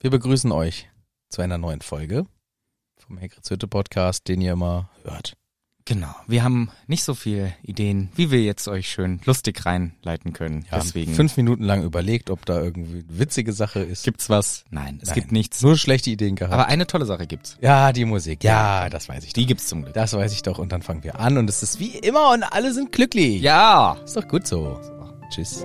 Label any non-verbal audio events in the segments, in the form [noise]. Wir begrüßen euch zu einer neuen Folge vom Hagrid's Hütte Podcast, den ihr immer hört. Genau. Wir haben nicht so viele Ideen, wie wir jetzt euch schön lustig reinleiten können. Wir haben Deswegen fünf Minuten lang überlegt, ob da irgendwie eine witzige Sache ist. gibt's was? Nein, es Nein. gibt nichts. Nur schlechte Ideen gehabt. Aber eine tolle Sache gibt's. ja, die Musik. Ja, das weiß ich. Die Doch. gibt's zum Glück. Das weiß ich doch. Und dann fangen wir an und es ist wie immer und alle sind glücklich. Ja. Ist doch gut so. Tschüss.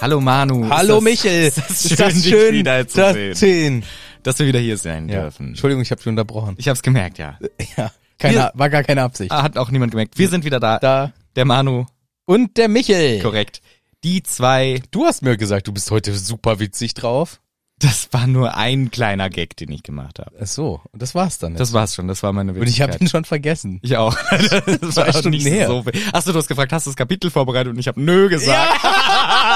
Hallo Manu. Hallo Ist das- Michel. Ist das schön, dich wieder zu das sehen. sehen. Dass wir wieder hier sein Ja. dürfen. Entschuldigung, ich habe dich unterbrochen. Ich hab's gemerkt, ja. Ja, keine, war gar keine Absicht. Ah, Hat auch niemand gemerkt. Wir sind wieder da. Da. Der Manu. Und der Michel. Korrekt. Die zwei, Du hast mir gesagt, du bist heute super witzig drauf. das war nur ein kleiner Gag, den ich gemacht habe. Ach so, und das war's dann. Das war's schon, das war meine und ich Witzigkeit. habe ihn schon vergessen. Ich auch. [laughs] Das war Stunden her. so viel. Achso, du hast gefragt, hast du das Kapitel vorbereitet und ich habe nö gesagt. [laughs]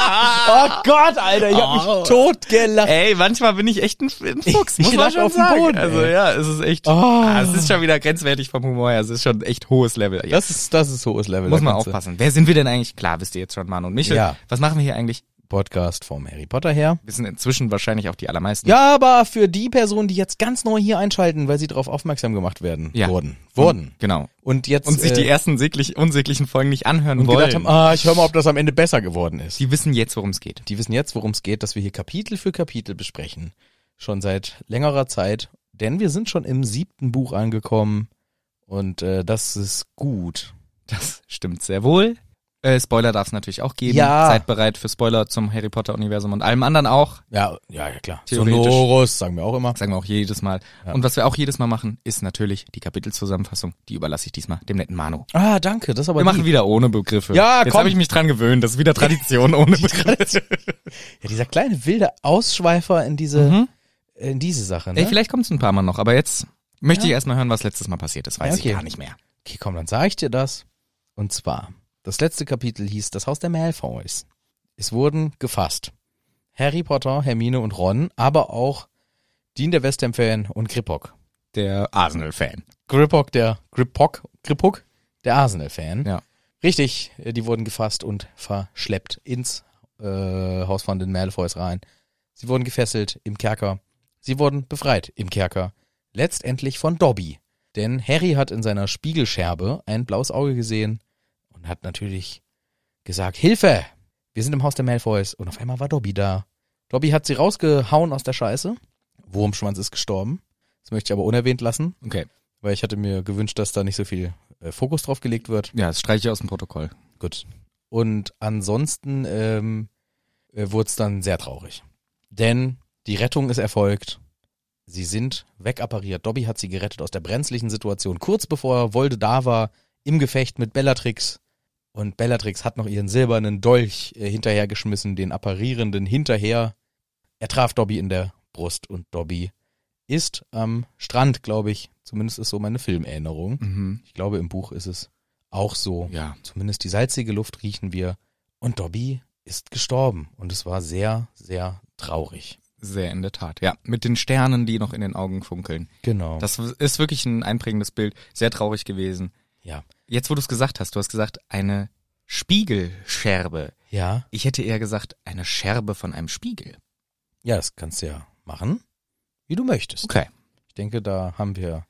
Oh Gott, Alter, ich hab mich totgelacht. Ey, manchmal bin ich echt ein, ein Fuchs, Ich muss man lach schon auf dem sagen. Boden, also ey. ja, es ist echt, Oh. ah, es ist schon wieder grenzwertig vom Humor her. Es ist schon echt hohes Level. Ja, Das ist, das ist hohes Level. muss da man kannst du- aufpassen. Wer sind wir denn eigentlich? Klar, wisst ihr jetzt schon, Manu und Michel. Ja. Was machen wir hier eigentlich? Podcast vom Harry Potter her. Wir sind inzwischen wahrscheinlich auch die allermeisten. Ja, aber für die Personen, die jetzt ganz neu hier einschalten, weil sie darauf aufmerksam gemacht werden, Ja. wurden, wurden. Genau. Und jetzt Und sich die äh, ersten säglich, unsäglichen Folgen nicht anhören und gedacht haben, wollen. ah, ich höre mal, ob das am Ende besser geworden ist. die wissen jetzt, worum es geht. Die wissen jetzt, worum es geht, dass wir hier Kapitel für Kapitel besprechen. Schon seit längerer Zeit, denn wir sind schon im siebten Buch angekommen und äh, das ist gut. Das stimmt sehr wohl. Äh, Spoiler darf es natürlich auch geben. Ja. Seid bereit für Spoiler zum Harry Potter Universum und allem anderen auch. Ja, ja, ja klar. Theoretisch. Sonorus, sagen wir auch immer. Sagen wir auch jedes Mal. Und was wir auch jedes Mal machen, ist natürlich die Kapitelzusammenfassung. Die überlasse ich diesmal dem netten Manu. Ah, danke, das ist aber Wir machen lieb. wieder ohne Begriffe. Ja, Jetzt komm. habe ich mich dran gewöhnt. Das ist wieder Tradition ohne Begriffe. [laughs] ja, dieser kleine wilde Ausschweifer in diese Mhm. in diese Sache, ne? Ey, vielleicht kommt es ein paar Mal noch, aber jetzt möchte Ja. ich erstmal hören, was letztes Mal passiert ist. Weiß Ja, okay. ich gar nicht mehr. okay, komm, dann sage ich dir das und zwar das letzte Kapitel hieß das Haus der Malfoys. Es wurden gefasst. Harry Potter, Hermine und Ron, aber auch Dean der West Ham Fan und Grippock. Der Arsenal-Fan. Grippock, der Grippock, Grippock, der Arsenal-Fan. Ja. Richtig, äh, die wurden gefasst und verschleppt ins äh, Haus von den Malfoys rein. Sie wurden gefesselt im Kerker. Sie wurden befreit im Kerker. Letztendlich von Dobby. Denn Harry hat in seiner Spiegelscherbe ein blaues Auge gesehen und hat natürlich gesagt, Hilfe! Wir sind im Haus der Malfoys. Und auf einmal war Dobby da. Dobby hat sie rausgehauen aus der Scheiße. Wurmschwanz ist gestorben. Das möchte ich aber unerwähnt lassen Okay. weil ich hatte mir gewünscht, dass da nicht so viel äh, Fokus drauf gelegt wird. Ja, das streiche ich aus dem Protokoll. Gut. Und ansonsten ähm, äh, wurde es dann sehr traurig. Denn die Rettung ist erfolgt. Sie sind wegappariert. Dobby hat sie gerettet aus der brenzlichen Situation, kurz bevor Wolde da war, im Gefecht mit Bellatrix. Und Bellatrix hat noch ihren silbernen Dolch äh, hinterhergeschmissen, den Apparierenden hinterher. Er traf Dobby in der Brust und Dobby ist am Strand, glaube ich. Zumindest ist so meine Filmerinnerung. Mhm. Ich glaube, im Buch ist es auch so. Ja. Zumindest die salzige Luft riechen wir. Und Dobby ist gestorben. Und es war sehr, sehr traurig. Sehr in der Tat. Ja. Mit den Sternen, die noch in den Augen funkeln. Genau. Das ist wirklich ein einprägendes Bild. Sehr traurig gewesen. ja. Jetzt, wo du es gesagt hast, du hast gesagt, eine Spiegelscherbe. Ja. Ich hätte eher gesagt, eine Scherbe von einem Spiegel. Ja, das kannst du ja machen, wie du möchtest. Okay. Ich denke, da haben wir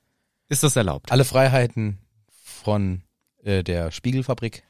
Ist das erlaubt? alle Freiheiten von äh, der Spiegelfabrik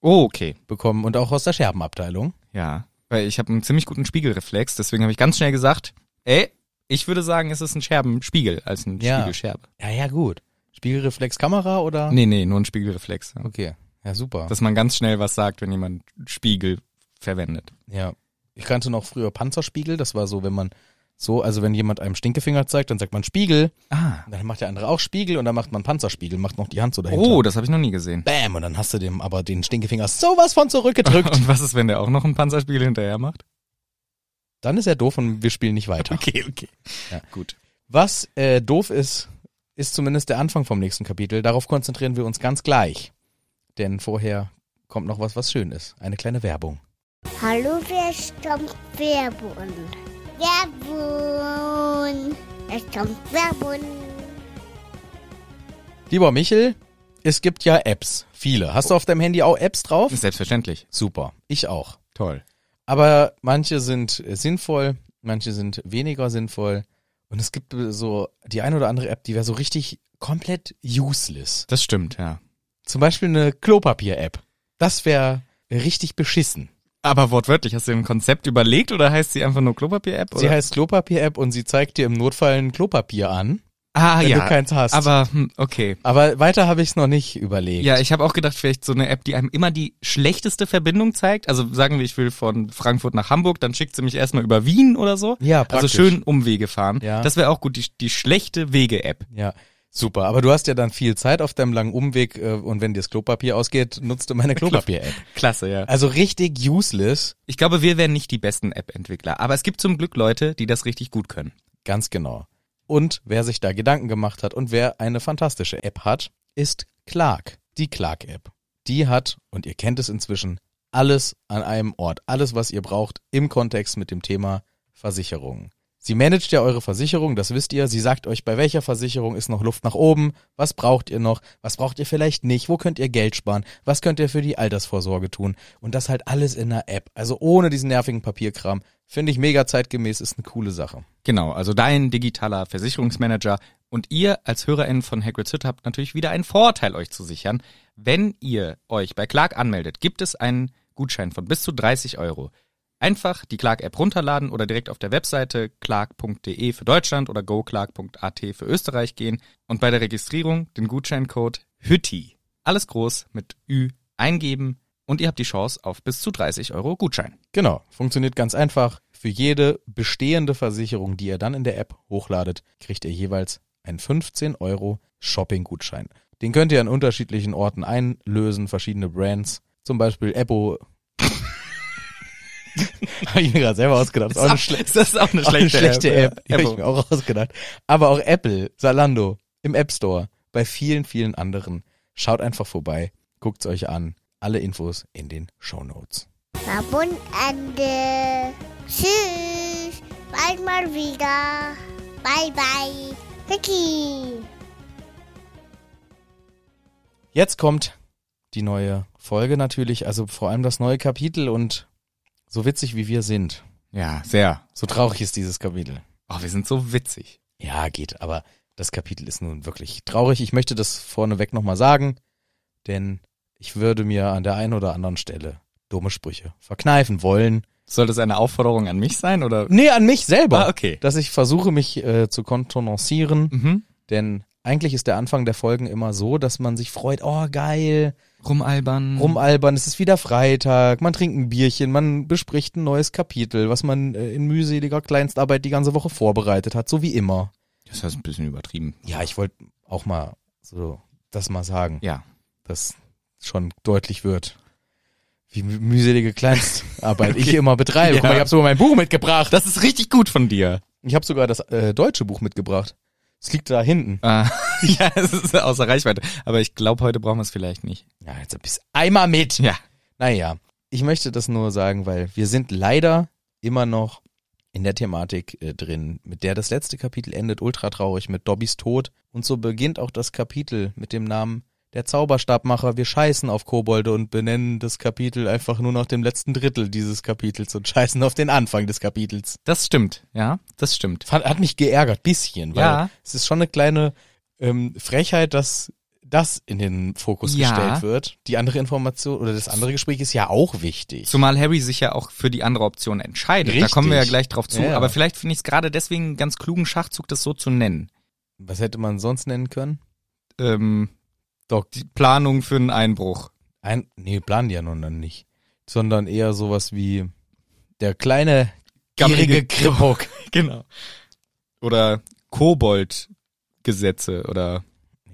Oh, okay. bekommen und auch aus der Scherbenabteilung. Ja. Weil ich habe einen ziemlich guten Spiegelreflex, deswegen habe ich ganz schnell gesagt, ey, ich würde sagen, es ist ein Scherbenspiegel als ein Ja. Spiegelscherbe. Ja, ja, gut. Spiegelreflexkamera oder? Nee, nee, nur ein Spiegelreflex. ja. Okay. Ja, super. Dass man ganz schnell was sagt, wenn jemand Spiegel verwendet. Ja. Ich kannte noch früher Panzerspiegel, das war so, wenn man So, also wenn jemand einem Stinkefinger zeigt, dann sagt man Spiegel. Ah. Und dann macht der andere auch Spiegel und dann macht man Panzerspiegel, macht noch die Hand so dahinter. Oh, das habe ich noch nie gesehen. Bam, und dann hast du dem aber den Stinkefinger sowas von [laughs] zurückgedrückt. Und was ist, wenn der auch noch einen Panzerspiegel hinterher macht? dann ist er doof und wir spielen nicht weiter. Okay, okay. Ja. Gut. Was äh, doof ist, ist zumindest der Anfang vom nächsten Kapitel. Darauf konzentrieren wir uns ganz gleich. Denn vorher kommt noch was, was schön ist. Eine kleine Werbung. Hallo, wer stammt Werbun? Werbun! Es kommt Werbun! Lieber Michel, es gibt ja Apps. Viele. Hast du auf deinem Handy auch Apps drauf? Selbstverständlich. Super. Ich auch. Toll. Aber manche sind äh, sinnvoll, manche sind weniger sinnvoll. Und es gibt äh, so die ein oder andere App, die wäre so richtig komplett useless. Das stimmt, ja. Zum Beispiel eine Klopapier-App. Das wäre richtig beschissen. Aber wortwörtlich, hast du dir ein Konzept überlegt oder heißt sie einfach nur Klopapier-App? Sie oder? heißt Klopapier-App und sie zeigt dir im Notfall ein Klopapier an, ah, wenn ja. du keins hast. aber, hm, okay. Aber weiter habe ich es noch nicht überlegt. Ja, ich habe auch gedacht, vielleicht so eine App, die einem immer die schlechteste Verbindung zeigt. Also sagen wir, ich will von Frankfurt nach Hamburg, dann schickt sie mich erstmal über Wien oder so. Ja, Also praktisch. schön Umwege fahren. Ja. Das wäre auch gut, die, die schlechte Wege-App. Ja, super. Aber du hast ja dann viel Zeit auf deinem langen Umweg äh, und wenn dir das Klopapier ausgeht, nutzt du meine Klopapier-App. Klasse, ja. Also richtig useless. Ich glaube, wir wären nicht die besten App-Entwickler, aber es gibt zum Glück Leute, die das richtig gut können. Ganz genau. Und wer sich da Gedanken gemacht hat und wer eine fantastische App hat, ist Clark. Die Clark-App. Die hat, und ihr kennt es inzwischen, alles an einem Ort. Alles, was ihr braucht im Kontext mit dem Thema Versicherungen. Sie managt ja eure Versicherung, das wisst ihr. Sie sagt euch, bei welcher Versicherung ist noch Luft nach oben, was braucht ihr noch, was braucht ihr vielleicht nicht, wo könnt ihr Geld sparen, was könnt ihr für die Altersvorsorge tun. Und das halt alles in einer App. Also ohne diesen nervigen Papierkram. Finde ich mega zeitgemäß, ist eine coole Sache. Genau, also dein digitaler Versicherungsmanager und ihr als HörerInnen von Hagrid's Hütte habt natürlich wieder einen Vorteil, euch zu sichern. Wenn ihr euch bei Clark anmeldet, gibt es einen Gutschein von bis zu 30 Euro. Einfach die Clark-App runterladen oder direkt auf der Webseite clark.de für Deutschland oder goclark.at für Österreich gehen und bei der Registrierung den Gutscheincode HÜTI, alles groß mit Ü, eingeben und ihr habt die Chance auf bis zu 30 Euro Gutschein. Genau, funktioniert ganz einfach. Für jede bestehende Versicherung, die ihr dann in der App hochladet, kriegt ihr jeweils einen 15 Euro Shopping-Gutschein. Den könnt ihr an unterschiedlichen Orten einlösen, verschiedene Brands, zum Beispiel [laughs] Eppo. Habe ich mir gerade selber ausgedacht. Ist auch eine, schle das ist auch [laughs] eine auch eine schlechte App. Ja. Habe ich mir auch ausgedacht. Aber auch Apple, Salando, im App Store, bei vielen, vielen anderen. Schaut einfach vorbei, guckt's euch an. Alle Infos in den Show Notes. Werbun Ende! Tschüss! Bald mal wieder! Bye bye! Vicky! Jetzt kommt die neue Folge natürlich, also vor allem das neue Kapitel und so witzig wie wir sind, ja, sehr. so traurig ist dieses Kapitel. Oh, wir sind so witzig. Ja, geht, aber das Kapitel ist nun wirklich traurig. Ich möchte das vorneweg nochmal sagen, denn ich würde mir an der einen oder anderen Stelle dumme Sprüche verkneifen wollen. Soll das eine Aufforderung an mich sein oder? Ah, Nee, an mich selber, okay. dass ich versuche, mich äh, zu kontonancieren, Mhm. denn eigentlich ist der Anfang der Folgen immer so, dass man sich freut, oh geil, Rumalbern. rumalbern. Es ist wieder Freitag, man trinkt ein Bierchen, man bespricht ein neues Kapitel, was man äh, in mühseliger Kleinstarbeit die ganze Woche vorbereitet hat, so wie immer. Das ist ein bisschen übertrieben. Ja, ich wollte auch mal so das mal sagen, Ja. dass schon deutlich wird, wie mü- mühselige [laughs] Kleinstarbeit ich immer betreibe. Guck mal, Ja. ich habe sogar mein Buch mitgebracht. Das ist richtig gut von dir. Ich habe sogar das äh, deutsche Buch mitgebracht. Es liegt da hinten. Ah, [laughs] ja, es ist außer Reichweite. Aber ich glaube, heute brauchen wir es vielleicht nicht. Ja, jetzt bist einmal mit. Ja. Naja, ich möchte das nur sagen, weil wir sind leider immer noch in der Thematik äh, drin, mit der das letzte Kapitel endet, ultra traurig mit Dobbys Tod. Und so beginnt auch das Kapitel mit dem Namen der Zauberstabmacher. Wir scheißen auf Kobolde und benennen das Kapitel einfach nur nach dem letzten Drittel dieses Kapitels und scheißen auf den Anfang des Kapitels. Das stimmt. Ja, das stimmt. Fand, hat mich geärgert, bisschen, weil Ja. es ist schon eine kleine ähm, Frechheit, dass das in den Fokus Ja. gestellt wird. Die andere Information oder das andere Gespräch ist ja auch wichtig. Zumal Harry sich ja auch für die andere Option entscheidet. Da Richtig. kommen wir ja gleich drauf zu. Ja, ja. Aber vielleicht finde ich es gerade deswegen einen ganz klugen Schachzug, das so zu nennen. Was hätte man sonst nennen können? Ähm, doch, die Planung für einen Einbruch. Ein, nee, planen die ja nun dann nicht. Sondern eher sowas wie der kleine Gierige Krippok. Genau. Oder Kobold-Gesetze oder.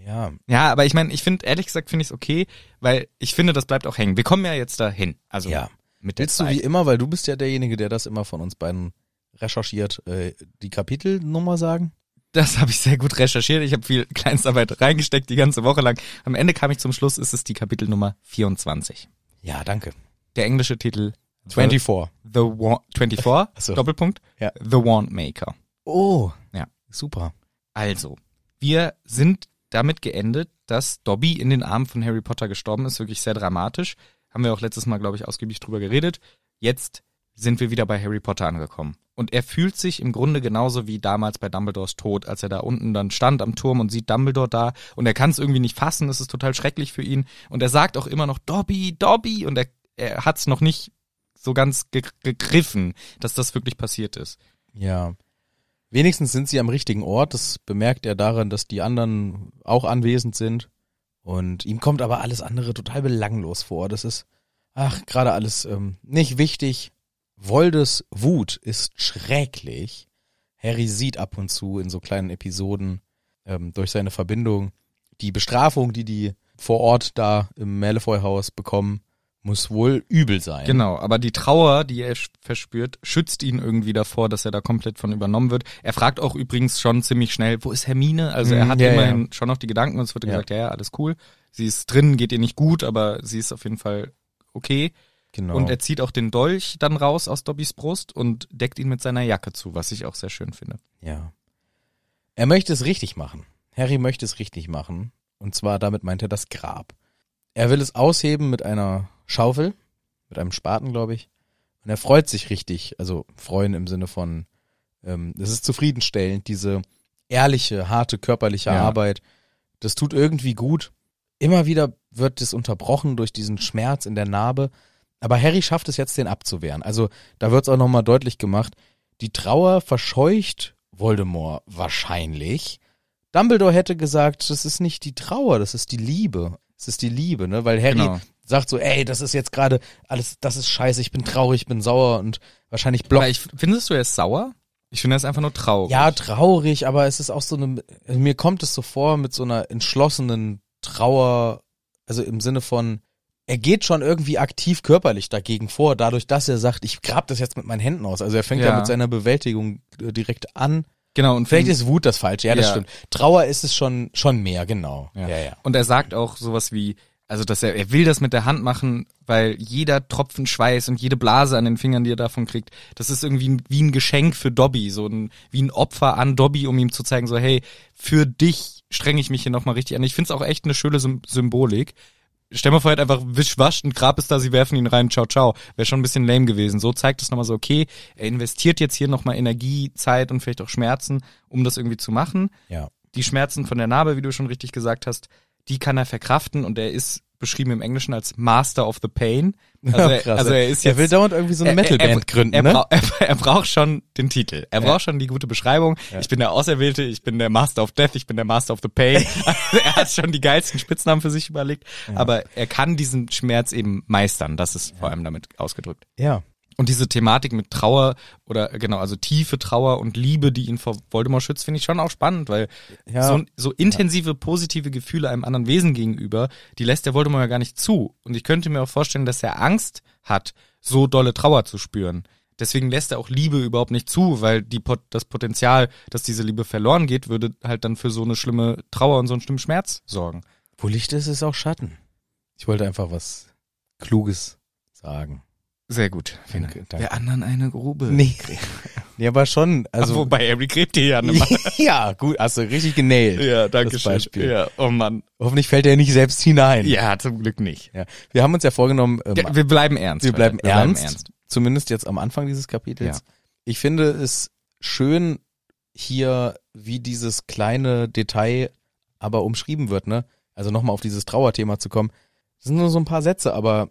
Ja, Ja, aber ich meine, ich finde, ehrlich gesagt, finde ich es okay, weil ich finde, das bleibt auch hängen. Wir kommen ja jetzt dahin. Also Ja. mit der willst du Zeit. wie immer, weil du bist ja derjenige, der das immer von uns beiden recherchiert, äh, die Kapitelnummer sagen? Das habe ich sehr gut recherchiert. Ich habe viel [laughs] Kleinstarbeit reingesteckt die ganze Woche lang. Am Ende kam ich zum Schluss, ist es die Kapitelnummer 24. Ja, danke. Der englische Titel 24. The Wa 24, Ach so. Doppelpunkt, Ja. The Wandmaker. Oh. Ja. Super. Also, wir sind damit geendet, dass Dobby in den Armen von Harry Potter gestorben ist. Wirklich sehr dramatisch. Haben wir auch letztes Mal, glaube ich, ausgiebig drüber geredet. Jetzt sind wir wieder bei Harry Potter angekommen. Und er fühlt sich im Grunde genauso wie damals bei Dumbledores Tod, als er da unten dann stand am Turm und sieht Dumbledore da und er kann es irgendwie nicht fassen, es ist total schrecklich für ihn und er sagt auch immer noch Dobby, Dobby und er, er hat es noch nicht so ganz ge gegriffen, dass das wirklich passiert ist. Ja. Wenigstens sind sie am richtigen Ort. Das bemerkt er daran, dass die anderen auch anwesend sind. Und ihm kommt aber alles andere total belanglos vor. Das ist, ach, gerade alles ähm, nicht wichtig. Woldes Wut ist schrecklich. Harry sieht ab und zu in so kleinen Episoden ähm, durch seine Verbindung die Bestrafung, die die vor Ort da im Malfoy-Haus bekommen, muss wohl übel sein. Genau, aber die Trauer, die er sch- verspürt, schützt ihn irgendwie davor, dass er da komplett von übernommen wird. Er fragt auch übrigens schon ziemlich schnell, wo ist Hermine? Also er Mm, hat ja, immerhin schon noch die Gedanken und es wird Ja. gesagt, ja, ja, alles cool. Sie ist drin, geht ihr nicht gut, aber sie ist auf jeden Fall okay. genau. Und er zieht auch den Dolch dann raus aus Dobbys Brust und deckt ihn mit seiner Jacke zu, was ich auch sehr schön finde. Ja. Er möchte es richtig machen. Harry möchte es richtig machen. Und zwar damit meint er das Grab. Er will es ausheben mit einer Schaufel, mit einem Spaten, glaube ich. Und er freut sich richtig, also freuen im Sinne von, ähm, es ist zufriedenstellend, diese ehrliche, harte, körperliche Ja. Arbeit. Das tut irgendwie gut. Immer wieder wird es unterbrochen durch diesen Schmerz in der Narbe. Aber Harry schafft es jetzt, den abzuwehren. Also da wird es auch nochmal deutlich gemacht. Die Trauer verscheucht Voldemort wahrscheinlich. Dumbledore hätte gesagt, das ist nicht die Trauer, das ist die Liebe. Es ist die Liebe, ne? Weil Harry Genau. sagt so, ey, das ist jetzt gerade alles, das ist scheiße, ich bin traurig, ich bin sauer und wahrscheinlich Aber blockt. ich, findest du, er ist sauer? Ich finde, er ist einfach nur traurig. Ja, traurig, aber es ist auch so eine, mir kommt es so vor mit so einer entschlossenen Trauer, also im Sinne von, er geht schon irgendwie aktiv körperlich dagegen vor, dadurch, dass er sagt, ich grab das jetzt mit meinen Händen aus. Also er fängt ja, Ja. mit seiner Bewältigung äh, direkt an. genau. Und Vielleicht ist Wut das Falsche, ja, das Ja. stimmt. Trauer ist es schon, schon mehr, genau. Ja. ja. ja. Und er sagt auch sowas wie, also dass er, er will das mit der Hand machen, weil jeder Tropfen Schweiß und jede Blase an den Fingern, die er davon kriegt, das ist irgendwie ein, wie ein Geschenk für Dobby, so ein, wie ein Opfer an Dobby, um ihm zu zeigen, so hey, für dich strenge ich mich hier nochmal richtig an. Ich find's auch echt eine schöne Sym Symbolik. Stell mal vor, er hat einfach wischwasch, ein Grab ist da, sie werfen ihn rein, ciao, ciao. Wäre schon ein bisschen lame gewesen. So zeigt es nochmal so, okay, er investiert jetzt hier nochmal Energie, Zeit und vielleicht auch Schmerzen, um das irgendwie zu machen ja. die Schmerzen von der Narbe, wie du schon richtig gesagt hast, die kann er verkraften und er ist beschrieben im Englischen als Master of the Pain. Also, Ja, er- krass, also ey. er ist er jetzt, will dauernd irgendwie so eine er- er- Metalband er- gründen, er, ne? brau- [laughs] er, er braucht schon den Titel. Er braucht schon die gute Beschreibung. Ich bin der Auserwählte, ich bin der Master of Death, ich bin der Master of [laughs] the Pain. Also er hat schon die geilsten Spitznamen für sich überlegt. Aber er kann diesen Schmerz eben meistern. Das ist vor allem damit ausgedrückt. Ja. Und diese Thematik mit Trauer oder äh, genau, also tiefe Trauer und Liebe, die ihn vor Voldemort schützt, finde ich schon auch spannend, weil Ja. so, so intensive positive Gefühle einem anderen Wesen gegenüber, die lässt der Voldemort ja gar nicht zu. Und ich könnte mir auch vorstellen, dass er Angst hat, so dolle Trauer zu spüren. Deswegen lässt er auch Liebe überhaupt nicht zu, weil die, Pot- das Potenzial, dass diese Liebe verloren geht, würde halt dann für so eine schlimme Trauer und so einen schlimmen Schmerz sorgen. Wo Licht ist, ist auch Schatten. Ich wollte einfach was Kluges sagen. Sehr gut. Danke, danke. Der anderen eine Grube. [laughs] Nee. nee, aber schon, [laughs] Also, also. Wobei Harry gräbt hier [laughs] ja eine [laughs] ja, gut, hast du richtig genäht. Ja, danke das schön. Beispiel. Ja, oh Mann. Hoffentlich fällt er nicht selbst hinein. Ja, zum Glück nicht. Ja. Wir haben uns ja vorgenommen, ähm, Ja, wir bleiben ernst. wir bleiben Leute. ernst, Zumindest jetzt am Anfang dieses Kapitels. Ja. Ich finde es schön hier, wie dieses kleine Detail aber umschrieben wird, ne? Also nochmal auf dieses Trauerthema zu kommen. Das sind nur so ein paar Sätze, aber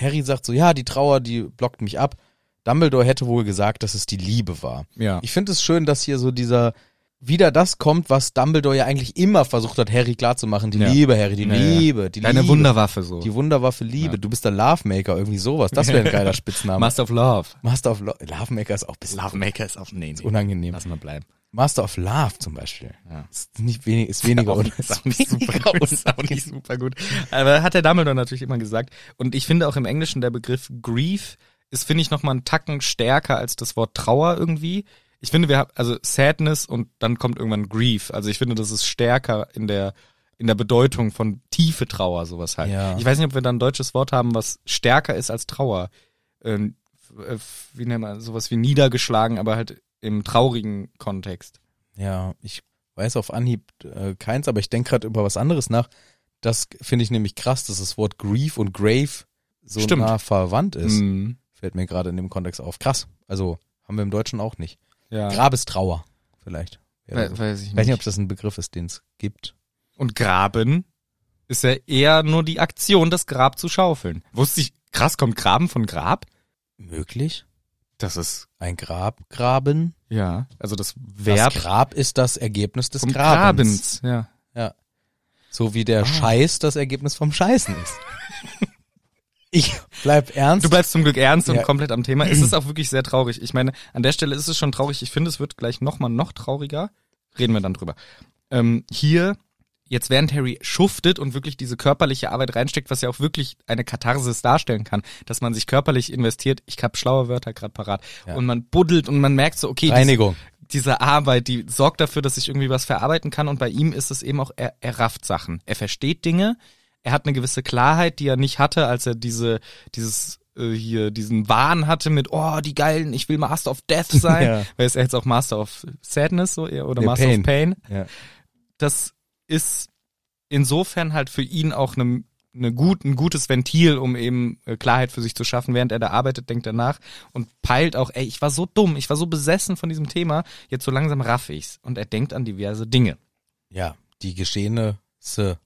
Harry sagt so, ja, die Trauer, die blockt mich ab. Dumbledore hätte wohl gesagt, dass es die Liebe war. Ja. Ich finde es schön, dass hier so dieser wieder das kommt, was Dumbledore ja eigentlich immer versucht hat, Harry klarzumachen. Die Ja. Liebe, Harry, die Ja, ja. Liebe, die Deine Liebe. Wunderwaffe so. Die Wunderwaffe Liebe. Du bist der Lovemaker, irgendwie sowas. Das wäre ein [laughs] geiler Spitzname. Master of Love. Master of Love. Lovemaker ist auch ein bisschen Lovemaker ist auf nee, nee. unangenehm. Lass mal bleiben. Master of Love zum Beispiel. Ja. Ist, nicht wenig, ist [laughs] weniger Auch un- nicht- ist auch nicht super gut. Ist auch nicht super gut. Aber hat der Dumbledore natürlich immer gesagt. Und ich finde auch im Englischen der Begriff Grief ist, finde ich, nochmal einen Tacken stärker als das Wort Trauer irgendwie. Ich finde, wir haben, also Sadness und dann kommt irgendwann Grief. Also ich finde, das ist stärker in der, in der Bedeutung von tiefe Trauer, sowas halt. Ja. Ich weiß nicht, ob wir da ein deutsches Wort haben, was stärker ist als Trauer. Ähm, f- äh, f- wie nennt man, sowas wie niedergeschlagen, aber halt im traurigen Kontext. Ja, ich weiß auf Anhieb äh, keins, aber ich denke gerade über was anderes nach. Das finde ich nämlich krass, dass das Wort Grief und Grave so Stimmt. nah verwandt ist. Mhm. Fällt mir gerade in dem Kontext auf. Krass. Also haben wir im Deutschen auch nicht. Ja. Grabestrauer vielleicht. Ja, We- also. weiß ich Ich weiß nicht, ob das ein Begriff ist, den es gibt. Und graben ist ja eher nur die Aktion, das Grab zu schaufeln. Wusste ich, krass, kommt Graben von Grab? Möglich. Das ist, Ein Grab graben. ja, also das Verb Das Grab ist das Ergebnis des vom Grabens. Grabens. Ah. Ja. So wie der Scheiß das Ergebnis vom Scheißen ist. ich bleib ernst. Du bleibst zum Glück ernst und Ja. komplett am Thema. [clears throat] Es ist auch wirklich sehr traurig. Ich meine, an der Stelle ist es schon traurig. Ich finde, es wird gleich nochmal noch trauriger. Reden wir dann drüber. Ähm, hier, jetzt während Harry schuftet und wirklich diese körperliche Arbeit reinsteckt, was ja auch wirklich eine Katharsis darstellen kann, dass man sich körperlich investiert. Ich habe schlaue Wörter gerade parat. Und man buddelt und man merkt so, okay, diese, Reinigung. diese Arbeit, die sorgt dafür, dass ich irgendwie was verarbeiten kann. Und bei ihm ist es eben auch, er, er rafft Sachen. Er versteht Dinge. Er hat eine gewisse Klarheit, die er nicht hatte, als er diese, dieses, äh, hier, diesen Wahn hatte mit, oh, die geilen, ich will Master of Death sein. Ja. Weil ist er jetzt auch Master of Sadness so eher oder Nee, Master Pain. of Pain. Ja. Das ist insofern halt für ihn auch eine, eine gut, ein gutes Ventil, um eben äh, Klarheit für sich zu schaffen. Während er da arbeitet, denkt er nach und peilt auch, ey, ich war so dumm, ich war so besessen von diesem Thema, jetzt so langsam raff ich's. Und er denkt an diverse Dinge, ja, die Geschehnisse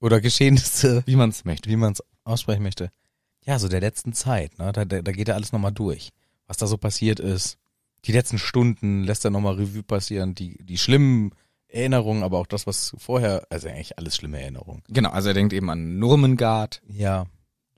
oder Geschehnisse, wie man es möchte. wie man es aussprechen möchte. Ja, so der letzten Zeit, ne? da, da, da geht er alles nochmal durch. Was da so passiert ist, die letzten Stunden lässt er nochmal Revue passieren, die, die schlimmen Erinnerungen, aber auch das, was vorher, also eigentlich alles schlimme Erinnerungen. Genau, also er denkt eben an Nurmengard. Ja.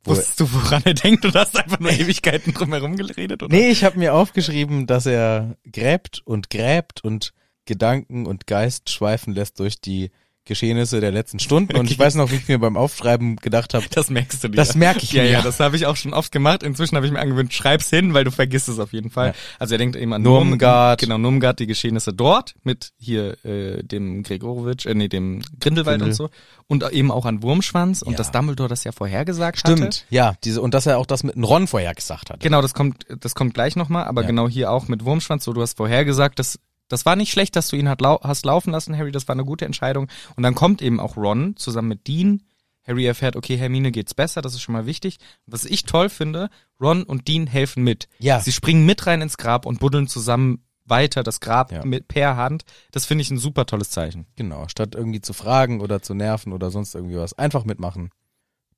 Wo- Wusstest du, woran er denkt? Du hast einfach nur Ewigkeiten drumherum geredet, oder? Nee, ich habe mir aufgeschrieben, dass er gräbt und gräbt und Gedanken und Geist schweifen lässt durch die Geschehnisse der letzten Stunden. Und ich weiß noch, wie ich mir beim Aufschreiben gedacht habe, Das merkst du dir. das merke ich ja, mir. ja, das habe ich auch schon oft gemacht. Inzwischen habe ich mir angewöhnt, schreib's hin, weil du vergisst es auf jeden Fall. Ja. Also er denkt eben an Nurmgard. Nurm- Genau, Nurmgard, die Geschehnisse dort mit hier äh, dem Gregorowitsch, äh, nee, dem Grindelwald Grindel. und so. Und eben auch an Wurmschwanz und Ja. dass Dumbledore das ja vorhergesagt hatte. Stimmt, ja, diese, und dass er auch das mit einem Ron vorher gesagt hat. Genau, das kommt, das kommt gleich nochmal, aber Ja. genau hier auch mit Wurmschwanz, so du hast vorhergesagt, das, das war nicht schlecht, dass du ihn hat lau hast laufen lassen, Harry, das war eine gute Entscheidung. Und dann kommt eben auch Ron zusammen mit Dean. Harry erfährt, okay, Hermine geht's besser, das ist schon mal wichtig. Was ich toll finde, Ron und Dean helfen mit. Ja. Sie springen mit rein ins Grab und buddeln zusammen weiter das Grab Ja. mit per Hand. Das finde ich ein super tolles Zeichen. Genau, statt irgendwie zu fragen oder zu nerven oder sonst irgendwie was, einfach mitmachen.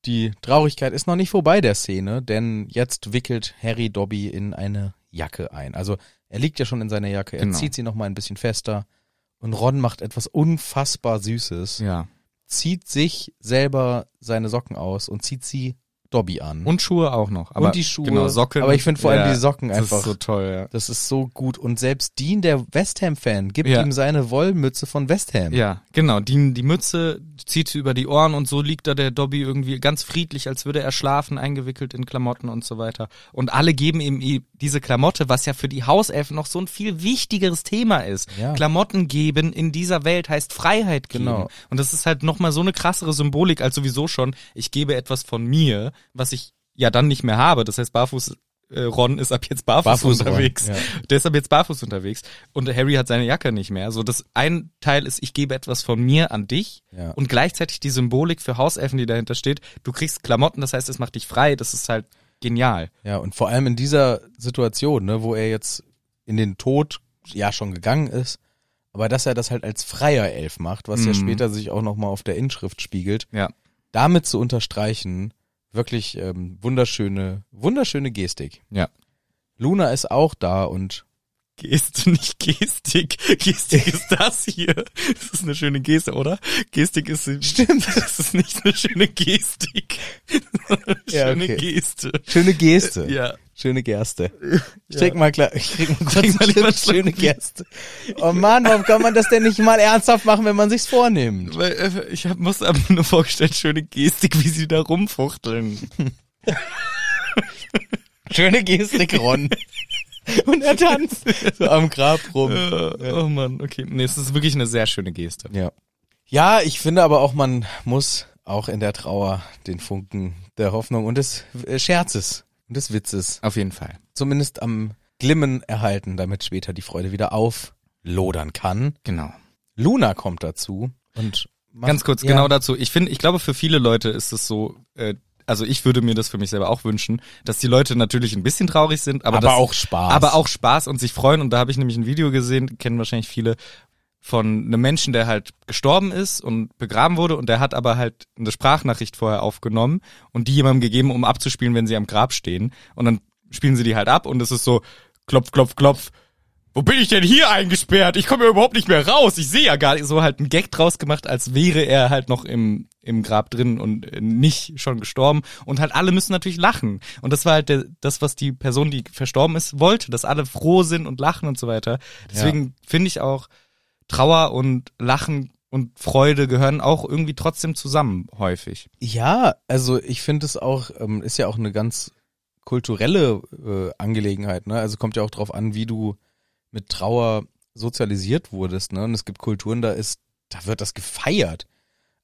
Die Traurigkeit ist noch nicht vorbei der Szene, denn jetzt wickelt Harry Dobby in eine Jacke ein. Also er liegt ja schon in seiner Jacke, er Genau. zieht sie noch mal ein bisschen fester und Ron macht etwas unfassbar Süßes, Ja. zieht sich selber seine Socken aus und zieht sie Dobby an. Und Schuhe auch noch. Aber die Schuhe. Genau, Socken. Aber ich finde vor allem die Socken Das einfach- ist so toll, ja. das ist so gut und selbst Dean, der West Ham Fan, gibt Ja. ihm seine Wollmütze von West Ham. Ja, genau. Die, die Mütze zieht sie über die Ohren und so liegt da der Dobby irgendwie ganz friedlich, als würde er schlafen, eingewickelt in Klamotten und so weiter. Und alle geben ihm i- diese Klamotte, was ja für die Hauselfen noch so ein viel wichtigeres Thema ist. Ja. Klamotten geben in dieser Welt heißt Freiheit geben. Genau. Und das ist halt nochmal so eine krassere Symbolik als sowieso schon, ich gebe etwas von mir, was ich ja dann nicht mehr habe. Das heißt, barfuß äh, Ron ist ab jetzt barfuß, Barfuß Ron, unterwegs. ja. Der ist aber jetzt barfuß unterwegs und Harry hat seine Jacke nicht mehr. So das ein Teil ist, ich gebe etwas von mir an dich Ja. und gleichzeitig die Symbolik für Hauselfen, die dahinter steht. Du kriegst Klamotten, das heißt, es macht dich frei. Das ist halt genial. Ja, und vor allem in dieser Situation, ne, wo er jetzt in den Tod ja schon gegangen ist, aber dass er das halt als freier Elf macht, was ja Mhm. später sich auch nochmal auf der Inschrift spiegelt, Ja, damit zu unterstreichen, wirklich ähm, wunderschöne, wunderschöne Gestik. ja, Luna ist auch da und Geste, [laughs] nicht Gestik. Gestik ist das hier. Das ist eine schöne Geste, oder? Gestik ist. Stimmt. [laughs] Das ist nicht eine schöne Gestik. Eine [laughs] Ja, schöne okay. Geste. Schöne Geste. [laughs] Ja. Schöne Gerste. [laughs] Ich trinke mal [laughs] klar, ich trinke mal Trink kurz mal lieber eine schöne Gerste. Oh Mann, warum kann man das denn nicht mal ernsthaft machen, wenn man sich's vornimmt? Weil, äh, ich hab, muss aber nur vorgestellt, schöne Gestik, wie sie da rumfuchteln. Schöne Gestik, Ron. [laughs] Und er tanzt so am Grab rum. Äh, oh Mann, okay. Nee, es ist wirklich eine sehr schöne Geste. Ja. Ja, ich finde aber auch, man muss auch in der Trauer den Funken der Hoffnung und des äh, Scherzes und des Witzes Auf jeden Fall. zumindest am Glimmen erhalten, damit später die Freude wieder auflodern kann. Genau. Luna kommt dazu und macht- Ganz kurz, Ja. genau dazu. Ich finde, ich glaube, für viele Leute ist es so, äh, also ich würde mir das für mich selber auch wünschen, dass die Leute natürlich ein bisschen traurig sind, aber, Aber dass, auch Spaß. Aber auch Spaß und sich freuen. Und da habe ich nämlich ein Video gesehen, kennen wahrscheinlich viele, von einem Menschen, der halt gestorben ist und begraben wurde und der hat aber halt eine Sprachnachricht vorher aufgenommen und die jemandem gegeben, um abzuspielen, wenn sie am Grab stehen. Und dann spielen sie die halt ab und es ist so, klopf, klopf, klopf. Wo bin ich denn hier eingesperrt? Ich komme ja überhaupt nicht mehr raus. Ich sehe ja gar nicht. So halt einen Gag draus gemacht, als wäre er halt noch im, im Grab drin und äh, nicht schon gestorben. Und halt alle müssen natürlich lachen. Und das war halt der, das, was die Person, die verstorben ist, wollte, dass alle froh sind und lachen und so weiter. Deswegen finde ich auch, Trauer und Lachen und Freude gehören auch irgendwie trotzdem zusammen häufig. Ja, also ich finde es auch, ähm, ist ja auch eine ganz kulturelle äh, Angelegenheit, ne? Also kommt ja auch drauf an, wie du mit Trauer sozialisiert wurdest, ne? Und es gibt Kulturen, da ist, da wird das gefeiert.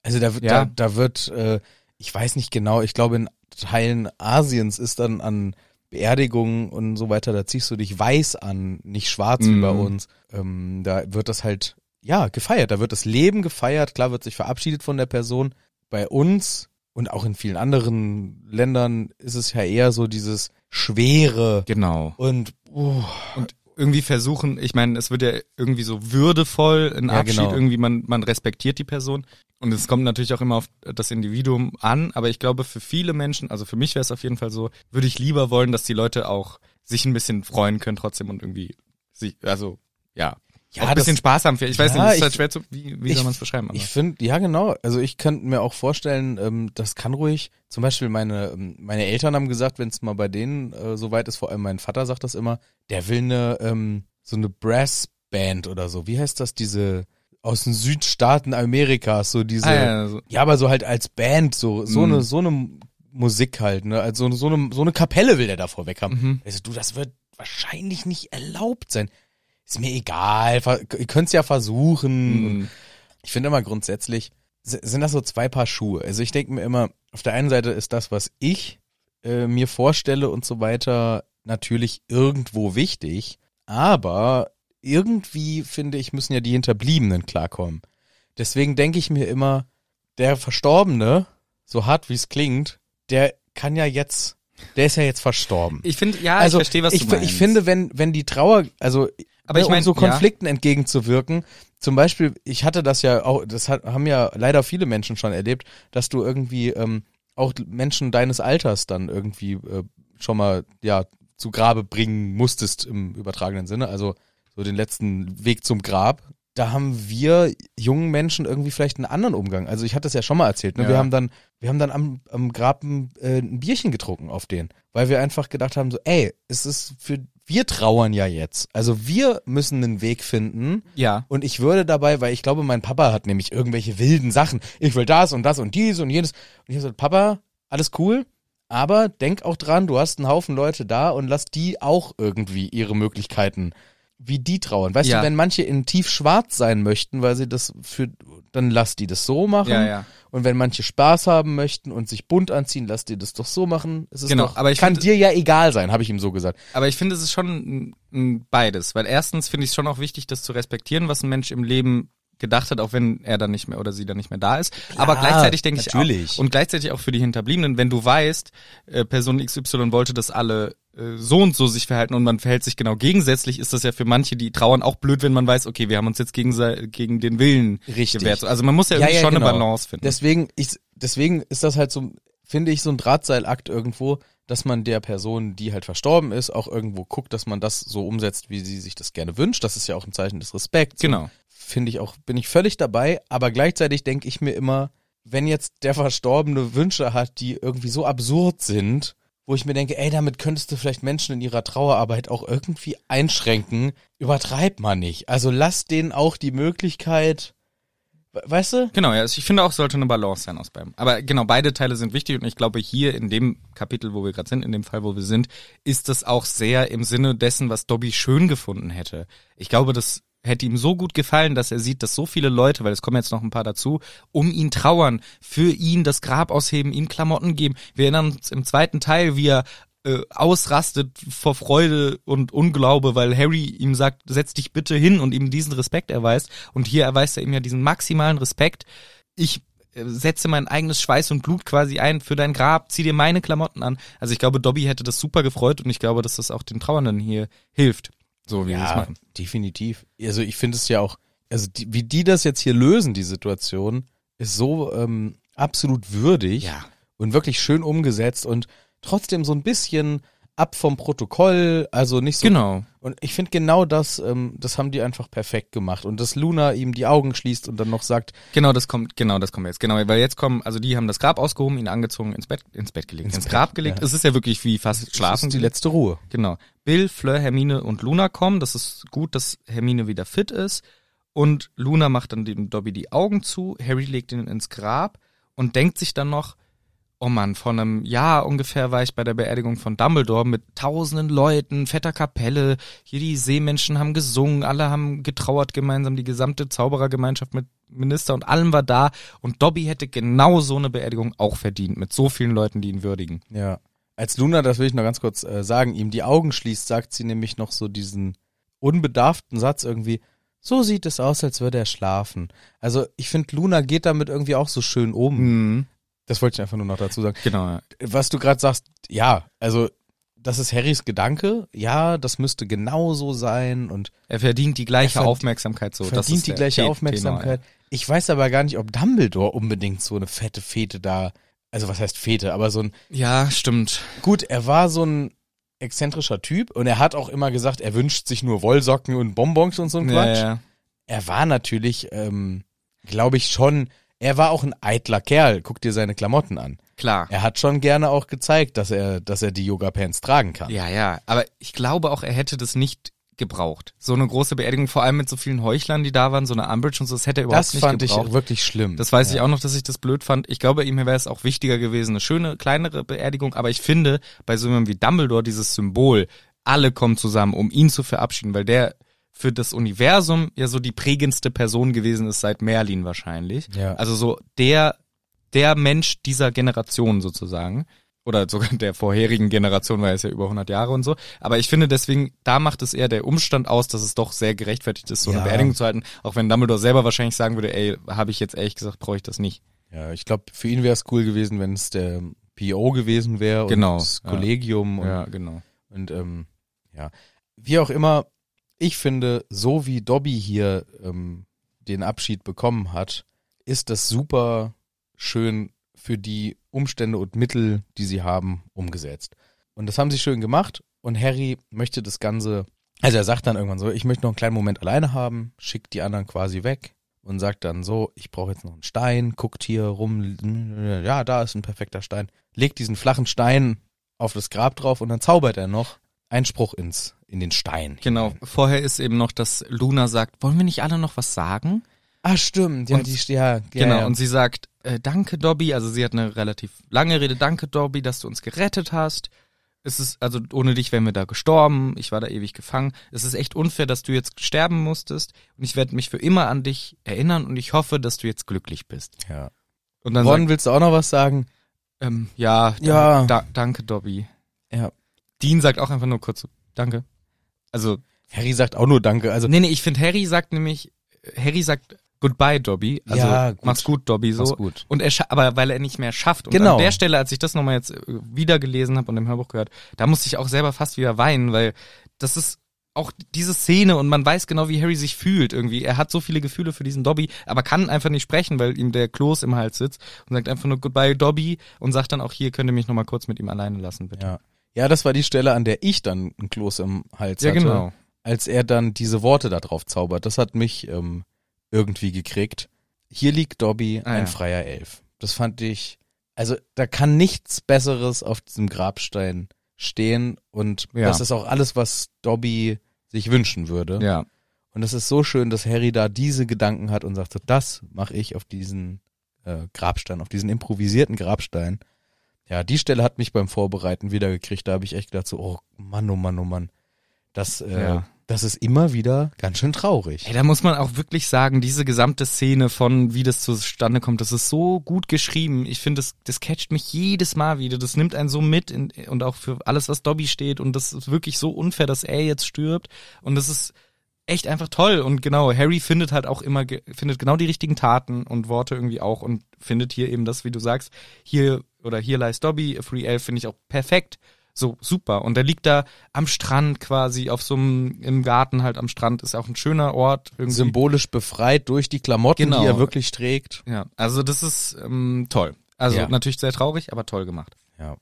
Also da wird, da, Ja. da wird, äh, ich weiß nicht genau, ich glaube in Teilen Asiens ist dann an Beerdigungen und so weiter, da ziehst du dich weiß an, nicht schwarz wie Mhm. bei uns. Ähm, da wird das halt, ja, gefeiert, da wird das Leben gefeiert, klar wird sich verabschiedet von der Person. Bei uns und auch in vielen anderen Ländern ist es ja eher so dieses Schwere Genau. und uh, Und irgendwie versuchen, ich meine, es wird ja irgendwie so würdevoll ein Ja, Abschied, genau. irgendwie man, man respektiert die Person. Und es kommt natürlich auch immer auf das Individuum an, aber ich glaube, für viele Menschen, also für mich wäre es auf jeden Fall so, würde ich lieber wollen, dass die Leute auch sich ein bisschen freuen können trotzdem und irgendwie sich, also ja, Ja, auch ein bisschen das- Spaß haben. Ich weiß Ja, nicht, es ist ich- halt schwer zu, wie, wie ich- soll man es beschreiben? Aber. Ich finde, ja genau. Also ich könnte mir auch vorstellen, ähm, das kann ruhig. Zum Beispiel meine ähm, meine Eltern haben gesagt, wenn es mal bei denen äh, so weit ist, vor allem mein Vater sagt das immer, der will eine ähm, so eine Brassband oder so. Wie heißt das? Diese aus den Südstaaten Amerikas, so diese. ah, ja, so, Ja, aber so halt als Band, so, so Mhm. ne so ne Musik halt, ne? Also so ne so ne Kapelle will der davor weg haben. Mhm. Also du, das wird wahrscheinlich nicht erlaubt sein. Ist mir egal, ver- ihr könnt's ja versuchen. Und mhm. ich finde immer grundsätzlich, s- sind das so zwei Paar Schuhe. Also ich denke mir immer, auf der einen Seite ist das, was ich äh, mir vorstelle und so weiter, natürlich irgendwo wichtig. Aber irgendwie, finde ich, müssen ja die Hinterbliebenen klarkommen. Deswegen denke ich mir immer, der Verstorbene, so hart wie es klingt, der kann ja jetzt, der ist ja jetzt verstorben. Ich finde, ja, also ich verstehe, was ich, du fi- meinst. Ich finde, wenn, wenn die Trauer, also Aber ne, ich mein, um so ja. Konflikten entgegenzuwirken, zum Beispiel, ich hatte das ja auch, das hat, haben ja leider viele Menschen schon erlebt, dass du irgendwie ähm, auch Menschen deines Alters dann irgendwie äh, schon mal ja zu Grabe bringen musstest im übertragenen Sinne, also so den letzten Weg zum Grab. Da haben wir jungen Menschen irgendwie vielleicht einen anderen Umgang. Also ich hatte das ja schon mal erzählt. Ne? Ja. Wir haben dann, wir haben dann am, am Grab ein, äh, ein Bierchen getrunken auf den, weil wir einfach gedacht haben, so, ey, es ist für wir trauern ja jetzt. Also wir müssen einen Weg finden, ja. und ich würde dabei, weil ich glaube, mein Papa hat nämlich irgendwelche wilden Sachen. Ich will das und das und dies und jenes. Und ich habe gesagt, Papa, alles cool, aber denk auch dran, du hast einen Haufen Leute da und lass die auch irgendwie ihre Möglichkeiten, wie die trauern. Weißt Ja. du, wenn manche in tiefschwarz sein möchten, weil sie das für, dann lass die das so machen. Ja, ja. Und wenn manche Spaß haben möchten und sich bunt anziehen, lass die das doch so machen. Es ist Genau, doch, aber ich kann find- dir ja egal sein, habe ich ihm so gesagt. Aber ich finde, es ist schon ein- ein beides, weil erstens finde ich es schon auch wichtig, das zu respektieren, was ein Mensch im Leben gedacht hat, auch wenn er dann nicht mehr oder sie dann nicht mehr da ist. Aber gleichzeitig denke ich natürlich. auch, und gleichzeitig auch für die Hinterbliebenen, wenn du weißt, äh, Person XY wollte, dass alle äh, so und so sich verhalten und man verhält sich genau gegensätzlich, ist das ja für manche, die trauern, auch blöd, wenn man weiß, okay, wir haben uns jetzt gegen, gegen den Willen Richtig. gewehrt. Also man muss ja, irgendwie schon eine genau. Balance finden. Deswegen, ich, deswegen ist das halt so, finde ich, so ein Drahtseilakt irgendwo. dass man der Person, die halt verstorben ist, auch irgendwo guckt, dass man das so umsetzt, wie sie sich das gerne wünscht. Das ist ja auch ein Zeichen des Respekts. Genau. Finde ich auch, bin ich völlig dabei, aber gleichzeitig denke ich mir immer, wenn jetzt der Verstorbene Wünsche hat, die irgendwie so absurd sind, wo ich mir denke, ey, damit könntest du vielleicht Menschen in ihrer Trauerarbeit auch irgendwie einschränken, übertreib mal nicht. Also lass denen auch die Möglichkeit, we- weißt du? Genau, ja, also ich finde auch, es sollte eine Balance sein aus beidem. Aber genau, beide Teile sind wichtig und ich glaube, hier in dem Kapitel, wo wir gerade sind, in dem Fall, wo wir sind, ist das auch sehr im Sinne dessen, was Dobby schön gefunden hätte. Ich glaube, das hätte ihm so gut gefallen, dass er sieht, dass so viele Leute, weil es kommen jetzt noch ein paar dazu, um ihn trauern, für ihn das Grab ausheben, ihm Klamotten geben. Wir erinnern uns im zweiten Teil, wie er äh, ausrastet vor Freude und Unglaube, weil Harry ihm sagt, setz dich bitte hin und ihm diesen Respekt erweist. Und hier erweist er ihm ja diesen maximalen Respekt. Ich äh, setze mein eigenes Schweiß und Blut quasi ein für dein Grab, zieh dir meine Klamotten an. Also ich glaube, Dobby hätte das super gefreut und ich glaube, dass das auch den Trauernden hier hilft. So wie wir das machen. definitiv. Also ich finde es ja auch, also die, wie die das jetzt hier lösen, die Situation, ist so ähm, absolut würdig und wirklich schön umgesetzt und trotzdem so ein bisschen ab vom Protokoll, also nicht so Genau. Und ich finde genau das, ähm, das haben die einfach perfekt gemacht. Und dass Luna ihm die Augen schließt und dann noch sagt, Genau, das kommt, genau, das kommt jetzt. Genau, weil jetzt kommen, also die haben das Grab ausgehoben, ihn angezogen, ins Bett, ins Bett gelegt, Ins ins, Bett, Grab gelegt. ja. Es ist ja wirklich wie fast das schlafen. ist die letzte Ruhe. Genau. Bill, Fleur, Hermine und Luna kommen. Das ist gut, dass Hermine wieder fit ist. Und Luna macht dann dem Dobby die Augen zu. Harry legt ihn ins Grab und denkt sich dann noch, oh Mann, vor einem Jahr ungefähr war ich bei der Beerdigung von Dumbledore mit tausenden Leuten, fetter Kapelle. Hier die Seemenschen haben gesungen, alle haben getrauert gemeinsam, die gesamte Zauberergemeinschaft mit Minister und allem war da. Und Dobby hätte genau so eine Beerdigung auch verdient, mit so vielen Leuten, die ihn würdigen. Ja. Als Luna, das will ich noch ganz kurz äh, sagen, ihm die Augen schließt, sagt sie nämlich noch so diesen unbedarften Satz irgendwie, so sieht es aus, als würde er schlafen. Also ich finde, Luna geht damit irgendwie auch so schön um. Mhm. Das wollte ich einfach nur noch dazu sagen. Genau, ja. was du gerade sagst, ja, also das ist Harrys Gedanke, ja, das müsste genau so sein und Er verdient die gleiche Er verdient- Aufmerksamkeit so. das verdient ist die der gleiche The- Aufmerksamkeit. Ich weiß aber gar nicht, ob Dumbledore unbedingt so eine fette Fete da, also was heißt Fete, aber so ein, Tenor, ja. ja, stimmt. gut, er war so ein exzentrischer Typ und er hat auch immer gesagt, er wünscht sich nur Wollsocken und Bonbons und so ein Ja, Quatsch. ja. Er war natürlich, ähm, glaube ich schon, er war auch ein eitler Kerl, guck dir seine Klamotten an. Klar. Er hat schon gerne auch gezeigt, dass er, dass er die Yoga-Pants tragen kann. Ja, ja. Aber ich glaube auch, er hätte das nicht gebraucht. So eine große Beerdigung, vor allem mit so vielen Heuchlern, die da waren, so eine Umbridge und so, das hätte er überhaupt Das nicht fand ich gebraucht. wirklich schlimm. Das weiß ich auch noch, dass ich das blöd fand. Ich glaube, ihm wäre es auch wichtiger gewesen, eine schöne, kleinere Beerdigung. Aber ich finde, bei so jemandem wie Dumbledore, dieses Symbol, alle kommen zusammen, um ihn zu verabschieden, weil der für das Universum ja so die prägendste Person gewesen ist seit Merlin wahrscheinlich. Ja. Also so der, der Mensch dieser Generation sozusagen. Oder sogar der vorherigen Generation, weil er ist ja über 100 Jahre und so. Aber ich finde deswegen, da macht es eher der Umstand aus, dass es doch sehr gerechtfertigt ist, so Ja. eine Beerdigung zu halten. Auch wenn Dumbledore selber wahrscheinlich sagen würde, ey, habe ich jetzt ehrlich gesagt, brauche ich das nicht. Ja, ich glaube, für ihn wäre es cool gewesen, wenn es der PO gewesen wäre Genau, und das ja. Kollegium und, genau. und ähm, ja. Wie auch immer, ich finde, so wie Dobby hier ähm, den Abschied bekommen hat, ist das super schön für die Umstände und Mittel, die sie haben, umgesetzt. Und das haben sie schön gemacht und Harry möchte das Ganze, also er sagt dann irgendwann so, ich möchte noch einen kleinen Moment alleine haben, schickt die anderen quasi weg und sagt dann so, ich brauche jetzt noch einen Stein, guckt hier rum, ja, da ist ein perfekter Stein, legt diesen flachen Stein auf das Grab drauf und dann zaubert er noch einen Spruch ins, in den Stein. Genau. Vorher ist eben noch, dass Luna sagt, wollen wir nicht alle noch was sagen? Ah, stimmt, ja, Und- die, ja, ja, genau. ja. Und sie sagt, äh, danke Dobby. Also sie hat eine relativ lange Rede. Danke Dobby, dass du uns gerettet hast. Es ist, also ohne dich wären wir da gestorben. Ich war da ewig gefangen. Es ist echt unfair, dass du jetzt sterben musstest. Und ich werde mich für immer an dich erinnern und ich hoffe, dass du jetzt glücklich bist. ja. Und dann Ron, sagt, willst du auch noch was sagen? ähm, ja, Ja. ja. Da, danke Dobby. Ja. Dean sagt auch einfach nur kurz, so, danke. Also Harry sagt auch nur Danke, also Nee, nee, ich finde, Harry sagt nämlich, Harry sagt Goodbye, Dobby. Also Ja, gut. mach's gut, Dobby, so. Mach's gut. Und er scha- aber weil er nicht mehr schafft. Und Genau. an der Stelle, als ich das nochmal jetzt äh, wieder gelesen habe und im Hörbuch gehört, da musste ich auch selber fast wieder weinen, weil das ist auch diese Szene und man weiß genau, wie Harry sich fühlt irgendwie. Er hat so viele Gefühle für diesen Dobby, aber kann einfach nicht sprechen, weil ihm der Kloß im Hals sitzt und sagt einfach nur Goodbye Dobby und sagt dann auch hier, könnt ihr mich nochmal kurz mit ihm alleine lassen, bitte. Ja. ja, das war die Stelle, an der ich dann ein Kloß im Hals genau. hatte. Als er dann diese Worte da drauf zaubert, das hat mich ähm, irgendwie gekriegt. Hier liegt Dobby, Ah, ein ja. freier Elf. Das fand ich, also da kann nichts Besseres auf diesem Grabstein stehen und Ja. das ist auch alles, was Dobby sich wünschen würde. Ja. Und es ist so schön, dass Harry da diese Gedanken hat und sagt, so, das mache ich auf diesen äh, Grabstein, auf diesen improvisierten Grabstein. Ja, die Stelle hat mich beim Vorbereiten wiedergekriegt. Da habe ich echt gedacht, so, oh Mann, oh Mann, oh Mann. Das, äh, Ja. das ist immer wieder ganz schön traurig. Ey, da muss man auch wirklich sagen, diese gesamte Szene von wie das zustande kommt, das ist so gut geschrieben. Ich finde, das, das catcht mich jedes Mal wieder. Das nimmt einen so mit in, und auch für alles, was Dobby steht. Und das ist wirklich so unfair, dass er jetzt stirbt. Und das ist echt einfach toll. Und genau, Harry findet halt auch immer, ge- findet genau die richtigen Taten und Worte irgendwie auch und findet hier eben das, wie du sagst, hier oder hier lies Dobby, a Free Elf finde ich auch perfekt. So, super. Und er liegt da am Strand quasi, auf so einem, im Garten halt am Strand, ist auch ein schöner Ort. Irgendwie. Symbolisch befreit durch die Klamotten, Genau. die er wirklich trägt. Ja, also das ist ähm, toll. Also Ja. natürlich sehr traurig, aber toll gemacht. Ja.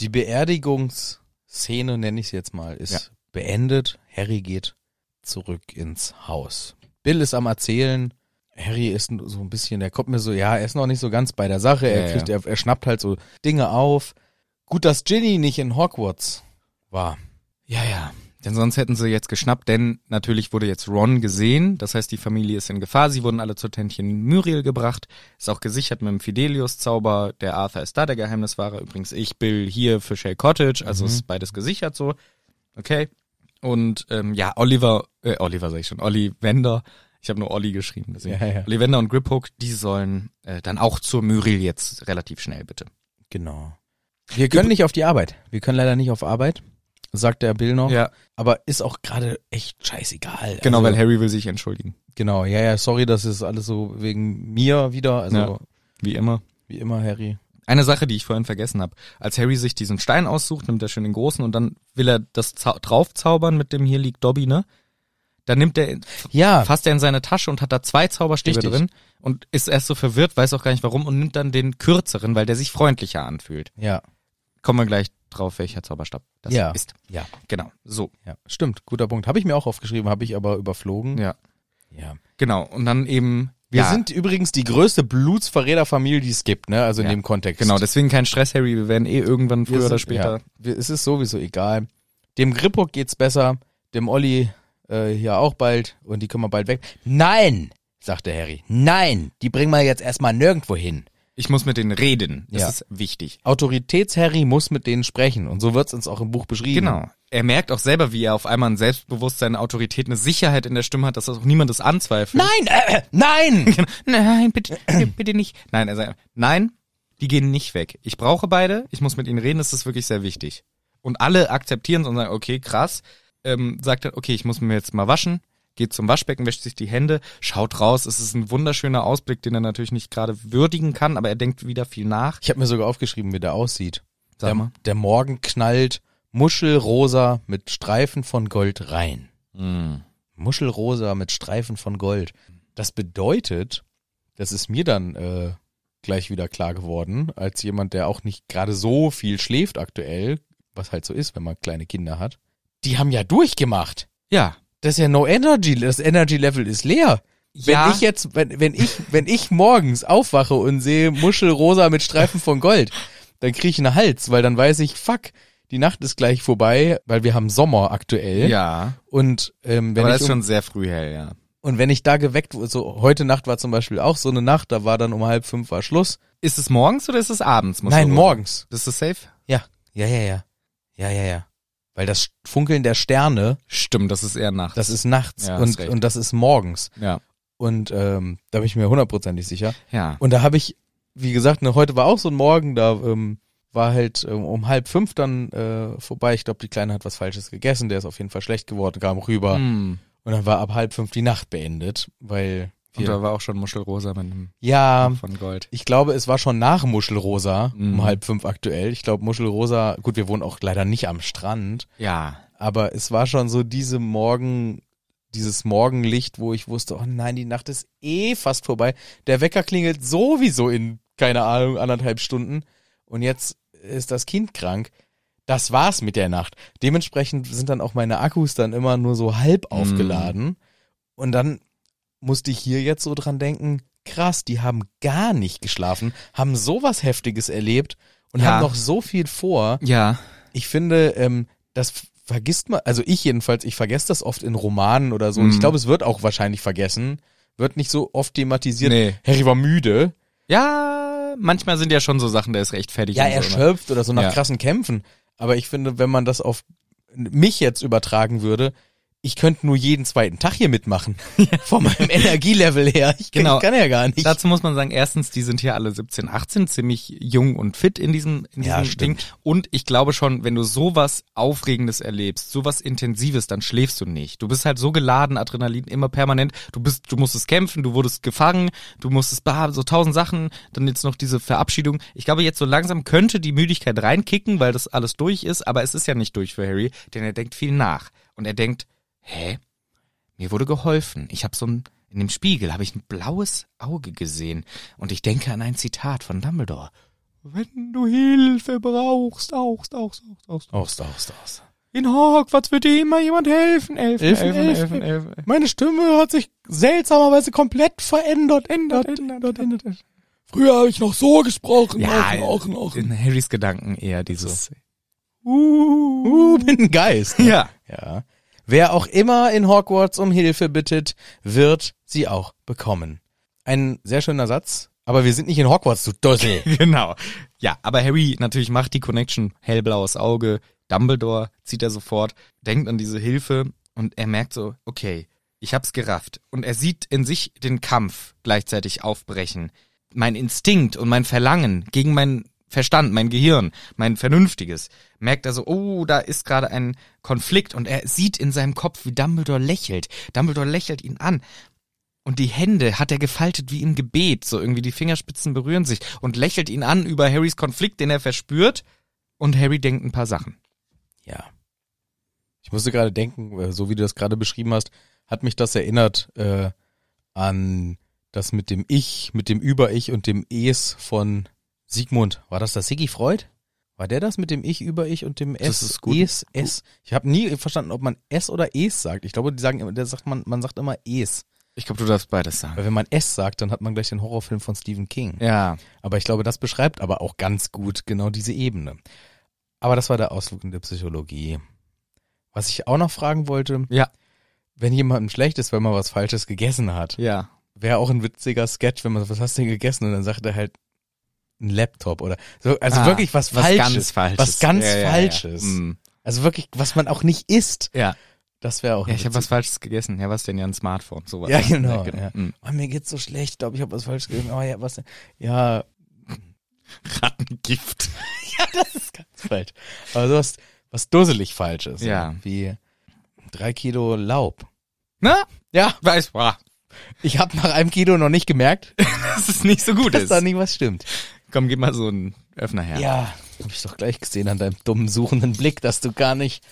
Die Beerdigungsszene, nenne ich es jetzt mal, ist Ja. beendet. Harry geht zurück ins Haus. Bill ist am Erzählen. Harry ist n- so ein bisschen, der kommt mir so, ja, er ist noch nicht so ganz bei der Sache. Er, Ja, kriegt, Er, er schnappt halt so Dinge auf. Gut, dass Ginny nicht in Hogwarts war. Ja, ja. Denn sonst hätten sie jetzt geschnappt, denn natürlich wurde jetzt Ron gesehen. Das heißt, die Familie ist in Gefahr. Sie wurden alle zur Tentchen Muriel gebracht. Ist auch gesichert mit dem Fidelius-Zauber. Der Arthur ist da, der Geheimniswahrer. Übrigens, ich, Bill, hier für Shell Cottage. Also Mhm. ist beides gesichert so. Okay. Und ähm, ja, Oliver, äh, Oliver sag ich schon, Olli Wender. Ich habe nur Olli geschrieben. Deswegen. Ja, ja. Olli Wender und Griphook, die sollen äh, dann auch zur Muriel jetzt relativ schnell, bitte. Genau. Wir können nicht auf die Arbeit. Wir können leider nicht auf Arbeit, sagt der Bill noch. Ja, Aber ist auch gerade echt scheißegal. genau, also, weil Harry will sich entschuldigen. Genau, ja, ja, sorry, das ist alles so wegen mir wieder. Also Ja. Wie immer. wie immer, Harry. Eine Sache, die ich vorhin vergessen habe. Als Harry sich diesen Stein aussucht, nimmt er schön den großen und dann will er das zau- draufzaubern mit dem hier liegt Dobby, ne? Dann nimmt er, Ja, fasst er in seine Tasche und hat da zwei Zauberstäbe Richtig. drin und ist erst so verwirrt, weiß auch gar nicht warum und nimmt dann den kürzeren, weil der sich freundlicher anfühlt. ja, Kommen wir gleich drauf, welcher Zauberstab das Ja. ist. ja, Genau. So. ja. Stimmt, guter Punkt. Habe ich mir auch aufgeschrieben, habe ich aber überflogen. Ja. ja. Genau. Und dann eben. Wir ja, sind übrigens die größte Blutsverräterfamilie, die es gibt, ne? Also in Ja. dem Kontext. Genau, deswegen kein Stress, Harry. Wir werden eh irgendwann früher Wir sind- oder später. Ja, wir, es ist sowieso egal. Dem Grippock geht's besser, dem Olli äh, ja auch bald und die können wir bald weg. Nein, sagte Harry. Nein, die bringen wir jetzt erstmal nirgendwo hin. Ich muss mit denen reden. Das Ja. ist wichtig. Autoritäts-Harry muss mit denen sprechen und so wird's uns auch im Buch beschrieben. Genau. Er merkt auch selber, wie er auf einmal ein Selbstbewusstsein, eine Autorität, eine Sicherheit in der Stimme hat, dass das auch niemand das anzweifelt. [laughs] Nein, äh, äh, nein! Nein, nein bitte, bitte nicht. Nein, er sagt, nein, die gehen nicht weg. Ich brauche beide, ich muss mit ihnen reden, das ist wirklich sehr wichtig. Und alle akzeptieren es und sagen, okay, krass. Ähm, sagt er, okay, ich muss mir jetzt mal waschen, geht zum Waschbecken, wäscht sich die Hände, schaut raus. Es ist ein wunderschöner Ausblick, den er natürlich nicht gerade würdigen kann, aber er denkt wieder viel nach. Ich habe mir sogar aufgeschrieben, wie der aussieht. Sag der, mal. der Morgen knallt muschelrosa mit Streifen von Gold rein. Hm. Muschelrosa mit Streifen von Gold. Das bedeutet, das ist mir dann äh, gleich wieder klar geworden, als jemand, der auch nicht gerade so viel schläft aktuell, was halt so ist, wenn man kleine Kinder hat. Die haben ja durchgemacht. Ja. Das ist ja No Energy. Das Energy Level ist leer. Wenn ja. ich jetzt, wenn, wenn ich, wenn ich morgens aufwache und sehe Muschelrosa mit Streifen von Gold, dann kriege ich einen Hals, weil dann weiß ich, fuck, die Nacht ist gleich vorbei, weil wir haben Sommer aktuell. ja. Und ähm, wenn Aber das ich ist um, schon sehr früh hell, ja. und wenn ich da geweckt wurde, so heute Nacht war zum Beispiel auch so eine Nacht, da war dann um halb fünf war Schluss. Ist es morgens oder ist es abends? muss Nein, man- morgens. Das ist safe? Ja, ja, ja, ja, ja, ja, ja. Weil das Funkeln der Sterne, Stimmt, das ist eher nachts. das ist nachts Ja, hast und recht. und das ist morgens. ja. Und ähm, da bin ich mir hundertprozentig sicher. Ja. Und da habe ich, wie gesagt, ne, heute war auch so ein Morgen, da ähm, war halt ähm, um halb fünf dann äh, vorbei. Ich glaube, die Kleine hat was Falsches gegessen, der ist auf jeden Fall schlecht geworden, kam rüber. Hm. Und dann war ab halb fünf die Nacht beendet, weil Und wir, da war auch schon Muschelrosa mit einem ja, von Gold. ich glaube, es war schon nach Muschelrosa Mhm. um halb fünf aktuell. Ich glaube, Muschelrosa, gut, wir wohnen auch leider nicht am Strand, Ja. Aber es war schon so diese Morgen, dieses Morgenlicht, wo ich wusste, oh nein, die Nacht ist eh fast vorbei. Der Wecker klingelt sowieso in, keine Ahnung, anderthalb Stunden. Und jetzt ist das Kind krank. Das war's mit der Nacht. Dementsprechend sind dann auch meine Akkus dann immer nur so halb aufgeladen. Und dann musste ich hier jetzt so dran denken, krass, die haben gar nicht geschlafen, haben sowas Heftiges erlebt und Ja. haben noch so viel vor. Ja. Ich finde, ähm, das f- vergisst man, also ich jedenfalls, ich vergesse das oft in Romanen oder so. Und ich Mhm. glaube, es wird auch wahrscheinlich vergessen. Wird nicht so oft thematisiert. Nee. Harry war müde. Ja, manchmal sind ja schon so Sachen, der ist rechtfertigt. Ja, und so, ne? erschöpft oder so nach Ja. krassen Kämpfen. Aber ich finde, wenn man das auf mich jetzt übertragen würde, ich könnte nur jeden zweiten Tag hier [laughs] mitmachen. Von meinem Energielevel her. Ich kann, Genau. ich kann ja gar nicht. Dazu muss man sagen, erstens, die sind hier alle 17, 18, ziemlich jung und fit in diesem, in diesem Ja, Ding. stimmt. Und ich glaube schon, wenn du sowas Aufregendes erlebst, sowas Intensives, dann schläfst du nicht. Du bist halt so geladen, Adrenalin immer permanent. Du bist, du musstest kämpfen, du wurdest gefangen, du musstest, bah, so tausend Sachen, dann jetzt noch diese Verabschiedung. Ich glaube, jetzt so langsam könnte die Müdigkeit reinkicken, weil das alles durch ist, aber es ist ja nicht durch für Harry, denn er denkt viel nach. Und er denkt, hä? Mir wurde geholfen. Ich habe so ein in dem Spiegel habe ich ein blaues Auge gesehen und ich denke an ein Zitat von Dumbledore. Wenn du Hilfe brauchst, auchst, auchst, auchst, Aus, auchst. aus, aus. In Hogwarts wird dir immer jemand helfen. Elfen, Elfen, Elfen, Elfen, Elfen. Elfen, Elfen. Meine Stimme hat sich seltsamerweise komplett verändert. Ändert, ändert, ändert. Früher habe ich noch so gesprochen. in Harrys Gedanken eher dieses. Uh, bin ein Geist. ne? Ja. ja. Wer auch immer in Hogwarts um Hilfe bittet, wird sie auch bekommen. Ein sehr schöner Satz. Aber wir sind nicht in Hogwarts, du [laughs] Dossel. Genau. Ja, aber Harry natürlich macht die Connection hellblaues Auge. Dumbledore zieht er sofort, denkt an diese Hilfe und er merkt so, okay, ich hab's gerafft. Und er sieht in sich den Kampf gleichzeitig aufbrechen. Mein Instinkt und mein Verlangen gegen mein Verstand, mein Gehirn, mein Vernünftiges. Merkt er so, oh, da ist gerade ein Konflikt und er sieht in seinem Kopf, wie Dumbledore lächelt. Dumbledore lächelt ihn an. Und die Hände hat er gefaltet wie im Gebet, so irgendwie die Fingerspitzen berühren sich und lächelt ihn an über Harrys Konflikt, den er verspürt. Und Harry denkt ein paar Sachen. Ja. Ich musste gerade denken, äh, so wie du das gerade beschrieben hast, hat mich das erinnert äh, an das mit dem Ich, mit dem Über-Ich und dem Es von Sigmund. War das das Siggi Freud? War der das mit dem Ich, Über-Ich und dem S? Das ist gut. Es, Es. Ich habe nie verstanden, ob man S oder Es sagt. Ich glaube, die sagen, immer- der sagt man, man sagt immer Es. Ich glaube, du darfst beides sagen. Weil wenn man S sagt, dann hat man gleich den Horrorfilm von Stephen King. Ja. Aber ich glaube, das beschreibt aber auch ganz gut genau diese Ebene. Aber das war der Ausflug in die Psychologie. Was ich auch noch fragen wollte, Ja. wenn jemandem schlecht ist, wenn man was Falsches gegessen hat, Ja. wäre auch ein witziger Sketch, wenn man sagt, was hast du denn gegessen? Und dann sagt er halt ein Laptop oder so. Also Ah, wirklich was, was Falsches. ganz Falsches. Was ganz Ja, ja, ja. Falsches. Mm. Also wirklich, was man auch nicht isst. Ja. Das wäre auch Ja, ein ich habe witziger- was Falsches gegessen. Ja, was denn? Ja, ein Smartphone. Sowas. Ja, genau. genau. Ja. Mm. Oh, mir geht's so schlecht, ich glaube, ich habe was falsch gegessen. Oh ja, was denn? Ja, Rattengift. Das ist ganz [laughs] falsch. Aber sowas, was dusselig falsch ist. Ja. Wie drei Kilo Laub. Na? Ja, Weiß, boah, ich habe nach einem Kilo noch nicht gemerkt, [laughs] dass es nicht so gut dass ist. da nicht was stimmt. Komm, gib mal so einen Öffner her. Ja, hab ich doch gleich gesehen an deinem dummen suchenden Blick, dass du gar nicht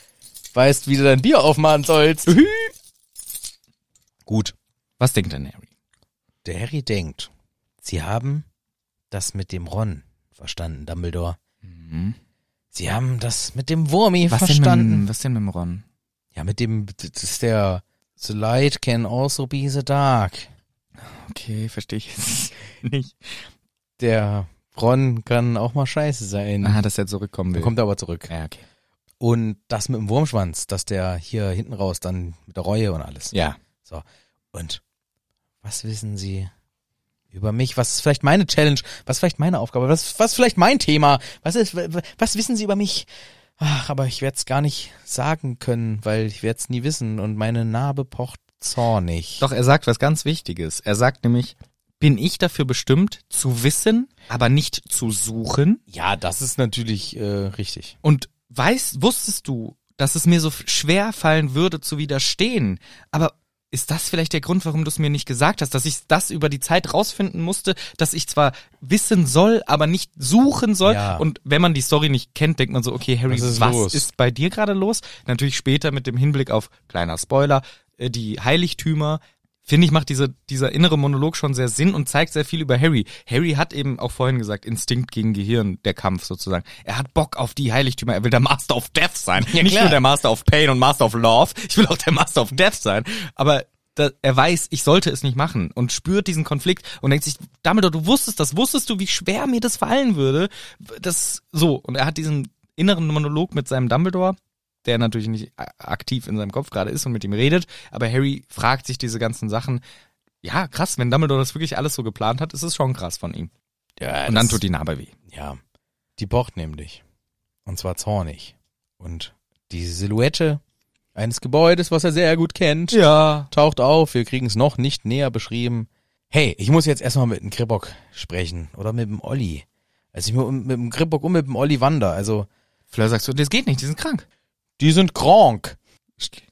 weißt, wie du dein Bier aufmachen sollst. Gut. Was denkt denn Harry? [laughs] Der Harry denkt, sie haben das mit dem Ron verstanden, Dumbledore. Mhm. Sie haben das mit dem Wurmi Was verstanden. denn, mit, was denn mit dem Ron? Ja, mit dem, das ist der, the light can also be the dark. Okay, verstehe ich jetzt [laughs] nicht. Der Ron kann auch mal scheiße sein. Aha, dass er zurückkommen Mhm. will. Dann kommt er aber zurück. Ja, okay. Und das mit dem Wurmschwanz, dass der hier hinten raus dann mit der Reue und alles. Ja. Und was wissen Sie über mich? Was ist vielleicht meine Challenge? Was ist vielleicht meine Aufgabe? Was, was ist vielleicht mein Thema? Was ist, was wissen Sie über mich? Ach, aber ich werde es gar nicht sagen können, weil ich werde es nie wissen und meine Narbe pocht zornig. Doch, er sagt was ganz Wichtiges. Er sagt nämlich, bin ich dafür bestimmt, zu wissen, aber nicht zu suchen? Ja, das ist natürlich äh, richtig. Und weißt, wusstest du, dass es mir so f- schwer fallen würde, zu widerstehen? Aber Ist das vielleicht der Grund, warum du es mir nicht gesagt hast, dass ich das über die Zeit rausfinden musste, dass ich zwar wissen soll, aber nicht suchen soll? Ja. Und wenn man die Story nicht kennt, denkt man so, okay, Harry, Was ist was los? ist bei dir gerade los? Natürlich später mit dem Hinblick auf, kleiner Spoiler, äh, die Heiligtümer. Finde ich, macht diese, dieser innere Monolog schon sehr Sinn und zeigt sehr viel über Harry. Harry hat eben auch vorhin gesagt, Instinkt gegen Gehirn, der Kampf sozusagen. Er hat Bock auf die Heiligtümer, er will der Master of Death sein. Nicht klar. nur der Master of Pain und Master of Love, ich will auch der Master of Death sein. Aber da, er weiß, ich sollte es nicht machen und spürt diesen Konflikt und denkt sich, Dumbledore, du wusstest das, wusstest du, wie schwer mir das fallen würde? Das so. Und er hat diesen inneren Monolog mit seinem Dumbledore der natürlich nicht a- aktiv in seinem Kopf gerade ist und mit ihm redet, aber Harry fragt sich diese ganzen Sachen. Ja, krass, wenn Dumbledore das wirklich alles so geplant hat, ist es schon krass von ihm. Ja, Und dann das- tut die Narbe weh. Ja. Die pocht nämlich. Und zwar zornig. Und die Silhouette eines Gebäudes, was er sehr gut kennt, Ja. taucht auf. Wir kriegen es noch nicht näher beschrieben. Hey, ich muss jetzt erstmal mit dem Kribbock sprechen. Oder mit dem Olli. Also ich mu- mit dem Kribbock und mit dem Olli Wander. Also, Fleur sagst du, das geht nicht, die sind krank. die sind krank.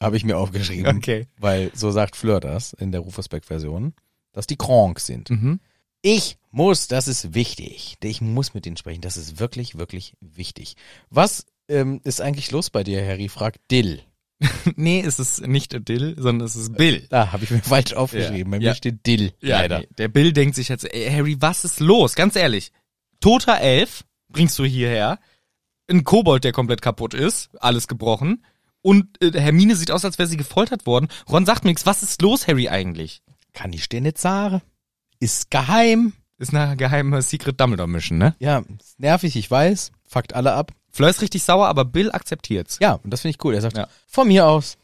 Habe ich mir aufgeschrieben. Okay. Weil so sagt Fleur das in der Rufusbeck-Version, dass die krank sind. Mhm. Ich muss, das ist wichtig. Ich muss mit denen sprechen. Das ist wirklich, wirklich wichtig. Was ähm, ist eigentlich los bei dir, Harry? fragt Dill. Nee, es ist nicht Dill, sondern es ist Bill. Da habe Ah, ich mir [laughs] falsch aufgeschrieben. Bei Ja. mir Ja. steht Dill. leider. nee, der Bill denkt sich jetzt, ey, Harry, was ist los? Ganz ehrlich, toter Elf bringst du hierher, ein Kobold, der komplett kaputt ist, alles gebrochen und äh, Hermine sieht aus, als wäre sie gefoltert worden. Ron sagt mir nichts, was ist los, Harry, eigentlich? Kann ich dir nicht sagen. Ist geheim. Ist eine geheime Secret Dumbledore Mission, ne? Ja, ist nervig, ich weiß. Fuckt alle ab. Fleur ist richtig sauer, aber Bill akzeptiert's. Ja, und das finde ich cool. Er sagt, Ja. von mir aus,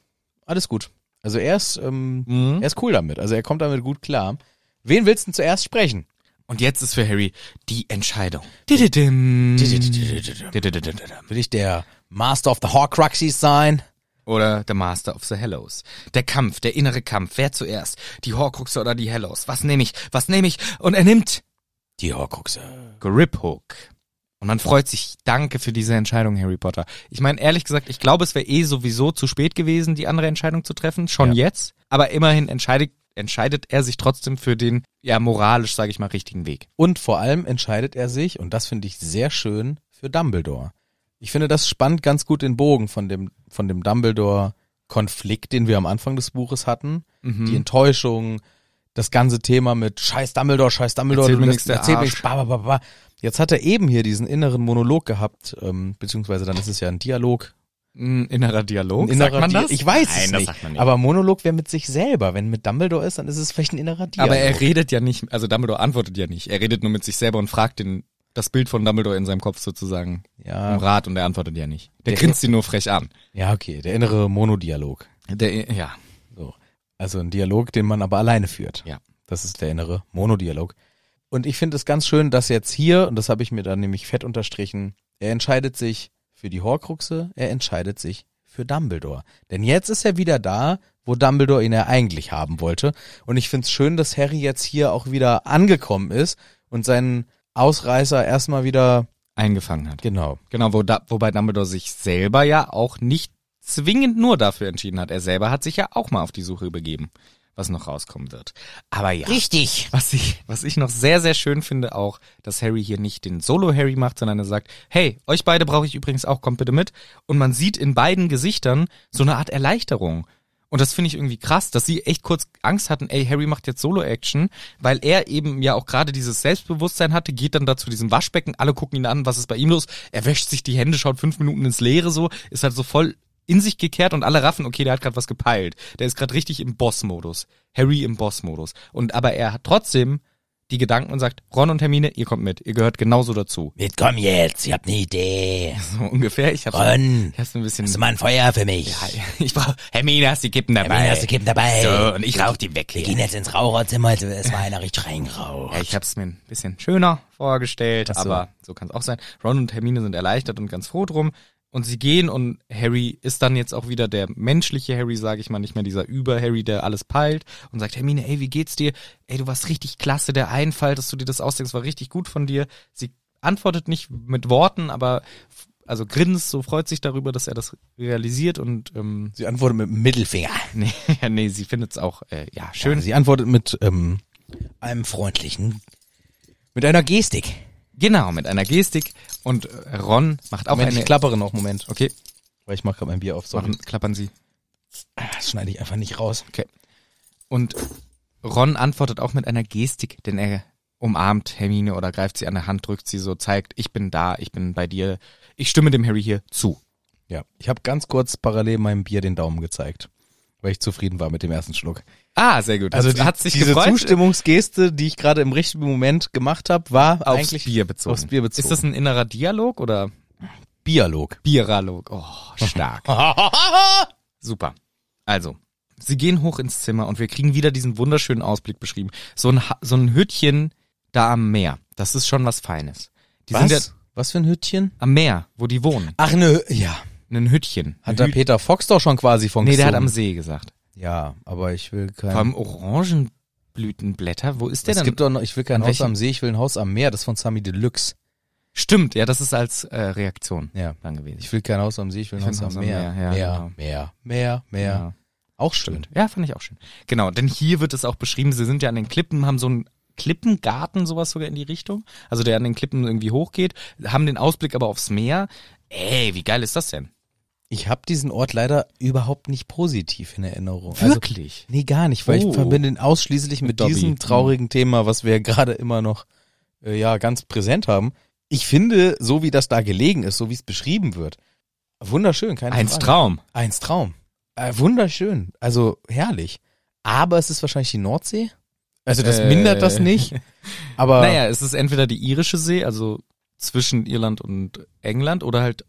alles gut. Also er ist, ähm, Mhm. er ist cool damit. Also er kommt damit gut klar. Wen willst du denn zuerst sprechen? Und jetzt ist für Harry die Entscheidung. Dididim. Didididididim. Didididididim. Will ich der Master of the Horcruxes sein? Oder der Master of the Hallows. Der Kampf, der innere Kampf. Wer zuerst? Die Horcruxe oder die Hallows? Was nehme ich? Was nehme ich? Und er nimmt Die Horcruxe. Grip Hook. Und man freut sich. Danke für diese Entscheidung, Harry Potter. Ich meine, ehrlich gesagt, ich glaube, es wäre eh sowieso zu spät gewesen, die andere Entscheidung zu treffen. Schon jetzt. Aber immerhin entscheidet, entscheidet er sich trotzdem für den, ja, moralisch, sage ich mal, richtigen Weg. Und vor allem entscheidet er sich, und das finde ich sehr schön, für Dumbledore. Ich finde, das spannt ganz gut den Bogen von dem, von dem Dumbledore-Konflikt, den wir am Anfang des Buches hatten. Mhm. Die Enttäuschung, das ganze Thema mit Scheiß Dumbledore, Scheiß Dumbledore, Erzähl mir lässt- nix, der erzähl mir Arsch. nix, ba, ba, ba, ba. Jetzt hat er eben hier diesen inneren Monolog gehabt, ähm, beziehungsweise dann ist es ja ein Dialog. Ein innerer Dialog. Ein innerer sagt man Dia- das? Ich weiß Nein, es das nicht. Sagt man nicht. Aber Monolog wäre mit sich selber. Wenn mit Dumbledore ist, dann ist es vielleicht ein innerer Dialog. Aber er redet ja nicht, also Dumbledore antwortet ja nicht. Er redet nur mit sich selber und fragt den, das Bild von Dumbledore in seinem Kopf sozusagen um ja, Rat und er antwortet ja nicht. Der, Der- grinst ihn nur frech an. ja, okay, der innere Monodialog. Der, ja. So. Also ein Dialog, den man aber alleine führt. Ja. Das ist der innere Monodialog. Und ich finde es ganz schön, dass jetzt hier, und das habe ich mir dann nämlich fett unterstrichen, er entscheidet sich für die Horcruxe, er entscheidet sich für Dumbledore. Denn jetzt ist er wieder da, wo Dumbledore ihn ja eigentlich haben wollte. Und ich finde es schön, dass Harry jetzt hier auch wieder angekommen ist und seinen Ausreißer erstmal wieder, Eingefangen hat. genau, Genau, wo, da, wobei Dumbledore sich selber ja auch nicht zwingend nur dafür entschieden hat. Er selber hat sich ja auch mal auf die Suche begeben, was noch rauskommen wird. Aber ja. Richtig. Was ich, was ich noch sehr, sehr schön finde auch, dass Harry hier nicht den Solo-Harry macht, sondern er sagt, hey, euch beide brauche ich übrigens auch, kommt bitte mit. Und man sieht in beiden Gesichtern so eine Art Erleichterung. Und das finde ich irgendwie krass, dass sie echt kurz Angst hatten, ey, Harry macht jetzt Solo-Action, weil er eben ja auch gerade dieses Selbstbewusstsein hatte, geht dann da zu diesem Waschbecken, alle gucken ihn an, was ist bei ihm los? Er wäscht sich die Hände, schaut fünf Minuten ins Leere so, ist halt so voll in sich gekehrt und alle raffen, okay, der hat gerade was gepeilt. Der ist gerade richtig im Boss-Modus. Harry im Boss-Modus. Und aber er hat trotzdem die Gedanken und sagt, Ron und Hermine, ihr kommt mit, ihr gehört genauso dazu. [laughs] Mit komm jetzt, ich hab ne Idee. So ungefähr, ich hab's, Ron, ich hab's ein bisschen... hast du mal ein Feuer für mich? [laughs] Ich brauch, Hermine, hast die Kippen dabei. Hermine, hast die Kippen dabei. So, und ich rauch die weg hier. gehen jetzt ins Raucherzimmer, also es war einer richtig reingeraucht. Ja, ich hab's mir ein bisschen schöner vorgestellt, Ach so. aber so kann's auch sein. Ron und Hermine sind erleichtert und ganz froh drum. Und sie gehen und Harry ist dann jetzt auch wieder der menschliche Harry, sage ich mal, nicht mehr dieser Über-Harry, der alles peilt und sagt, Hermine, ey, wie geht's dir? Ey, du warst richtig klasse, der Einfall, dass du dir das ausdenkst, war richtig gut von dir. Sie antwortet nicht mit Worten, aber also grinst, so freut sich darüber, dass er das realisiert und ähm, [laughs] Sie antwortet mit dem Mittelfinger. nee, ja, nee, sie findet es auch äh, ja schön. Schön. Sie antwortet mit ähm, einem freundlichen, mit einer Gestik. Genau, mit einer Gestik und äh, Ron macht auch Moment, eine ich klappere noch, Moment. Okay, Weil ich mache gerade mein Bier auf, sorry. machen, klappern Sie. Das schneide ich einfach nicht raus. Und Ron antwortet auch mit einer Gestik, denn er umarmt Hermine oder greift sie an der Hand, drückt sie so, zeigt, ich bin da, ich bin bei dir, ich stimme dem Harry hier zu. Ja, ich habe ganz kurz parallel meinem Bier den Daumen gezeigt, weil ich zufrieden war mit dem ersten Schluck. Ah, sehr gut. Also Hat's- die, hat's dich diese gefreut? Zustimmungsgeste, die ich gerade im richtigen Moment gemacht habe, war aufs eigentlich Bier bezogen. aufs Bier bezogen. Ist das ein innerer Dialog oder Bialog. Bieralog? Oh, [laughs] stark. Super. Also, sie gehen hoch ins Zimmer und wir kriegen wieder diesen wunderschönen Ausblick beschrieben. So ein, Ha- so ein Hütchen da am Meer. Das ist schon was Feines. Die Was? sind ja Was für ein Hütchen? am Meer, wo die wohnen. Ach ne, ja. Ein Hütchen. Hat da Peter Fox doch schon quasi von nee, der hat am gesungen. See gesagt. Ja, aber ich will Vor kein. allem Orangenblütenblätter. Wo ist der Es denn? gibt doch noch, ich will kein An Haus welchen- am See, ich will ein Haus am Meer, das ist von Sami Deluxe. Stimmt, ja, das ist als äh, Reaktion Ja. dann gewesen. Ich will kein Haus am See, ich will ein Haus am Meer. ja, Meer, genau. Meer, Meer, Meer. Ja. Auch schön. Ja, fand ich auch schön. Genau, denn hier wird es auch beschrieben, sie sind ja an den Klippen, haben so einen Klippengarten, sowas sogar in die Richtung. Also der an den Klippen irgendwie hochgeht, haben den Ausblick aber aufs Meer. Ey, wie geil ist das denn? Ich habe diesen Ort leider überhaupt nicht positiv in Erinnerung. Also, Wirklich? nee, gar nicht, weil Oh. ich verbinde ihn ausschließlich mit, Mit Dobby. diesem traurigen Thema, was wir gerade immer noch äh, ja ganz präsent haben. Ich finde, so wie das da gelegen ist, so wie es beschrieben wird, wunderschön, keine Eins Frage. Traum. Eins Traum. Äh, wunderschön, also herrlich. Aber es ist wahrscheinlich die Nordsee. Also das Äh. mindert das [laughs] nicht. Aber Naja, es ist entweder die irische See, also zwischen Irland und England, oder halt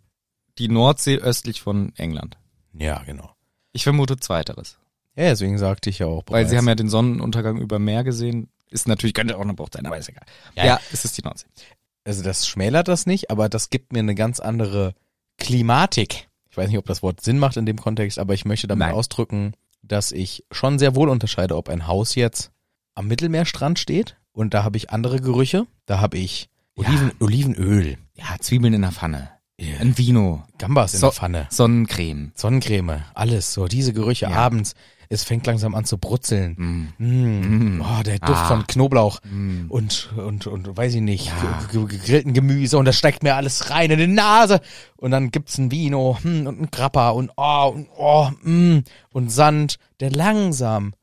die Nordsee östlich von England. ja, genau. Ich vermute zweiteres. Ja, deswegen sagte ich ja auch. Weil sie bereits. haben ja den Sonnenuntergang über Meer gesehen. Ist natürlich, könnte auch eine Bucht sein, aber ist egal. Ja. Ja, es ist die Nordsee. also das schmälert das nicht, aber das gibt mir eine ganz andere Klimatik. Ich weiß nicht, ob das Wort Sinn macht in dem Kontext, aber ich möchte damit Nein. ausdrücken, dass ich schon sehr wohl unterscheide, ob ein Haus jetzt am Mittelmeerstrand steht und da habe ich andere Gerüche, da habe ich Ja. Oliven, Olivenöl, Ja, Zwiebeln in der Pfanne. Ja. Ein Vino. Gambas in So- der Pfanne, Sonnencreme. Sonnencreme, alles so diese Gerüche Ja. abends. Es fängt langsam an zu brutzeln. Mm. Mm. Mm. Oh, der Duft Ah. von Knoblauch Mm. und, und, und weiß ich nicht, Ja. ge- ge- gegrillten Gemüse und das steigt mir alles rein in die Nase. Und dann gibt's ein Vino hm, und ein Grappa und oh, und oh, mm, und Sand, der langsam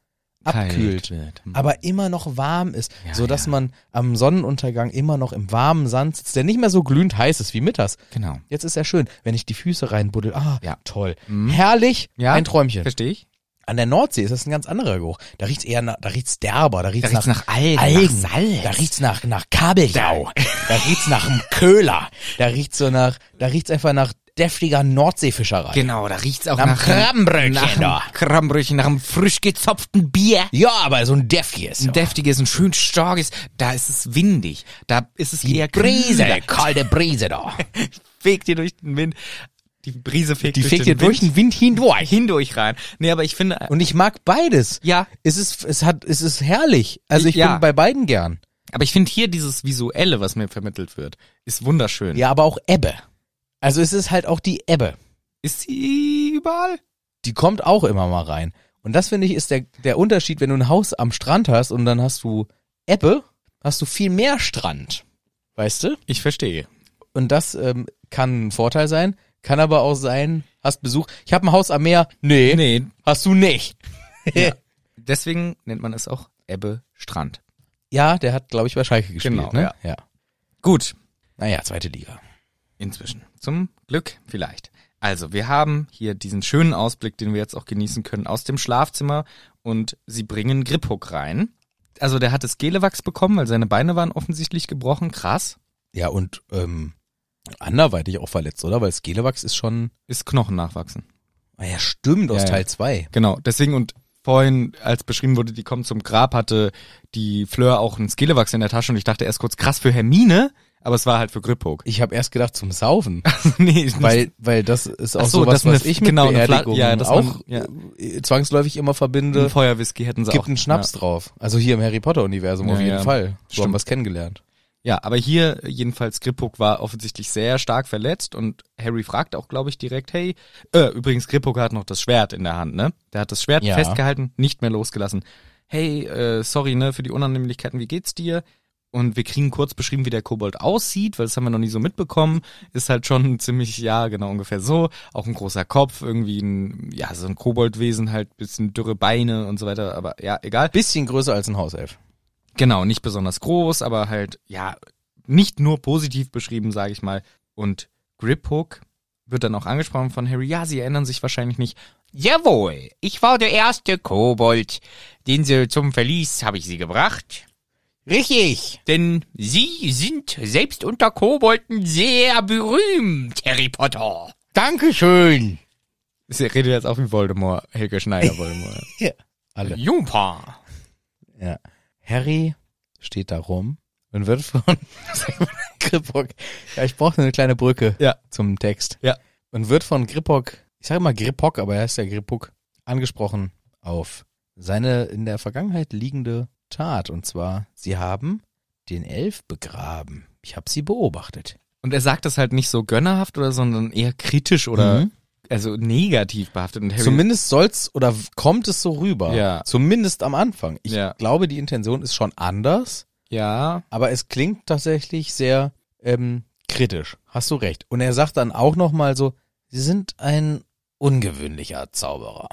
abkühlt, Kalt wird. Mm. aber immer noch warm ist, Ja, so dass ja. man am Sonnenuntergang immer noch im warmen Sand sitzt, der nicht mehr so glühend heiß ist wie mittags. Genau. Jetzt ist er schön, wenn ich die Füße reinbuddel. Ah, Ja. toll. Mhm. Herrlich, Ja. ein Träumchen. Verstehe ich? An der Nordsee ist das ein ganz anderer Geruch. Da riecht's eher nach, da riecht's derber, da Da riecht's riecht's nach Algen. Algen. Nach Salz. Da riecht's nach, nach Kabeljau. da riecht's nach einem Köhler. Da riecht's so nach, da riecht's einfach nach deftiger Nordseefischerei. Genau, da riecht's auch Nach nach Krabbenbrötchen Nach da. einem Krabbenbrötchen, nach einem frisch gezopften Bier. Ja, aber so ein deftiges. Ein deftiges, ein schön starkes. Da ist es windig. Da ist es eher Brise, kühler. kalte Brise da. [laughs] Fegt dir durch den Wind. Die Brise fegt Die durch fegt dir den durch Wind. den Wind hindurch. hindurch rein. Nee, aber ich finde, Und ich mag beides. ja, Es ist, es hat, es ist herrlich. Also ich Ja. bin bei beiden gern. aber ich finde hier dieses Visuelle, was mir vermittelt wird, ist wunderschön. Ja, aber auch Ebbe. Also es ist halt auch die Ebbe. Ist sie überall? die kommt auch immer mal rein. Und das finde ich ist der, der Unterschied, wenn du ein Haus am Strand hast und dann hast du Ebbe, hast du viel mehr Strand. Weißt du? Ich verstehe. Und das ähm, kann ein Vorteil sein, kann aber auch sein, hast Besuch. Ich habe ein Haus am Meer. Nee, Nee, hast du nicht. Ja, Deswegen nennt man es auch Ebbe Strand. der hat, glaube ich, bei Schalke gespielt. Genau, ne? ja. Gut, Naja, zweite Liga. inzwischen. Zum Glück vielleicht. Also, wir haben hier diesen schönen Ausblick, den wir jetzt auch genießen können, aus dem Schlafzimmer und sie bringen Griphook rein. Also, der hat das Gelewachs bekommen, weil seine Beine waren offensichtlich gebrochen. Krass. Ja, und ähm, anderweitig auch verletzt, oder? Weil Skelewachs ist schon. Ist Knochen nachwachsen. Ah ja, stimmt, aus Ja, ja. Teil 2. Genau, deswegen und vorhin, als beschrieben wurde, die kommt zum Grab, hatte die Fleur auch einen Skelewachs in der Tasche und ich dachte erst kurz krass für Hermine, aber es war halt für Griphook. [laughs] Also, Ich habe erst gedacht, zum Saufen. nee, ist nicht- Weil, weil das ist auch Ach so, so, was, dass eine- was ich mit genau, genau, eine Fla- Beerdigungen ja, dass man- auch ja. äh, zwangsläufig immer verbinde, einen Feuerwhisky hätten sie auch. gibt einen Schnaps drauf. Also hier im Harry Potter Universum auf Ja, jeden ja. Fall. So haben Stimmt. wir es kennengelernt. Ja, aber hier jedenfalls Griphook war offensichtlich sehr stark verletzt und Harry fragt auch, glaube ich, direkt, hey, äh, übrigens Griphook hat noch das Schwert in der Hand, ne? Der hat das Schwert Ja. festgehalten, nicht mehr losgelassen. Hey, äh, sorry, ne, für die Unannehmlichkeiten, wie geht's dir? Und wir kriegen kurz beschrieben, wie der Kobold aussieht, weil das haben wir noch nie so mitbekommen. Ist halt schon [laughs] ziemlich, ja, genau ungefähr so. Auch ein großer Kopf, irgendwie ein, ja, so ein Koboldwesen halt, bisschen dürre Beine und so weiter, aber ja, egal. Bisschen größer als ein Hauself. Genau, nicht besonders groß, aber halt, ja, nicht nur positiv beschrieben, sage ich mal. Und Griphook wird dann auch angesprochen von Harry. Ja, sie erinnern sich wahrscheinlich nicht. Jawohl, ich war der erste Kobold, den sie zum Verlies habe ich sie gebracht. Richtig, denn Sie sind selbst unter Kobolden sehr berühmt, Harry Potter. Dankeschön. Sie redet jetzt auch wie Voldemort, Helge Schneider [laughs] Voldemort. Alle. Jumpa. Ja. Harry steht da rum und wird von [laughs] Griphock, ja, ich brauche eine kleine Brücke Ja. zum Text. Ja. Und wird von Griphock, ich sage immer Griphock, aber er heißt ja Griphook, angesprochen auf seine in der Vergangenheit liegende Tat. Und zwar, sie haben den Elf begraben. Ich habe sie beobachtet. Und er sagt das halt nicht so gönnerhaft oder, sondern eher kritisch oder, Mhm. also negativ behaftet. Und Harry, Zumindest soll's oder kommt es so rüber. Ja. Zumindest am Anfang. Ich Ja. glaube, die Intention ist schon anders. ja, aber es klingt tatsächlich sehr ähm, kritisch. Hast du recht. Und er sagt dann auch nochmal so, sie sind ein ungewöhnlicher Zauberer.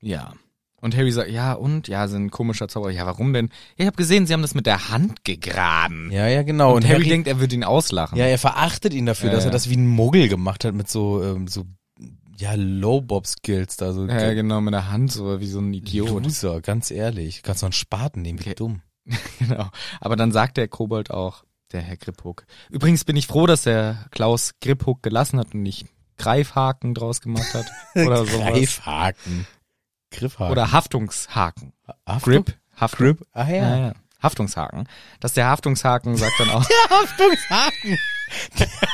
Ja. Und Harry sagt, ja, und? Ja, sind ein komischer Zauberer. Ja, warum denn? Ja, ich habe gesehen, sie haben das mit der Hand gegraben. Ja, ja, genau. Und Harry, denkt, er würde ihn auslachen. ja, er verachtet ihn dafür, Ja, dass er ja. das wie ein Muggel gemacht hat mit so, ähm, so ja, Low-Bob-Skills da. So ja, genau, mit der Hand, so wie so ein Idiot. Loser, ganz ehrlich. Kannst du einen Spaten nehmen, wie Okay. dumm. [laughs] genau. Aber dann sagt der Kobold auch, der Herr Griphook. Übrigens bin ich froh, dass der Klaus Griphook gelassen hat und nicht Greifhaken draus gemacht [laughs] hat. oder sowas. Greifhaken. Griffhaken. Oder Haftungshaken. Haftung? Grip. Haftung. Grip. Ah ja. Ja, ja. Haftungshaken. Dass der Haftungshaken sagt [laughs] dann auch, Haftungshaken.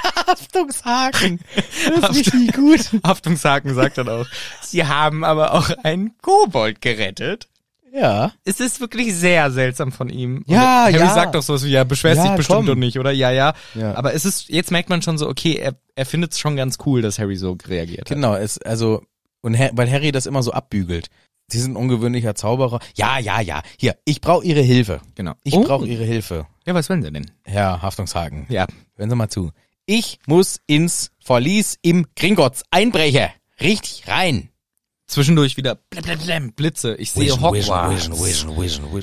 Haftungshaken. Das ist richtig gut. Haftungshaken sagt dann auch, sie haben aber auch einen Kobold gerettet. Ja. Es ist wirklich sehr seltsam von ihm. Ja, Und Harry ja. sagt doch sowas wie, ja, beschwerst Ja, dich bestimmt komm. doch nicht, oder? Ja, ja, Ja. Aber es ist, jetzt merkt man schon so, okay, er, er findet es schon ganz cool, dass Harry so reagiert hat. Genau, es, also, und Har- weil Harry das immer so abbügelt. Sie sind ein ungewöhnlicher Zauberer. Ja, ja, ja. Hier, ich brauche Ihre Hilfe. Genau. Ich Oh. brauche Ihre Hilfe, Ja, was wollen sie denn? Herr Haftungshaken. Ja. Hören Sie mal zu. Ich muss ins Verlies im Gringotts einbrechen. Richtig rein. Zwischendurch wieder blam, blam, blam, Blitze. Ich sehe Hogwarts.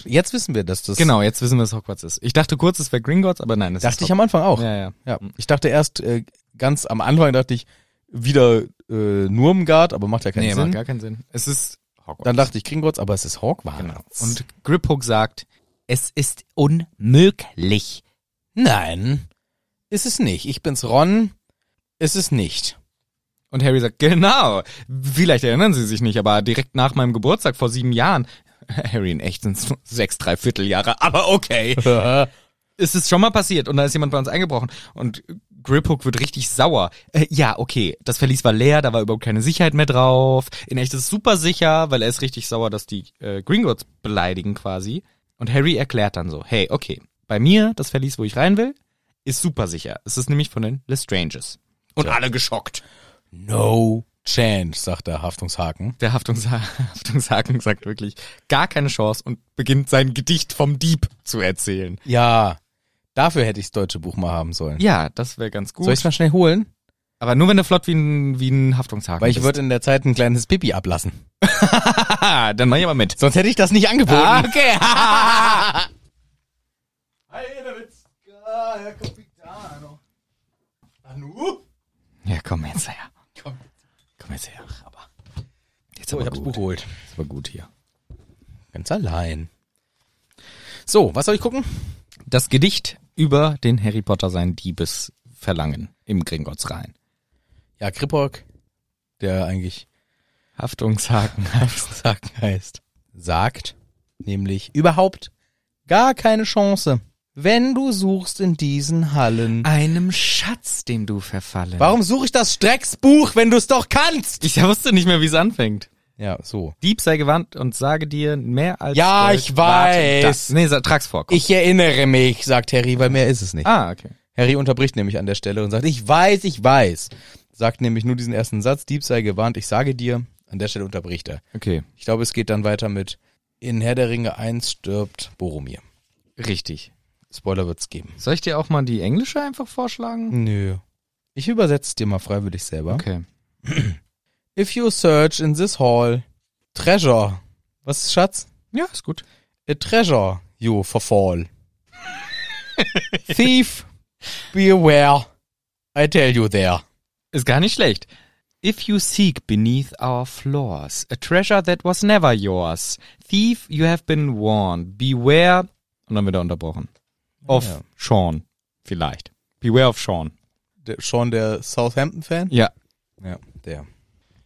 Jetzt wissen wir, dass das. Genau, jetzt wissen wir, was Hogwarts ist. Ich dachte kurz, es wäre Gringotts, aber nein, es Dachte ist ich am Anfang auch. Ja, Hm. ja. Ja, ich dachte erst äh, ganz am Anfang dachte ich wieder äh, Nurmgard, aber macht ja keinen Nee, Sinn. macht gar keinen Sinn. Es ist Hogwarts. Dann dachte ich Gringotts, aber es ist Hogwarts. Genau. Und Griphook sagt, es ist unmöglich. nein, ist es nicht. Ich bin's Ron. Ist es nicht. Und Harry sagt, genau. Vielleicht erinnern Sie sich nicht, aber direkt nach meinem Geburtstag vor sieben Jahren. [laughs] Harry, in echt sind es [laughs] sechs, drei Vierteljahre, aber okay. es ist schon mal passiert und da ist jemand bei uns eingebrochen und Griphook wird richtig sauer. Äh, ja, okay, das Verlies war leer, da war überhaupt keine Sicherheit mehr drauf. In echt ist es super sicher, weil er ist richtig sauer, dass die äh, Gringotts beleidigen quasi. Und Harry erklärt dann so, hey, okay, bei mir, das Verlies, wo ich rein will, ist super sicher. Es ist nämlich von den Lestranges. Und alle geschockt. No chance, sagt der Haftungshaken. Der Haftungsha [laughs] Haftungshaken sagt wirklich gar keine Chance und beginnt sein Gedicht vom Dieb zu erzählen. Ja, dafür hätte ichs deutsche Buch mal haben sollen. Ja, das wäre ganz gut. Soll ich's mal schnell holen? Aber nur wenn du flott wie ein, wie ein Haftungshaken Weil ich bist. würde in der Zeit ein kleines Pipi ablassen. Ah, dann mach ich aber mit. Sonst hätte ich das nicht angeboten. okay. ja, komm jetzt her. Komm jetzt her. Aber jetzt So, aber ich hab's gut. geholt. Das war gut hier. Ganz allein. So, was soll ich gucken? Das Gedicht über den Harry Potter sein Diebesverlangen im Gringotts Rhein. Ja, Grippock, der eigentlich [laughs] Haftungshaken. Haftungshaken heißt, sagt nämlich überhaupt gar keine Chance, wenn du suchst in diesen Hallen. Einem Schatz, dem du verfallen. Warum suche ich das Strecksbuch, wenn du es doch kannst? Ich wusste nicht mehr, wie es anfängt. Ja, so. Dieb sei gewarnt und sage dir mehr als. Ja, Gold ich wart weiß. Das. Nee, sa- trag's vor. komm. Ich erinnere mich, sagt Harry, weil mehr ist es nicht. ah, okay. Harry unterbricht nämlich an der Stelle und sagt, ich weiß, ich weiß. Sagt nämlich nur diesen ersten Satz, Dieb sei gewarnt, ich sage dir. An der Stelle unterbricht er. Okay. Ich glaube, es geht dann weiter mit, in Herr der Ringe 1 stirbt Boromir. Richtig. Spoiler wird's geben. Soll ich dir auch mal die englische einfach vorschlagen? Nö. Ich übersetze dir mal freiwillig selber. Okay. If you search in this hall, treasure. Was ist Schatz? Ja, ist gut. A treasure you verfall. Thief, beware. I tell you there. Ist gar nicht schlecht. If you seek beneath our floors a treasure that was never yours, thief, you have been warned. Beware. Und dann wieder unterbrochen. Of Ja. Sean. Vielleicht. Beware of Sean. Der, schon der Southampton-Fan? Ja. Ja, der.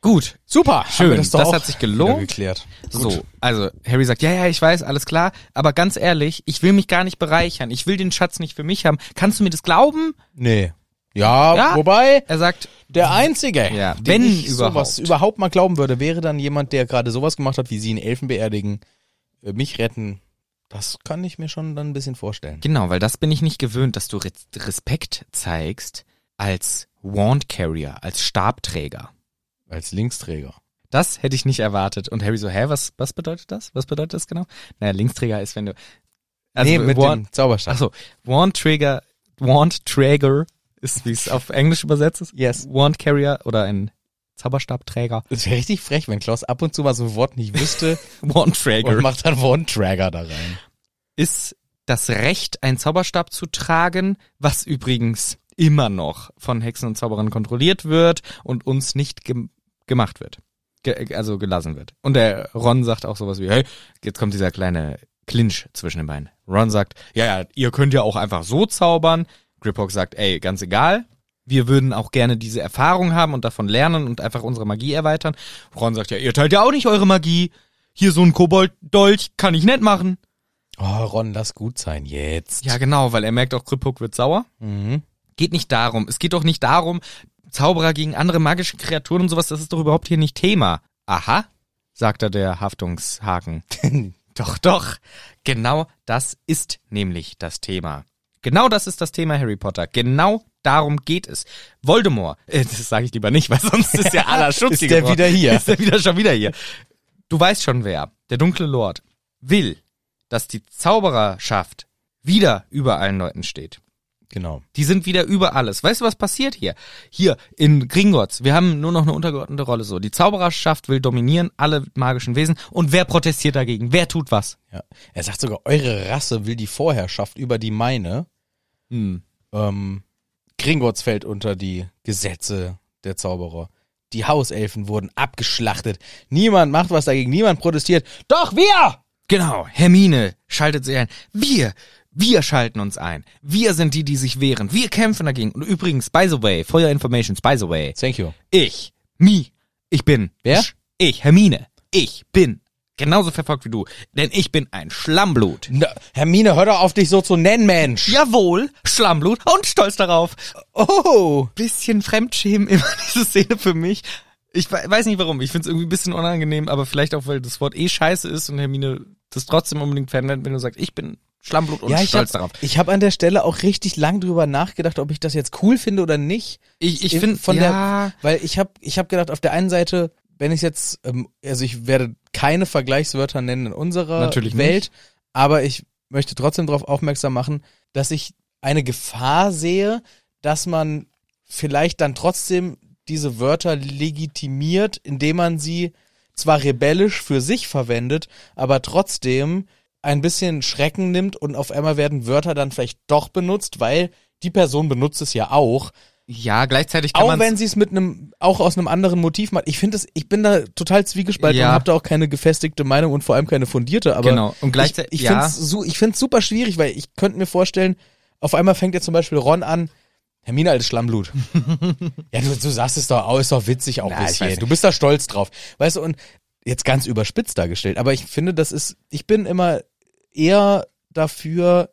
Gut. Super, haben Schön, wir doch das auch hat sich wieder gelohnt. Geklärt. So, also Harry sagt, ja, ja, ich weiß, alles klar, aber ganz ehrlich, ich will mich gar nicht bereichern, ich will den Schatz nicht für mich haben. Kannst du mir das glauben? Nee. Ja, Ja. wobei Er sagt, der einzige, Ja, dem wenn ich sowas überhaupt. überhaupt mal glauben würde, wäre dann jemand, der gerade sowas gemacht hat, wie sie einen Elfen beerdigen, äh, mich retten. Das kann ich mir schon dann ein bisschen vorstellen. genau, weil das bin ich nicht gewöhnt, dass du Re Respekt zeigst als Wand Carrier, als Stabträger. Als Linksträger. Das hätte ich nicht erwartet. Und Harry so, hä, was, was bedeutet das? Was bedeutet das genau? Naja, Linksträger ist, wenn du. Also nee, mit Wand, dem Zauberstab. achso, Wand Trigger, Wand Trigger ist, wie es auf Englisch übersetzt ist. Yes. Wand Carrier oder ein Zauberstabträger. Das wäre richtig frech, wenn Klaus ab und zu mal so ein Wort nicht wüsste Wand und Trigger macht dann One-Tragger da rein. ist das Recht, einen Zauberstab zu tragen, was übrigens immer noch von Hexen und Zauberern kontrolliert wird und uns nicht gem gemacht wird. Ge also gelassen wird. Und der Ron sagt auch sowas wie, hey, jetzt kommt dieser kleine Clinch zwischen den beiden. Ron sagt, ja, ja, ihr könnt ja auch einfach so zaubern. Griphook sagt, ey, ganz egal. Wir würden auch gerne diese Erfahrung haben und davon lernen und einfach unsere Magie erweitern. Ron sagt, ja, ihr teilt ja auch nicht eure Magie. Hier so ein Kobold-Dolch kann ich nett machen. Oh, Ron, lass gut sein jetzt. Ja, genau, weil er merkt auch, Krippuck wird sauer. Mhm. Geht nicht darum. Es geht doch nicht darum, Zauberer gegen andere magische Kreaturen und sowas, das ist doch überhaupt hier nicht Thema. Aha, sagt da [laughs] der Haftungshaken. doch, doch. Genau das ist nämlich das Thema. Genau das ist das Thema Harry Potter. Genau darum geht es. Voldemort, äh, das sage ich lieber nicht, weil [laughs] sonst ist ja aller Schutz Ist der wieder hier. Ist der wieder schon wieder hier. Du weißt schon wer. Der dunkle Lord will, dass die Zaubererschaft wieder über allen Leuten steht. Genau. Die sind wieder über alles. Weißt du, was passiert hier? Hier in Gringotts, wir haben nur noch eine untergeordnete Rolle so. Die Zaubererschaft will dominieren alle magischen Wesen und wer protestiert dagegen? Wer tut was? Ja. Er sagt sogar, eure Rasse will die Vorherrschaft über die meine. Hm. Ähm, Gringotts fällt unter die Gesetze der Zauberer. Die Hauselfen wurden abgeschlachtet. Niemand macht was dagegen. Niemand protestiert. Doch wir! Genau, Hermine schaltet sich ein. Wir, wir schalten uns ein. Wir sind die, die sich wehren. Wir kämpfen dagegen. Und übrigens, by the way, for your information, by the way, Thank you. ich, me, ich bin. Wer? Sch- Ich, Hermine, ich bin genauso verfolgt wie du, denn ich bin ein Schlammblut. Na, Hermine, hör doch auf, dich so zu nennen, Mensch. Jawohl, Schlammblut und stolz darauf. Oh. bisschen Fremdschämen [laughs] immer diese Szene für mich. Ich we- weiß nicht warum. Ich finde es irgendwie ein bisschen unangenehm, aber vielleicht auch, weil das Wort eh scheiße ist und Hermine das trotzdem unbedingt verwendet, wenn du sagst, ich bin Schlammblut und ja, ich stolz hab, darauf. ich hab an der Stelle auch richtig lang drüber nachgedacht, ob ich das jetzt cool finde oder nicht. Ich, ich In- finde, von ja, der, weil ich habe ich hab gedacht, auf der einen Seite, wenn ich jetzt, ähm, also ich werde keine Vergleichswörter nennen in unserer Natürlich Welt, nicht. aber ich möchte trotzdem darauf aufmerksam machen, dass ich eine Gefahr sehe, dass man vielleicht dann trotzdem diese Wörter legitimiert, indem man sie zwar rebellisch für sich verwendet, aber trotzdem ein bisschen Schrecken nimmt und auf einmal werden Wörter dann vielleicht doch benutzt, weil die Person benutzt es ja auch ja, gleichzeitig kann auch man wenn sie es mit einem auch aus einem anderen Motiv macht. Ich finde es, ich bin da total zwiegespalten Ja. und habe da auch keine gefestigte Meinung und vor allem keine fundierte. Aber Genau. Und gleichzeitig- ich, ich ja. finde es su ich find's super schwierig, weil ich könnte mir vorstellen, auf einmal fängt jetzt zum Beispiel Ron an. Hermine als [laughs] Schlammblut. ja, du, du sagst es doch auch, ist doch witzig auch Na, ein ich weiß bisschen. nicht. Du bist da stolz drauf. Weißt du, und jetzt ganz überspitzt dargestellt, aber ich finde, das ist, ich bin immer eher dafür,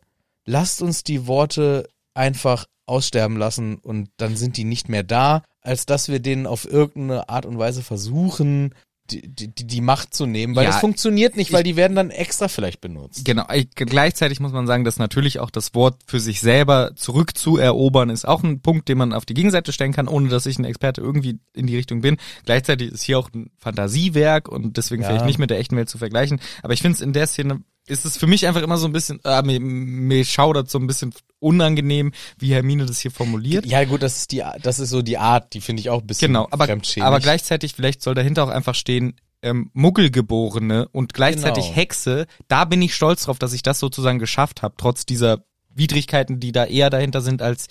lasst uns die Worte einfach aussterben lassen und dann sind die nicht mehr da, als dass wir denen auf irgendeine Art und Weise versuchen, die, die, die Macht zu nehmen, weil Ja, das funktioniert nicht, weil die werden dann extra vielleicht benutzt. Genau, äh, gleichzeitig muss man sagen, dass natürlich auch das Wort für sich selber zurückzuerobern ist auch ein Punkt, den man auf die Gegenseite stellen kann, ohne dass ich ein Experte irgendwie in die Richtung bin. Gleichzeitig ist hier auch ein Fantasiewerk und deswegen Ja. vielleicht nicht mit der echten Welt zu vergleichen. Aber ich finde es in der Szene ist es für mich einfach immer so ein bisschen, ah, mir, mir schaudert so ein bisschen unangenehm, wie Hermine das hier formuliert. Ja, gut, das ist die, das ist so die Art, die finde ich auch ein bisschen Genau, aber, fremdschämig. aber gleichzeitig, vielleicht soll dahinter auch einfach stehen, ähm, Muggelgeborene und gleichzeitig Genau. Hexe, da bin ich stolz drauf, dass ich das sozusagen geschafft habe, trotz dieser Widrigkeiten, die da eher dahinter sind als,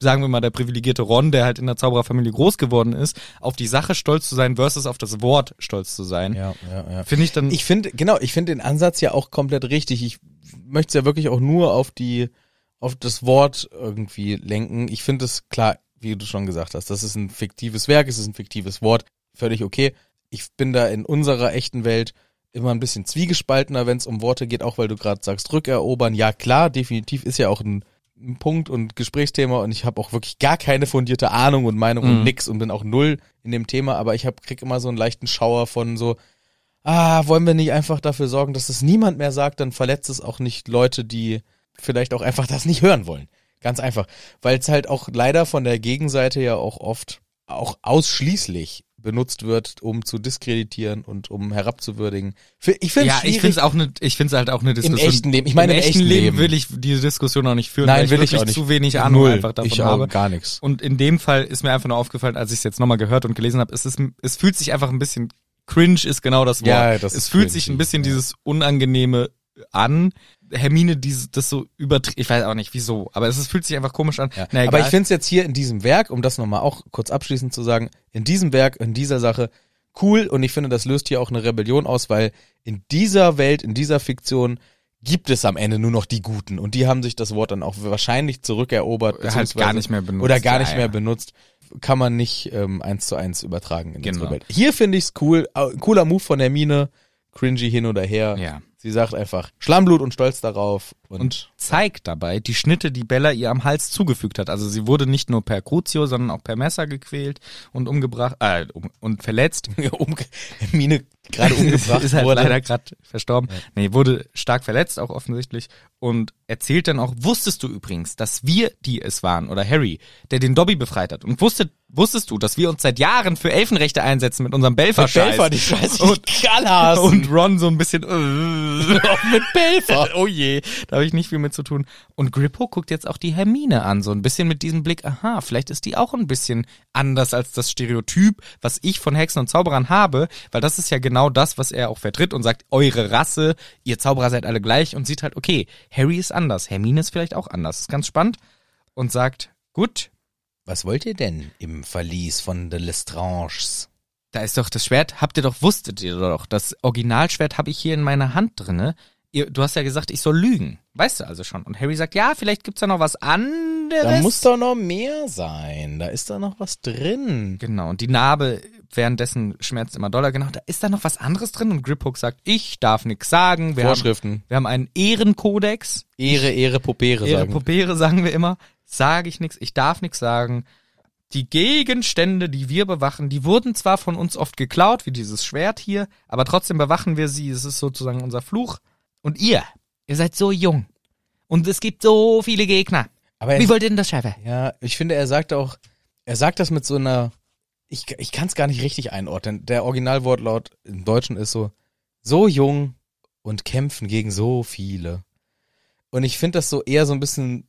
sagen wir mal, der privilegierte Ron, der halt in der Zaubererfamilie groß geworden ist, auf die Sache stolz zu sein versus auf das Wort stolz zu sein. Ja, ja, ja. Finde ich dann, Ich finde, genau, ich finde den Ansatz ja auch komplett richtig. Ich möchte es ja wirklich auch nur auf die, auf das Wort irgendwie lenken. Ich finde es klar, wie du schon gesagt hast, das ist ein fiktives Werk, es ist ein fiktives Wort, völlig okay. Ich bin da in unserer echten Welt immer ein bisschen zwiegespaltener, wenn es um Worte geht, auch weil du gerade sagst, rückerobern. Ja, klar, definitiv ist ja auch ein, ein Punkt und Gesprächsthema und ich habe auch wirklich gar keine fundierte Ahnung und Meinung und Mhm. nix und bin auch null in dem Thema, aber ich hab, krieg immer so einen leichten Schauer von so, ah, wollen wir nicht einfach dafür sorgen, dass es niemand mehr sagt, dann verletzt es auch nicht Leute, die vielleicht auch einfach das nicht hören wollen. Ganz einfach. Weil es halt auch leider von der Gegenseite ja auch oft auch ausschließlich benutzt wird, um zu diskreditieren und um herabzuwürdigen. Fi- Ich finde ja, es ich finde es auch eine, ich finde es halt auch eine Diskussion. echten Leben. Ich meine, im im echten echten Leben, Leben. will ich diese Diskussion auch nicht führen, weil Nein, ich will wirklich ich auch nicht. zu wenig Ahnung Null. einfach davon ich habe. auch gar nichts. Und in dem Fall ist mir einfach nur aufgefallen, als ich es jetzt nochmal gehört und gelesen habe, es, ist, es fühlt sich einfach ein bisschen cringe ist genau das Wort. Ja, das es ist fühlt cringy, sich ein bisschen ja. dieses Unangenehme an. Hermine, dieses, das so übertrieben, ich weiß auch nicht wieso, aber es, ist- fühlt sich einfach komisch an. Ja. Na, egal. Aber ich finde es jetzt hier in diesem Werk, um das nochmal auch kurz abschließend zu sagen, in diesem Werk, in dieser Sache cool und ich finde, das löst hier auch eine Rebellion aus, weil in dieser Welt, in dieser Fiktion gibt es am Ende nur noch die Guten und die haben sich das Wort dann auch wahrscheinlich zurückerobert Halt beziehungsweise- gar nicht mehr benutzt. oder gar nicht Ja, mehr ja. benutzt. Kann man nicht ähm, eins zu eins übertragen in Genau. unsere Welt. Hier finde ich es cool, au- cooler Move von Hermine, cringy hin oder her. Ja. Sie sagt einfach Schlammblut und stolz darauf und, und zeigt dabei die Schnitte, die Bella ihr am Hals zugefügt hat. Also sie wurde nicht nur per Crucio, sondern auch per Messer gequält und umgebracht, äh, um, und verletzt. [laughs] umge- Hermine gerade umgebracht [laughs] ist halt wurde. leider gerade verstorben. Nee, wurde stark verletzt, auch offensichtlich. Und erzählt dann auch, wusstest du übrigens, dass wir die es waren, oder Harry, der den Dobby befreit hat. Und wusstet, wusstest du, dass wir uns seit Jahren für Elfenrechte einsetzen mit unserem Mit Belfer-Scheiß? Belfer, die Scheiße, Und- die Kallas. und Ron so ein bisschen äh, mit Belfer. [laughs] oh je, da habe ich nicht viel mit zu tun. Und Grippo guckt jetzt auch die Hermine an, so ein bisschen mit diesem Blick, aha, vielleicht ist die auch ein bisschen anders als das Stereotyp, was ich von Hexen und Zauberern habe, weil das ist ja genau das, was er auch vertritt und sagt, eure Rasse, ihr Zauberer seid alle gleich und sieht halt, okay, Harry ist anders, Hermine ist vielleicht auch anders. Ist ganz spannend und sagt, gut, Was wollt ihr denn im Verlies von The Lestranges? da ist doch das Schwert, habt ihr doch, wusstet ihr doch, das Originalschwert habe ich hier in meiner Hand drinne. Ihr, du hast ja gesagt, ich soll lügen. Weißt du also schon. Und Harry sagt, ja, vielleicht gibt's da noch was anderes. Da muss doch noch mehr sein. Da ist da noch was drin. genau, und die Narbe währenddessen schmerzt immer doller. Genau, da ist da noch was anderes drin. Und Griphook sagt, ich darf nix sagen. Wir Vorschriften. Haben, wir haben einen Ehrenkodex. Ehre, Ehre, Popere Ehre sagen. Popere sagen wir immer. Sage ich nix, ich darf nix sagen. Die Gegenstände, die wir bewachen, die wurden zwar von uns oft geklaut, wie dieses Schwert hier, aber trotzdem bewachen wir sie. Es ist sozusagen unser Fluch. Und ihr, ihr seid so jung. Und es gibt so viele Gegner. Aber Wie wollt ihr denn das schaffen? Ja, ich finde, er sagt auch, er sagt das mit so einer, ich, ich kann es gar nicht richtig einordnen. Der Originalwortlaut im Deutschen ist so, so jung und kämpfen gegen so viele. Und ich finde das so eher so ein bisschen,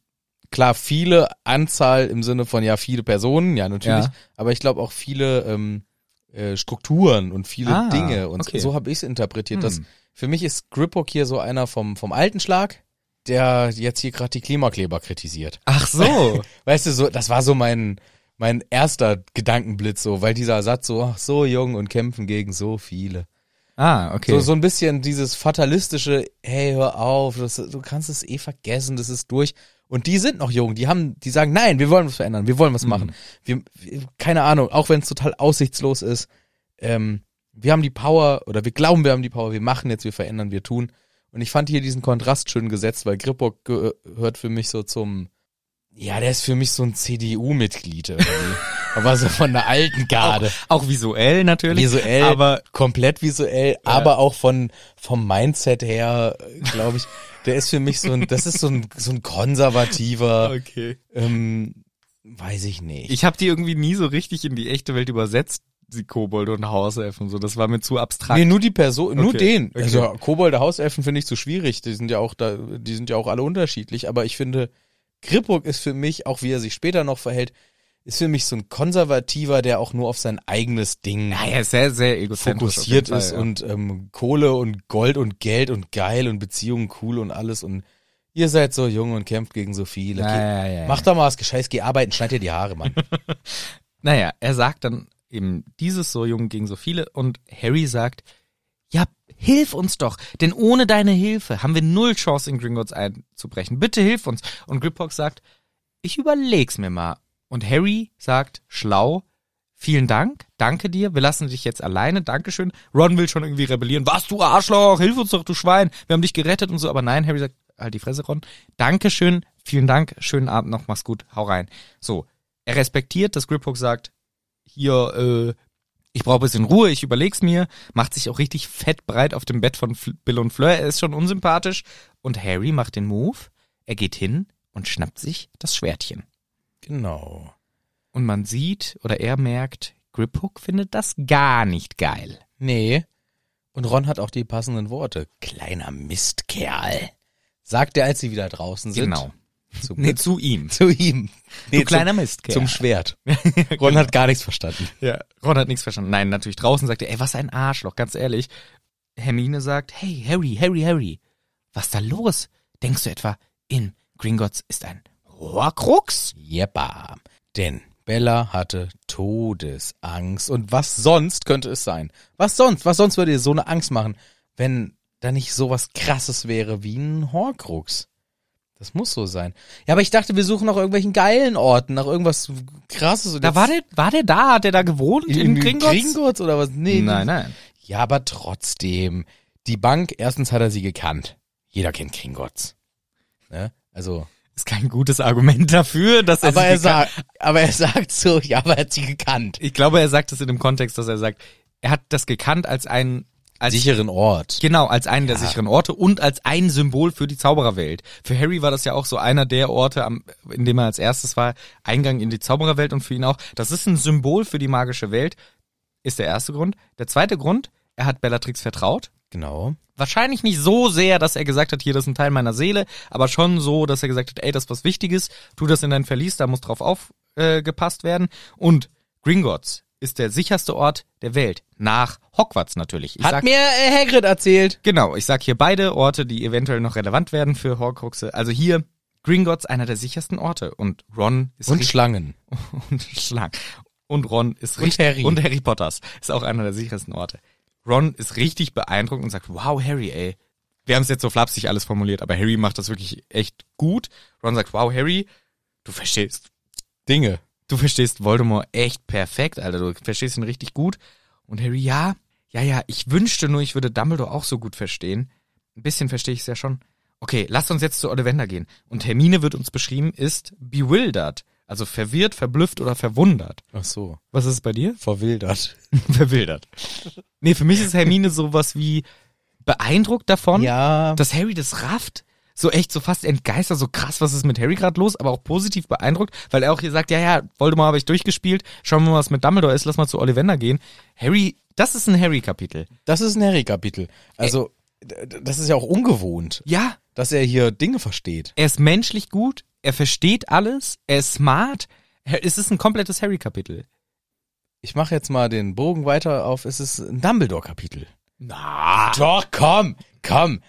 klar, viele Anzahl im Sinne von, ja, viele Personen, ja, natürlich, Ja. aber ich glaube auch viele ähm, äh, Strukturen und viele Ah, Dinge. Und okay. so habe ich es interpretiert. Dass, Hm. für mich ist Griphook hier so einer vom, vom alten Schlag, der jetzt hier gerade die Klimakleber kritisiert. Ach so. Weißt du, so, das war so mein, mein erster Gedankenblitz, so, weil dieser Satz so, ach, so jung und kämpfen gegen so viele. [laughs] ah, okay. So, so ein bisschen dieses fatalistische, hey, hör auf, das, du kannst es eh vergessen, das ist durch. Und die sind noch jung, die haben, die sagen, nein, wir wollen was verändern, wir wollen was machen. Wir, wir, keine Ahnung, auch wenn es total aussichtslos ist, ähm, wir haben die Power oder wir glauben, wir haben die Power, wir machen jetzt, wir verändern, wir tun. Und ich fand hier diesen Kontrast schön gesetzt, weil Gripbock gehört für mich so zum, ja, der ist für mich so ein CDU-Mitglied irgendwie. Aber so von der alten Garde. Auch visuell [laughs] natürlich. Visuell, Aber komplett visuell, aber auch von, vom Mindset her, glaube ich, der ist für mich so ein, das ist so ein, so ein konservativer, okay. ähm, weiß ich nicht. Ich habe die irgendwie nie so richtig in die echte Welt übersetzt, die Kobolde und Hauselfen. So, das war mir zu abstrakt. Nee, nur die Person, nur Okay, den. okay. Also Kobolde, Hauselfen finde ich zu schwierig. Die sind ja auch da, die sind ja auch alle unterschiedlich. Aber ich finde, Gripburg ist für mich, auch wie er sich später noch verhält, ist für mich so ein Konservativer, der auch nur auf sein eigenes Ding Naja, sehr, sehr egozentrisch. auf fokussiert jeden Fall, ist ja. und ähm, Kohle und Gold und Geld und geil und Beziehungen cool und alles und ihr seid so jung und kämpft gegen so viele. Ja, Geh- ja, ja, ja. Mach doch mal was Gescheites, geh arbeiten, schneid dir die Haare, [laughs] Mann. Naja, er sagt dann eben dieses so jung gegen so viele und Harry sagt, ja, hilf uns doch, denn ohne deine Hilfe haben wir null Chance in Gringotts einzubrechen. Bitte hilf uns. Und Griphox sagt, ich überleg's mir mal. Und Harry sagt schlau, vielen Dank, danke dir, wir lassen dich jetzt alleine, dankeschön. Ron will schon irgendwie rebellieren. Was, du Arschloch, hilf uns doch, du Schwein, wir haben dich gerettet und so. Aber nein, Harry sagt, halt die Fresse, Ron. Dankeschön, vielen Dank, schönen Abend noch, mach's gut, hau rein. So, er respektiert, dass Griphook sagt, hier, äh, ich brauche ein bisschen Ruhe, ich überleg's mir, macht sich auch richtig fett breit auf dem Bett von Fl Bill und Fleur, er ist schon unsympathisch. Und Harry macht den Move, er geht hin und schnappt sich das Schwertchen. genau. Und man sieht oder er merkt, Griphook findet das gar nicht geil. Nee. Und Ron hat auch die passenden Worte. Kleiner Mistkerl. Sagt er, als sie wieder draußen sind. Genau. [laughs] Zu, Nee, zu ihm. zu ihm. du kleiner Mistkerl. zum, zum [laughs] Schwert. Ron hat gar nichts verstanden. Ja, Ron hat nichts verstanden. Nein, natürlich draußen sagt er, ey, was ein Arschloch, ganz ehrlich. Hermine sagt, hey, Harry, Harry, Harry, was da los? Denkst du etwa, in Gringotts ist ein Horcrux? Jeppa. Denn Bella hatte Todesangst. Und was sonst könnte es sein? Was sonst? Was sonst würde ihr so eine Angst machen, wenn da nicht sowas krasses wäre wie ein Horcrux? Das muss so sein. Ja, aber ich dachte, wir suchen nach irgendwelchen geilen Orten, nach irgendwas krasses. Und Da jetzt- war der, war der da, hat der da gewohnt in, in, in Gringotts? Gringotts oder was? Nee. Nein, nein. Ja, aber trotzdem. Die Bank, erstens hat er sie gekannt. Jeder kennt Gringotts. Ne? Also, Ist kein gutes Argument dafür, dass er aber sich er gekan- sagt, aber er sagt so, ja, aber er hat sie gekannt. Ich glaube, er sagt das in dem Kontext, dass er sagt, er hat das gekannt als einen als sicheren Ort. Genau, als einen der sicheren Orte und als ein Symbol für die Zaubererwelt. Für Harry war das ja auch so einer der Orte, am, in dem er als erstes war, Eingang in die Zaubererwelt und für ihn auch. Das ist ein Symbol für die magische Welt, ist der erste Grund. Der zweite Grund, er hat Bellatrix vertraut. Genau. Wahrscheinlich nicht so sehr, dass er gesagt hat, hier, das ist ein Teil meiner Seele, aber schon so, dass er gesagt hat, ey, das ist was Wichtiges, tu das in dein Verlies, da muss drauf aufgepasst äh, gepasst werden. Und Gringotts ist der sicherste Ort der Welt. Nach Hogwarts natürlich. Ich Hat sag- mir äh, Hagrid erzählt. Genau, ich sag hier beide Orte, die eventuell noch relevant werden für Horcruxe. Also hier Gringotts einer der sichersten Orte und Ron ist richtig- Schlangen. und [laughs] Schlang und Ron ist Und richtig Harry. und Harry Potters ist auch einer der sichersten Orte. Ron ist richtig beeindruckt und sagt: "Wow, Harry, ey. Wir haben es jetzt so flapsig alles formuliert, aber Harry macht das wirklich echt gut." Ron sagt: "Wow, Harry, du verstehst Dinge. du verstehst Voldemort echt perfekt, Alter. Du verstehst ihn richtig gut. Und Harry, ja, ja, ja, ich wünschte nur, ich würde Dumbledore auch so gut verstehen. Ein bisschen verstehe ich es ja schon. Okay, lasst uns jetzt zu Ollivander gehen. Und Hermine wird uns beschrieben, ist bewildert. Also verwirrt, verblüfft oder verwundert. Ach so, Was ist bei dir? verwildert. [laughs] Verwildert. Nee, für mich ist Hermine sowas wie beeindruckt davon Ja. dass Harry das rafft. So echt, so fast entgeistert, so krass, was ist mit Harry gerade los, aber auch positiv beeindruckt, weil er auch hier sagt, ja, ja, Voldemort habe ich durchgespielt, schauen wir mal, was mit Dumbledore ist, lass mal zu Ollivander gehen. Harry, das ist ein Harry-Kapitel. Das ist ein Harry-Kapitel. Also, d- d- das ist ja auch ungewohnt, Ja, dass er hier Dinge versteht. er ist menschlich gut, er versteht alles, er ist smart, er- es ist ein komplettes Harry-Kapitel. Ich mache jetzt mal den Bogen weiter auf. Es ist ein Dumbledore-Kapitel. Na. Doch, komm, komm.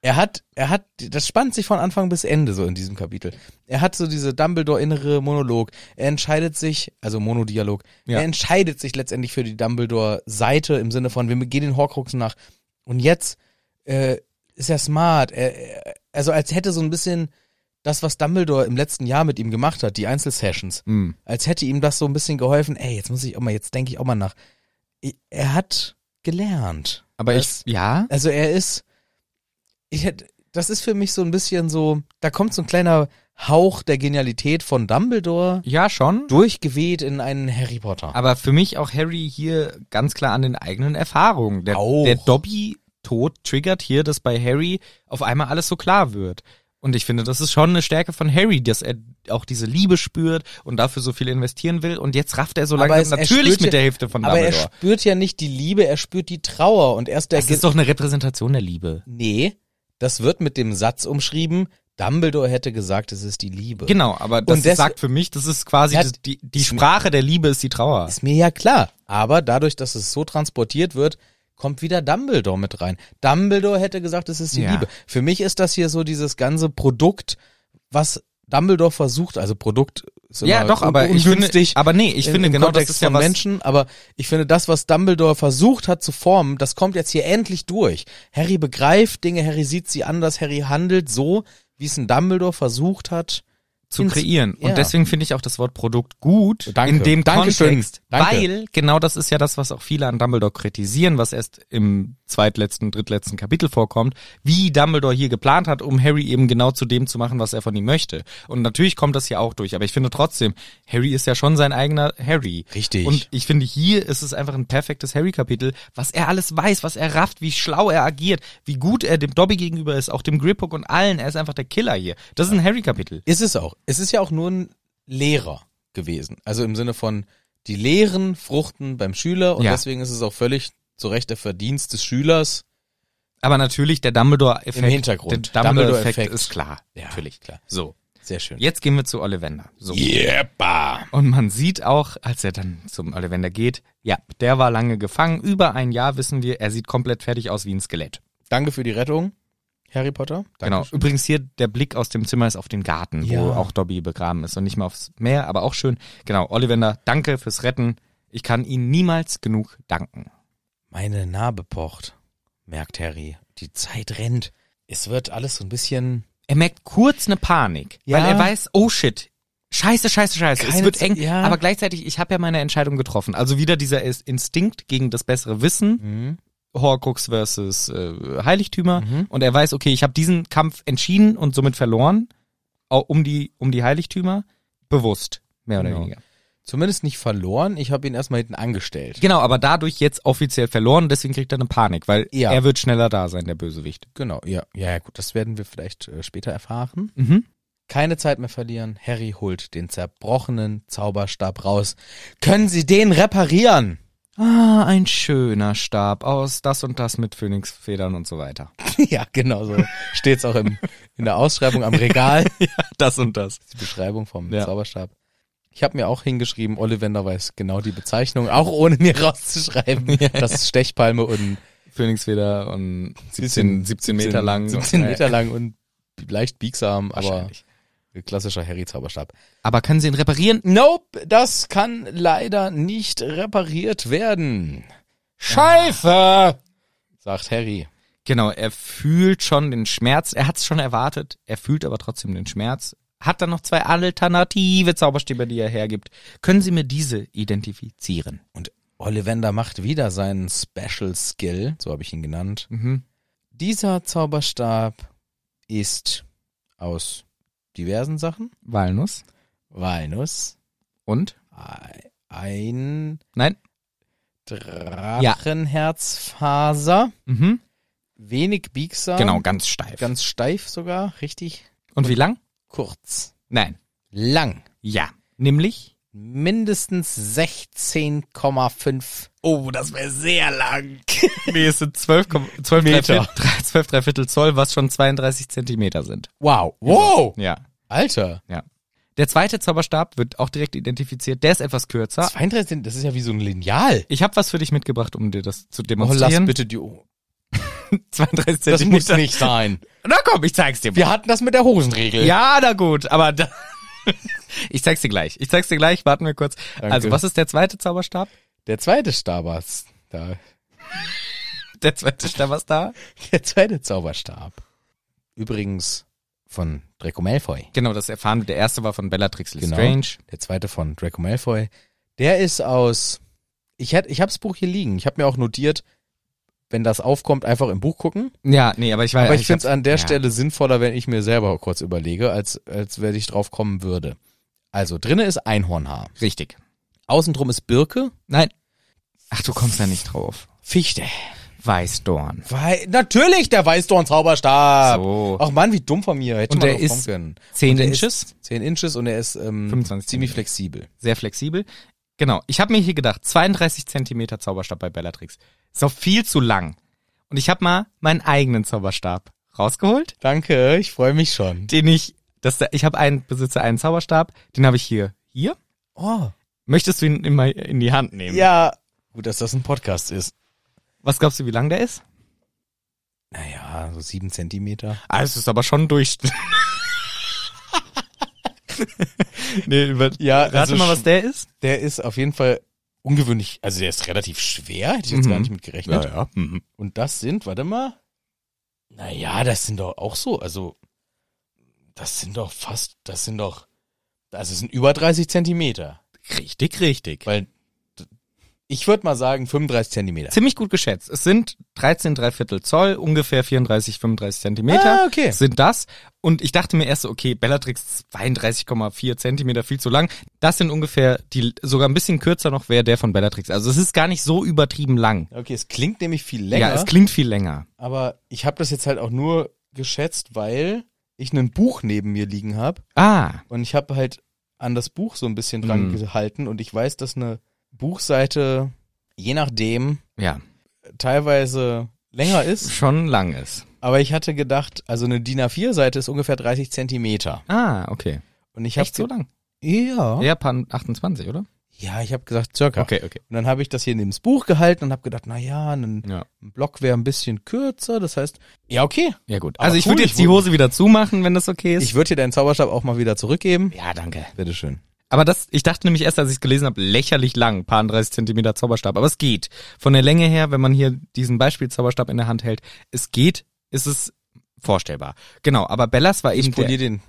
Er hat, er hat, das spannt sich von Anfang bis Ende so in diesem Kapitel. Er hat so diese Dumbledore-innere Monolog. Er entscheidet sich, also Monodialog, Ja. er entscheidet sich letztendlich für die Dumbledore-Seite im Sinne von, wir gehen den Horcrux nach. Und jetzt äh, ist er smart. Er, er, also als hätte so ein bisschen das, was Dumbledore im letzten Jahr mit ihm gemacht hat, die Einzelsessions, Hm. als hätte ihm das so ein bisschen geholfen. Ey, jetzt muss ich auch mal, jetzt denke ich auch mal nach. Er hat gelernt. Aber ich, Das- ja, also er ist, ich hätte, das ist für mich so ein bisschen so, da kommt so ein kleiner Hauch der Genialität von Dumbledore Ja, schon. durchgeweht in einen Harry Potter. Aber für mich auch Harry hier ganz klar an den eigenen Erfahrungen. Der, Auch. der Dobby-Tod triggert hier, dass bei Harry auf einmal alles so klar wird. Und ich finde, das ist schon eine Stärke von Harry, dass er auch diese Liebe spürt und dafür so viel investieren will. Und jetzt rafft er so Aber langsam es- er natürlich spürt mit ja- der Hälfte von Aber er Dumbledore. spürt ja nicht die Liebe, er spürt die Trauer und erst der Das ist doch eine Repräsentation der Liebe. Nee, das wird mit dem Satz umschrieben, Dumbledore hätte gesagt, es ist die Liebe. Genau, aber das Und des- sagt für mich, das ist quasi Ja, das- die, die Sprache der Liebe ist die Trauer. Ist mir ja klar. Aber dadurch, dass es so transportiert wird, kommt wieder Dumbledore mit rein. Dumbledore hätte gesagt, es ist die Ja. Liebe. Für mich ist das hier so dieses ganze Produkt, was Dumbledore versucht, also Produkt ist immer Ja, doch, un- aber ich finde, ungünstig aber nee, ich im- finde im genau, das Kontext ist ja von was, Menschen, aber ich finde das, was Dumbledore versucht hat zu formen, das kommt jetzt hier endlich durch. Harry begreift Dinge, Harry sieht sie anders, Harry handelt so, wie es ein Dumbledore versucht hat. zu ins- kreieren. ja. Und deswegen finde ich auch das Wort Produkt gut Danke. in dem Dankeschön. Kontext. Danke. Weil genau das ist ja das, was auch viele an Dumbledore kritisieren, was erst im zweitletzten, drittletzten Kapitel vorkommt, wie Dumbledore hier geplant hat, um Harry eben genau zu dem zu machen, was er von ihm möchte. Und natürlich kommt das hier auch durch, aber ich finde trotzdem, Harry ist ja schon sein eigener Harry. Richtig. Und ich finde, hier ist es einfach ein perfektes Harry-Kapitel, was er alles weiß, was er rafft, wie schlau er agiert, wie gut er dem Dobby gegenüber ist, auch dem Griphook und allen. Er ist einfach der Killer hier. Das ist ein Harry-Kapitel. Ist es auch. Es ist ja auch nur ein Lehrer gewesen. Also im Sinne von, die Lehren fruchten beim Schüler und Ja. deswegen ist es auch völlig zu Recht der Verdienst des Schülers. Aber natürlich der Dumbledore-Effekt. Im Hintergrund. Der Dumbledore-Effekt Dumbledore-Effekt. ist klar. Ja, natürlich. klar. So. Sehr schön. Jetzt gehen wir zu Ollivander. So. Yepa. Und man sieht auch, als er dann zum Ollivander geht, ja, der war lange gefangen. Über ein Jahr wissen wir, er sieht komplett fertig aus wie ein Skelett. Danke für die Rettung, Harry Potter. Genau. Dankeschön. Übrigens hier der Blick aus dem Zimmer ist auf den Garten, wo Ja. auch Dobby begraben ist und nicht mehr aufs Meer, aber auch schön. Genau. Ollivander, danke fürs Retten. Ich kann Ihnen niemals genug danken. Meine Narbe pocht, merkt Harry. Die Zeit rennt. Es wird alles so ein bisschen. Er merkt kurz eine Panik, Ja. weil er weiß, oh shit, scheiße, scheiße, scheiße, es Keine wird Ze- eng. ja. Aber gleichzeitig, ich habe ja meine Entscheidung getroffen. Also wieder dieser Is- Instinkt gegen das bessere Wissen, Mhm. Horcrux versus äh, Heiligtümer. Und er weiß, okay, ich habe diesen Kampf entschieden und somit verloren, au- um die, um die Heiligtümer, bewusst, mehr oder Genau. weniger. Zumindest nicht verloren. Ich habe ihn erstmal hinten angestellt. Genau, aber dadurch jetzt offiziell verloren, deswegen kriegt er eine Panik, weil Ja. er wird schneller da sein, der Bösewicht. Genau, ja. Ja, ja, gut, das werden wir vielleicht äh, später erfahren. Mhm. Keine Zeit mehr verlieren. Harry holt den zerbrochenen Zauberstab raus. Können Sie den reparieren? [laughs] Ah, ein schöner Stab aus das und das mit Phönixfedern und so weiter. ja, genau so. Steht's auch im, in der Ausschreibung am Regal. [laughs] Das und das. Die Beschreibung vom Ja. Zauberstab. Ich habe mir auch hingeschrieben, Ollivander weiß genau die Bezeichnung, auch ohne mir [laughs] rauszuschreiben. Das ist Stechpalme und Phönixfeder und 17, 17, 17 Meter lang. 17 und- Meter lang und leicht biegsam, aber Wahrscheinlich. klassischer Harry-Zauberstab. Aber können sie ihn reparieren? Nope, das kann leider nicht repariert werden. Scheiße! Sagt Harry. Genau, er fühlt schon den Schmerz. Er hat's schon erwartet. Er fühlt aber trotzdem den Schmerz. Hat dann noch zwei alternative Zauberstäbe, die er hergibt. Können Sie mir diese identifizieren? Und Ollivander macht wieder seinen Special Skill, so habe ich ihn genannt. Mhm. Dieser Zauberstab ist aus diversen Sachen. Walnuss. Walnuss, Und? ei- ein Nein? Drachenherzfaser, Mhm. wenig biegsam, Genau, ganz steif. ganz steif sogar, richtig und wie lang? kurz, Nein. lang, Ja. Nämlich? mindestens 16,5 Oh, das wäre sehr lang. [laughs] nee, es sind 12, Kom- 12, Meter. Dreiviertel, drei- 12 Dreiviertel Zoll, was schon 32 Zentimeter sind. Wow, wow, Ja. Alter, Der zweite Zauberstab wird auch direkt identifiziert. Der ist etwas kürzer. 32, das ist ja wie so ein Lineal. Ich habe was für dich mitgebracht, um dir das zu Oh, lass demonstrieren. [laughs] bitte die, oh, 32 das muss Zentimeter. nicht sein. Na komm, ich zeig's dir. mal. Wir hatten das mit der Hosenregel. Ja, na gut, aber da [laughs] ich zeig's dir gleich. Ich zeig's dir gleich. Warten wir kurz. Danke. Also, was ist der zweite Zauberstab? Der zweite Stab, ist da, [laughs] Der zweite Stab was da? der zweite Zauberstab. Übrigens von Draco Malfoy. Genau, das erfahren wir. Der erste war von Bellatrix Genau. Lestrange. Der zweite von Draco Malfoy. Der ist aus. Ich, hätt- ich habe das Buch hier liegen. Ich habe mir auch notiert, wenn das aufkommt, einfach im Buch gucken. Ja, nee, aber ich weiß. Aber ich finde es hab's- an der ja. Stelle sinnvoller, wenn ich mir selber kurz überlege, als, als wenn ich drauf kommen würde. Also, drinne ist Einhornhaar. Richtig. Außen drum ist Birke. Nein. Ach, du kommst da nicht drauf. Fichte. Weißdorn. Weil, natürlich, der Weißdorn-Zauberstab. So. Ach man, wie dumm von mir. Hätte Und man drauf der kommen Oh, ist können. 10 der Inches. Ist 10 Inches und er ist ähm, 25 ziemlich Zentimeter. flexibel. sehr flexibel. Genau, ich habe mir hier gedacht, 32 Zentimeter Zauberstab bei Bellatrix. Ist doch viel zu lang. Und ich habe mal meinen eigenen Zauberstab rausgeholt, Danke, ich freue mich schon. den ich, das, ich habe einen, besitze einen Zauberstab, den habe ich hier, hier. Oh. Möchtest du ihn immer in die Hand nehmen? Ja. Gut, dass das ein Podcast ist. Was glaubst du, wie lang der ist? Naja, so sieben Zentimeter. Ah, es ist aber schon durch. [laughs] nee, über, also Ja, rate mal, was der ist. Der ist auf jeden Fall ungewöhnlich, also der ist relativ schwer, hätte ich jetzt Mhm. gar nicht mit gerechnet. ja. Mhm. Und das sind, warte mal, naja, das sind doch auch so, also das sind doch fast, das sind doch, also es sind über 30 Zentimeter. Richtig, richtig. Weil d- ich würde mal sagen 35 Zentimeter. ziemlich gut geschätzt. Es sind 13, Viertel Zoll, ungefähr 34, 35 Zentimeter Ah, okay. sind das. Und ich dachte mir erst so, okay, Bellatrix 32,4 Zentimeter, viel zu lang. Das sind ungefähr, die sogar ein bisschen kürzer noch wäre der von Bellatrix. Also es ist gar nicht so übertrieben lang. Okay, es klingt nämlich viel länger, Ja, es klingt viel länger. aber ich habe das jetzt halt auch nur geschätzt, weil ich ein Buch neben mir liegen habe Ah, Und ich habe halt an das Buch so ein bisschen dran Mhm. gehalten und ich weiß, dass eine Buchseite, je nachdem, ja, teilweise länger ist. schon lang ist. Aber ich hatte gedacht, also eine DIN A4-Seite ist ungefähr 30 Zentimeter. Ah, okay. Und ich habe Echt so lang? ja. ja, Ja, paar 28, oder? ich habe gesagt circa. Okay, okay. Und dann habe ich das hier neben das Buch gehalten und habe gedacht, na ja, ein Ja, Block wäre ein bisschen kürzer. Das heißt, ja okay. ja gut. Aber Also ich cool, würde ich jetzt die wurde- Hose wieder zumachen, wenn das okay ist. Ich würde dir deinen Zauberstab auch mal wieder zurückgeben. ja, danke. Hm? Bitteschön. Aber das, ich dachte nämlich erst, als ich es gelesen habe, lächerlich lang, paar 30 Zentimeter Zauberstab. Aber es geht. Von der Länge her, wenn man hier diesen Beispielzauberstab in der Hand hält, es geht, ist es vorstellbar. Genau, aber Bellas war eben Ich poliere der, den.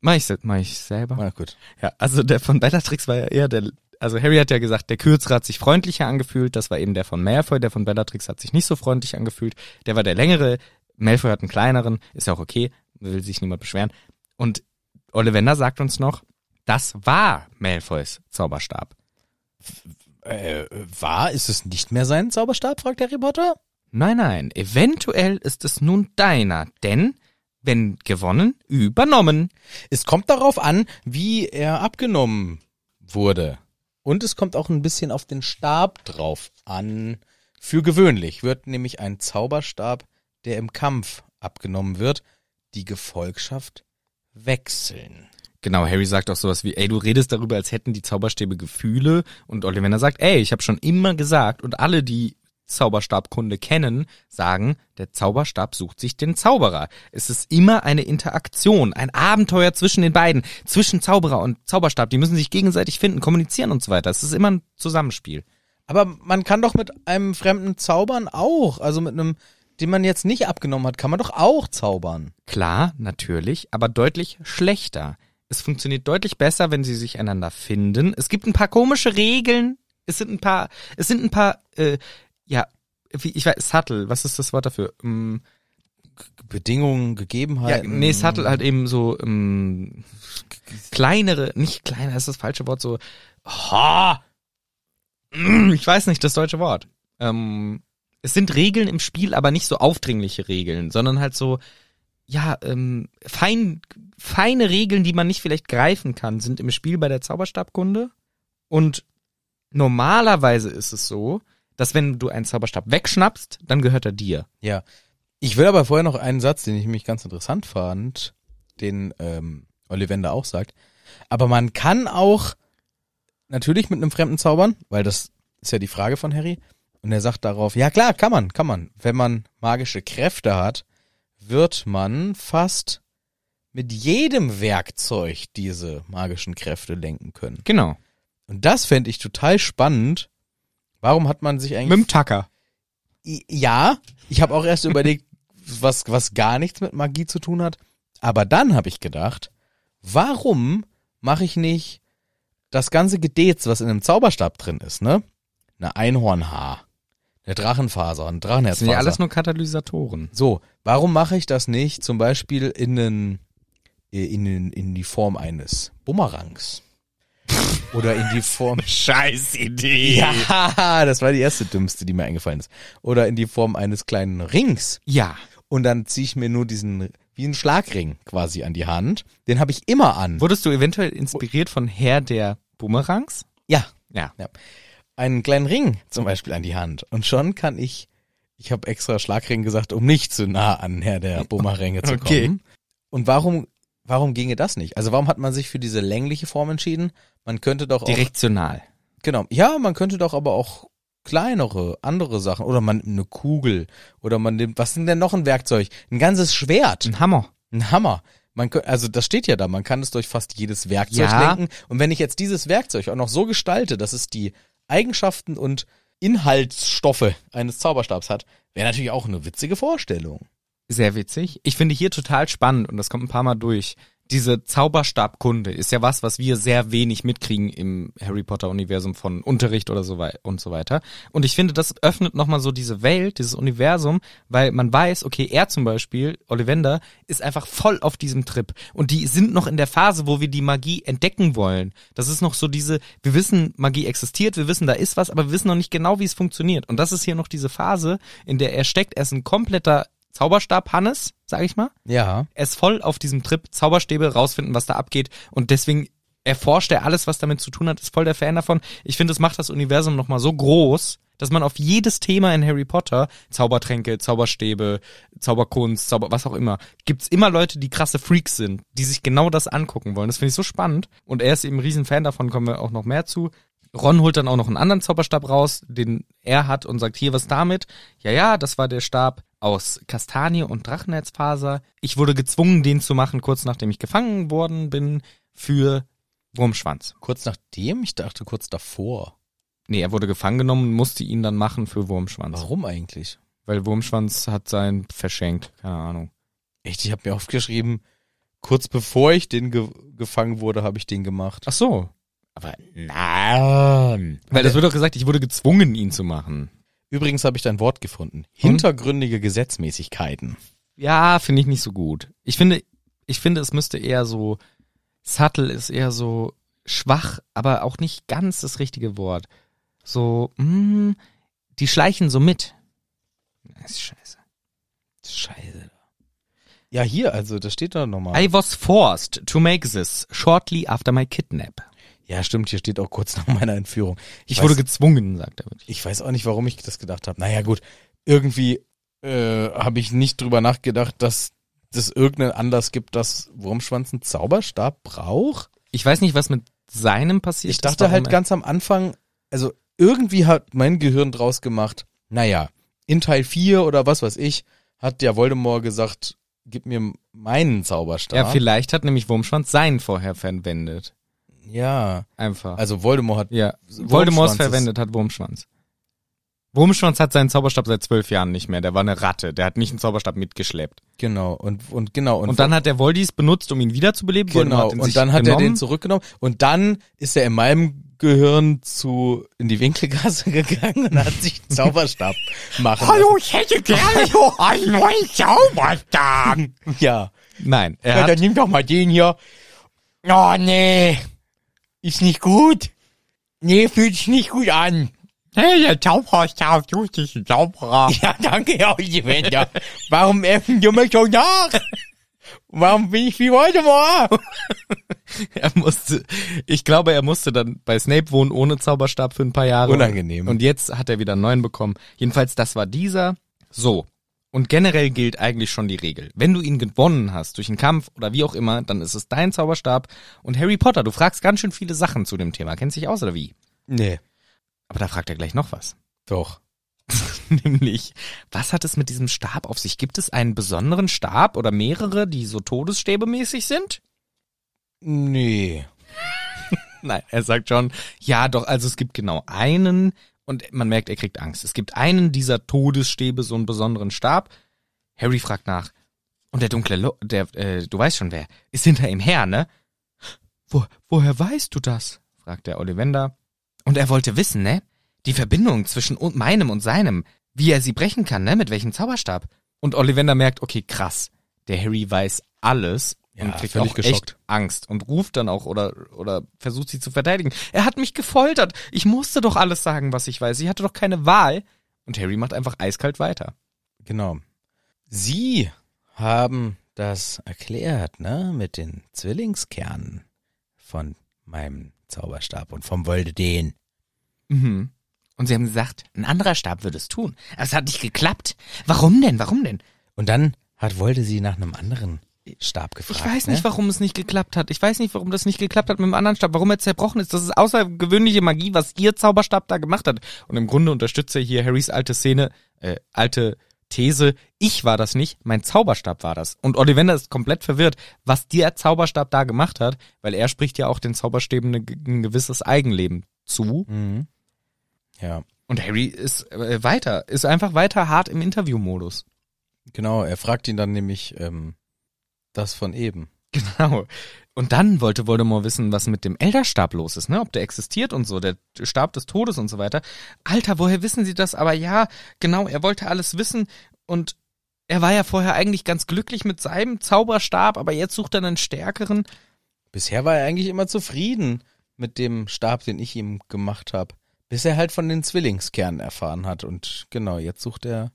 mach ich, se- mach ich selber. Na gut. Ja, also der von Bellatrix war ja eher der, also Harry hat ja gesagt, der Kürzere hat sich freundlicher angefühlt, das war eben der von Malfoy, der von Bellatrix hat sich nicht so freundlich angefühlt, der war der längere, Malfoy hat einen kleineren, ist ja auch okay, will sich niemand beschweren. Und Ollivander sagt uns noch, das war Malfoys Zauberstab. Äh, war, ist es nicht mehr sein Zauberstab, fragt Harry Potter? Nein, nein, eventuell ist es nun deiner, denn wenn gewonnen, übernommen. Es kommt darauf an, wie er abgenommen wurde. Und es kommt auch ein bisschen auf den Stab drauf an. Für gewöhnlich wird nämlich ein Zauberstab, der im Kampf abgenommen wird, die Gefolgschaft wechseln. Genau, Harry sagt auch sowas wie, ey, du redest darüber, als hätten die Zauberstäbe Gefühle. Und Ollivander sagt, ey, ich habe schon immer gesagt und alle, die Zauberstabkunde kennen, sagen, der Zauberstab sucht sich den Zauberer. Es ist immer eine Interaktion, ein Abenteuer zwischen den beiden, zwischen Zauberer und Zauberstab. Die müssen sich gegenseitig finden, kommunizieren und so weiter. Es ist immer ein Zusammenspiel. Aber man kann doch mit einem fremden zaubern auch. Also mit einem, den man jetzt nicht abgenommen hat, kann man doch auch zaubern. Klar, natürlich, aber deutlich schlechter. Es funktioniert deutlich besser, wenn sie sich einander finden. Es gibt ein paar komische Regeln. Es sind ein paar, es sind ein paar, äh, ja, wie, ich weiß, subtle, was ist das Wort dafür? Ähm, Bedingungen, ja, Gegebenheiten. nee, subtle halt eben so ähm, kleinere, nicht kleiner, ist das falsche Wort, so, ha, Mm, ich weiß nicht, das deutsche Wort. Ähm, es sind Regeln im Spiel, aber nicht so aufdringliche Regeln, sondern halt so, ja, ähm, fein, feine Regeln, die man nicht vielleicht greifen kann, sind im Spiel bei der Zauberstabkunde. Und normalerweise ist es so, dass wenn du einen Zauberstab wegschnappst, dann gehört er dir. Ja. Ich will aber vorher noch einen Satz, den ich mich ganz interessant fand, den ähm, Ollivander auch sagt. Aber man kann auch natürlich mit einem Fremden zaubern, weil das ist ja die Frage von Harry. Und er sagt darauf, ja klar, kann man, kann man. Wenn man magische Kräfte hat, wird man fast mit jedem Werkzeug diese magischen Kräfte lenken können. Genau. Und das fände ich total spannend. Warum hat man sich eigentlich... Mit dem Tacker. I- Ja, ich habe auch erst überlegt, was, was gar nichts mit Magie zu tun hat. Aber dann habe ich gedacht, warum mache ich nicht das ganze Gedäts, was in einem Zauberstab drin ist, ne? Eine Einhornhaar, Eine Drachenfaser, ein Das sind ja Drachenherzfaser. alles nur Katalysatoren. So, warum mache ich das nicht zum Beispiel in, den, äh, in, den, in die Form eines Bumerangs? Oder in die [laughs] Form. [laughs] Scheiß Idee. ja, das war die erste dümmste, die mir eingefallen ist. Oder in die Form eines kleinen Rings. Ja. Und dann ziehe ich mir nur diesen, wie einen Schlagring quasi an die Hand. Den habe ich immer an. Wurdest du eventuell inspiriert von Herr der Bumerangs? Ja, Ja. einen kleinen Ring zum Beispiel an die Hand. Und schon kann ich, ich habe extra Schlagring gesagt, um nicht zu nah an Herr der Bumeränge zu kommen. Okay. Und warum, warum ginge das nicht? Also warum hat man sich für diese längliche Form entschieden? Man könnte doch auch, Direktional. genau, ja, man könnte doch aber auch kleinere, andere Sachen, oder man nimmt eine Kugel, oder man nimmt, was sind denn noch ein Werkzeug? Ein ganzes Schwert, Ein Hammer. ein Hammer. Man kö- also das steht ja da, man kann es durch fast jedes Werkzeug Ja. lenken. Und wenn ich jetzt dieses Werkzeug auch noch so gestalte, dass es die Eigenschaften und Inhaltsstoffe eines Zauberstabs hat, wäre natürlich auch eine witzige Vorstellung. Sehr witzig. Ich finde hier total spannend und das kommt ein paar Mal durch. Diese Zauberstabkunde ist ja was, was wir sehr wenig mitkriegen im Harry Potter Universum von Unterricht oder so wei- und so weiter. Und ich finde, das öffnet nochmal so diese Welt, dieses Universum, weil man weiß, okay, er zum Beispiel, Ollivander, ist einfach voll auf diesem Trip. Und die sind noch in der Phase, wo wir die Magie entdecken wollen. Das ist noch so diese, wir wissen, Magie existiert, wir wissen, da ist was, aber wir wissen noch nicht genau, wie es funktioniert. Und das ist hier noch diese Phase, in der er steckt, er ist ein kompletter Zauberstab Hannes, sag ich mal. Ja. Er ist voll auf diesem Trip, Zauberstäbe rausfinden, was da abgeht und deswegen erforscht er alles, was damit zu tun hat, ist voll der Fan davon. Ich finde, es macht das Universum nochmal so groß, dass man auf jedes Thema in Harry Potter, Zaubertränke, Zauberstäbe, Zauberkunst, Zauber, was auch immer, gibt's immer Leute, die krasse Freaks sind, die sich genau das angucken wollen. Das finde ich so spannend und er ist eben ein riesen Fan davon, kommen wir auch noch mehr zu. Ron holt dann auch noch einen anderen Zauberstab raus, den er hat und sagt, hier, was damit? Ja, ja, das war der Stab aus Kastanie und Drachenherzfaser. Ich wurde gezwungen, den zu machen, kurz nachdem ich gefangen worden bin, für Wurmschwanz. Kurz nachdem, ich dachte kurz davor. Nee, er wurde gefangen genommen, musste ihn dann machen für Wurmschwanz. Warum eigentlich? Weil Wurmschwanz hat sein verschenkt, keine Ahnung. Echt, ich habe mir aufgeschrieben, kurz bevor ich den ge gefangen wurde, habe ich den gemacht. Ach so. Aber Ah. nein. Weil das wird doch gesagt, ich wurde gezwungen, ihn zu machen. Übrigens habe ich dein Wort gefunden. Hintergründige Gesetzmäßigkeiten. Ja, finde ich nicht so gut. Ich finde, ich finde, es müsste eher so, subtle ist eher so schwach, aber auch nicht ganz das richtige Wort. So, mh, die schleichen so mit. Das ist scheiße. Das ist scheiße. Ja, hier, also, das steht da nochmal. I was forced to make this shortly after my kidnap. Ja, stimmt, hier steht auch kurz nach meiner Entführung. Ich weiß- wurde gezwungen, sagt er wirklich. Ich weiß auch nicht, warum ich das gedacht habe. Naja, gut, irgendwie äh, habe ich nicht drüber nachgedacht, dass es irgendeinen Anlass gibt, dass Wurmschwanz einen Zauberstab braucht. Ich weiß nicht, was mit seinem passiert Ich ist, dachte warum halt er- ganz am Anfang, also irgendwie hat mein Gehirn draus gemacht, naja, in Teil 4 oder was weiß ich, hat ja Voldemort gesagt, gib mir meinen Zauberstab. Ja, vielleicht hat nämlich Wurmschwanz seinen vorher verwendet. Ja, Einfach. also Voldemort hat, Ja, Wurmschwanz Voldemort ist- verwendet hat Wurmschwanz. Wurmschwanz hat seinen Zauberstab seit zwölf Jahren nicht mehr. Der war eine Ratte. Der hat nicht einen Zauberstab mitgeschleppt. genau, und, und genau. Und, dann hat der Voldis benutzt, um ihn wiederzubeleben. Genau, Voldemort hat ihn sich und dann hat er den genommen. zurückgenommen und dann ist er in meinem Gehirn zu in die Winkelgasse [laughs] gegangen und hat sich [laughs] einen Zauberstab machen Hallo, ich hätte gerne einen neuen Zauberstab. lassen. Ja. Nein, er ja, hat, dann nimm doch mal den hier. Oh, nee. Ist nicht gut. Nee, fühlt sich nicht gut an. Hey, der Zauberstab, du bist ein Zauberer. Ja, danke, Herr Ollivander. Warum essen du mich so nach? Warum bin ich wie Voldemort? [laughs] er musste, ich glaube, er musste dann bei Snape wohnen ohne Zauberstab für ein paar Jahre. Unangenehm. Und jetzt hat er wieder einen neuen bekommen. Jedenfalls, das war dieser. So. Und generell gilt eigentlich schon die Regel. Wenn du ihn gewonnen hast, durch einen Kampf oder wie auch immer, dann ist es dein Zauberstab. Und Harry Potter, du fragst ganz schön viele Sachen zu dem Thema. Kennst dich aus oder wie? Nee, Aber da fragt er gleich noch was. [laughs] doch. Nämlich, was hat es mit diesem Stab auf sich? Gibt es einen besonderen Stab oder mehrere, die so todesstäbemäßig sind? Nee. [laughs] Nein, er sagt schon, ja doch, also es gibt genau einen und man merkt, er kriegt Angst. Es gibt einen dieser Todesstäbe, so einen besonderen Stab. Harry fragt nach. Und der dunkle, Lo der, äh, du weißt schon wer, ist hinter ihm her, ne? Wo, woher weißt du das? fragt der Ollivander. Und er wollte wissen, ne? Die Verbindung zwischen un- meinem und seinem, wie er sie brechen kann, ne? Mit welchem Zauberstab. Und Ollivander merkt, okay, krass, der Harry weiß alles Ja, und kriegt völlig auch geschockt. echt Angst und ruft dann auch oder, oder versucht sie zu verteidigen. Er hat mich gefoltert. Ich musste doch alles sagen, was ich weiß. Ich hatte doch keine Wahl. Und Harry macht einfach eiskalt weiter. Genau. Sie haben das erklärt, ne, mit den Zwillingskernen von meinem Zauberstab und vom Wolden. Mhm. Und sie haben gesagt, ein anderer Stab würde es tun. Es hat nicht geklappt. Warum denn? Warum denn? Und dann hat Wolde sie nach einem anderen Stab gefragt. Ich weiß nicht, ne? warum es nicht geklappt hat. Ich weiß nicht, warum das nicht geklappt hat mit dem anderen Stab, warum er zerbrochen ist. Das ist außergewöhnliche Magie, was ihr Zauberstab da gemacht hat. Und im Grunde unterstützt er hier Harrys alte Szene, äh, alte These. Ich war das nicht, mein Zauberstab war das. Und Ollivander ist komplett verwirrt, was der Zauberstab da gemacht hat, weil er spricht ja auch den Zauberstäben ein ge- ein gewisses Eigenleben zu. Mhm. Ja, Und Harry ist äh, weiter, ist einfach weiter hart im Interviewmodus. genau. Er fragt ihn dann nämlich ähm, das von eben. [laughs] Genau. Und dann wollte Voldemort wissen, was mit dem Elderstab los ist, ne? Ob der existiert und so, der Stab des Todes und so weiter. Alter, woher wissen Sie das? Aber ja, genau, er wollte alles wissen und er war ja vorher eigentlich ganz glücklich mit seinem Zauberstab, aber jetzt sucht er einen stärkeren. Bisher war er eigentlich immer zufrieden mit dem Stab, den ich ihm gemacht habe. Bis er halt von den Zwillingskernen erfahren hat. Und genau, jetzt sucht er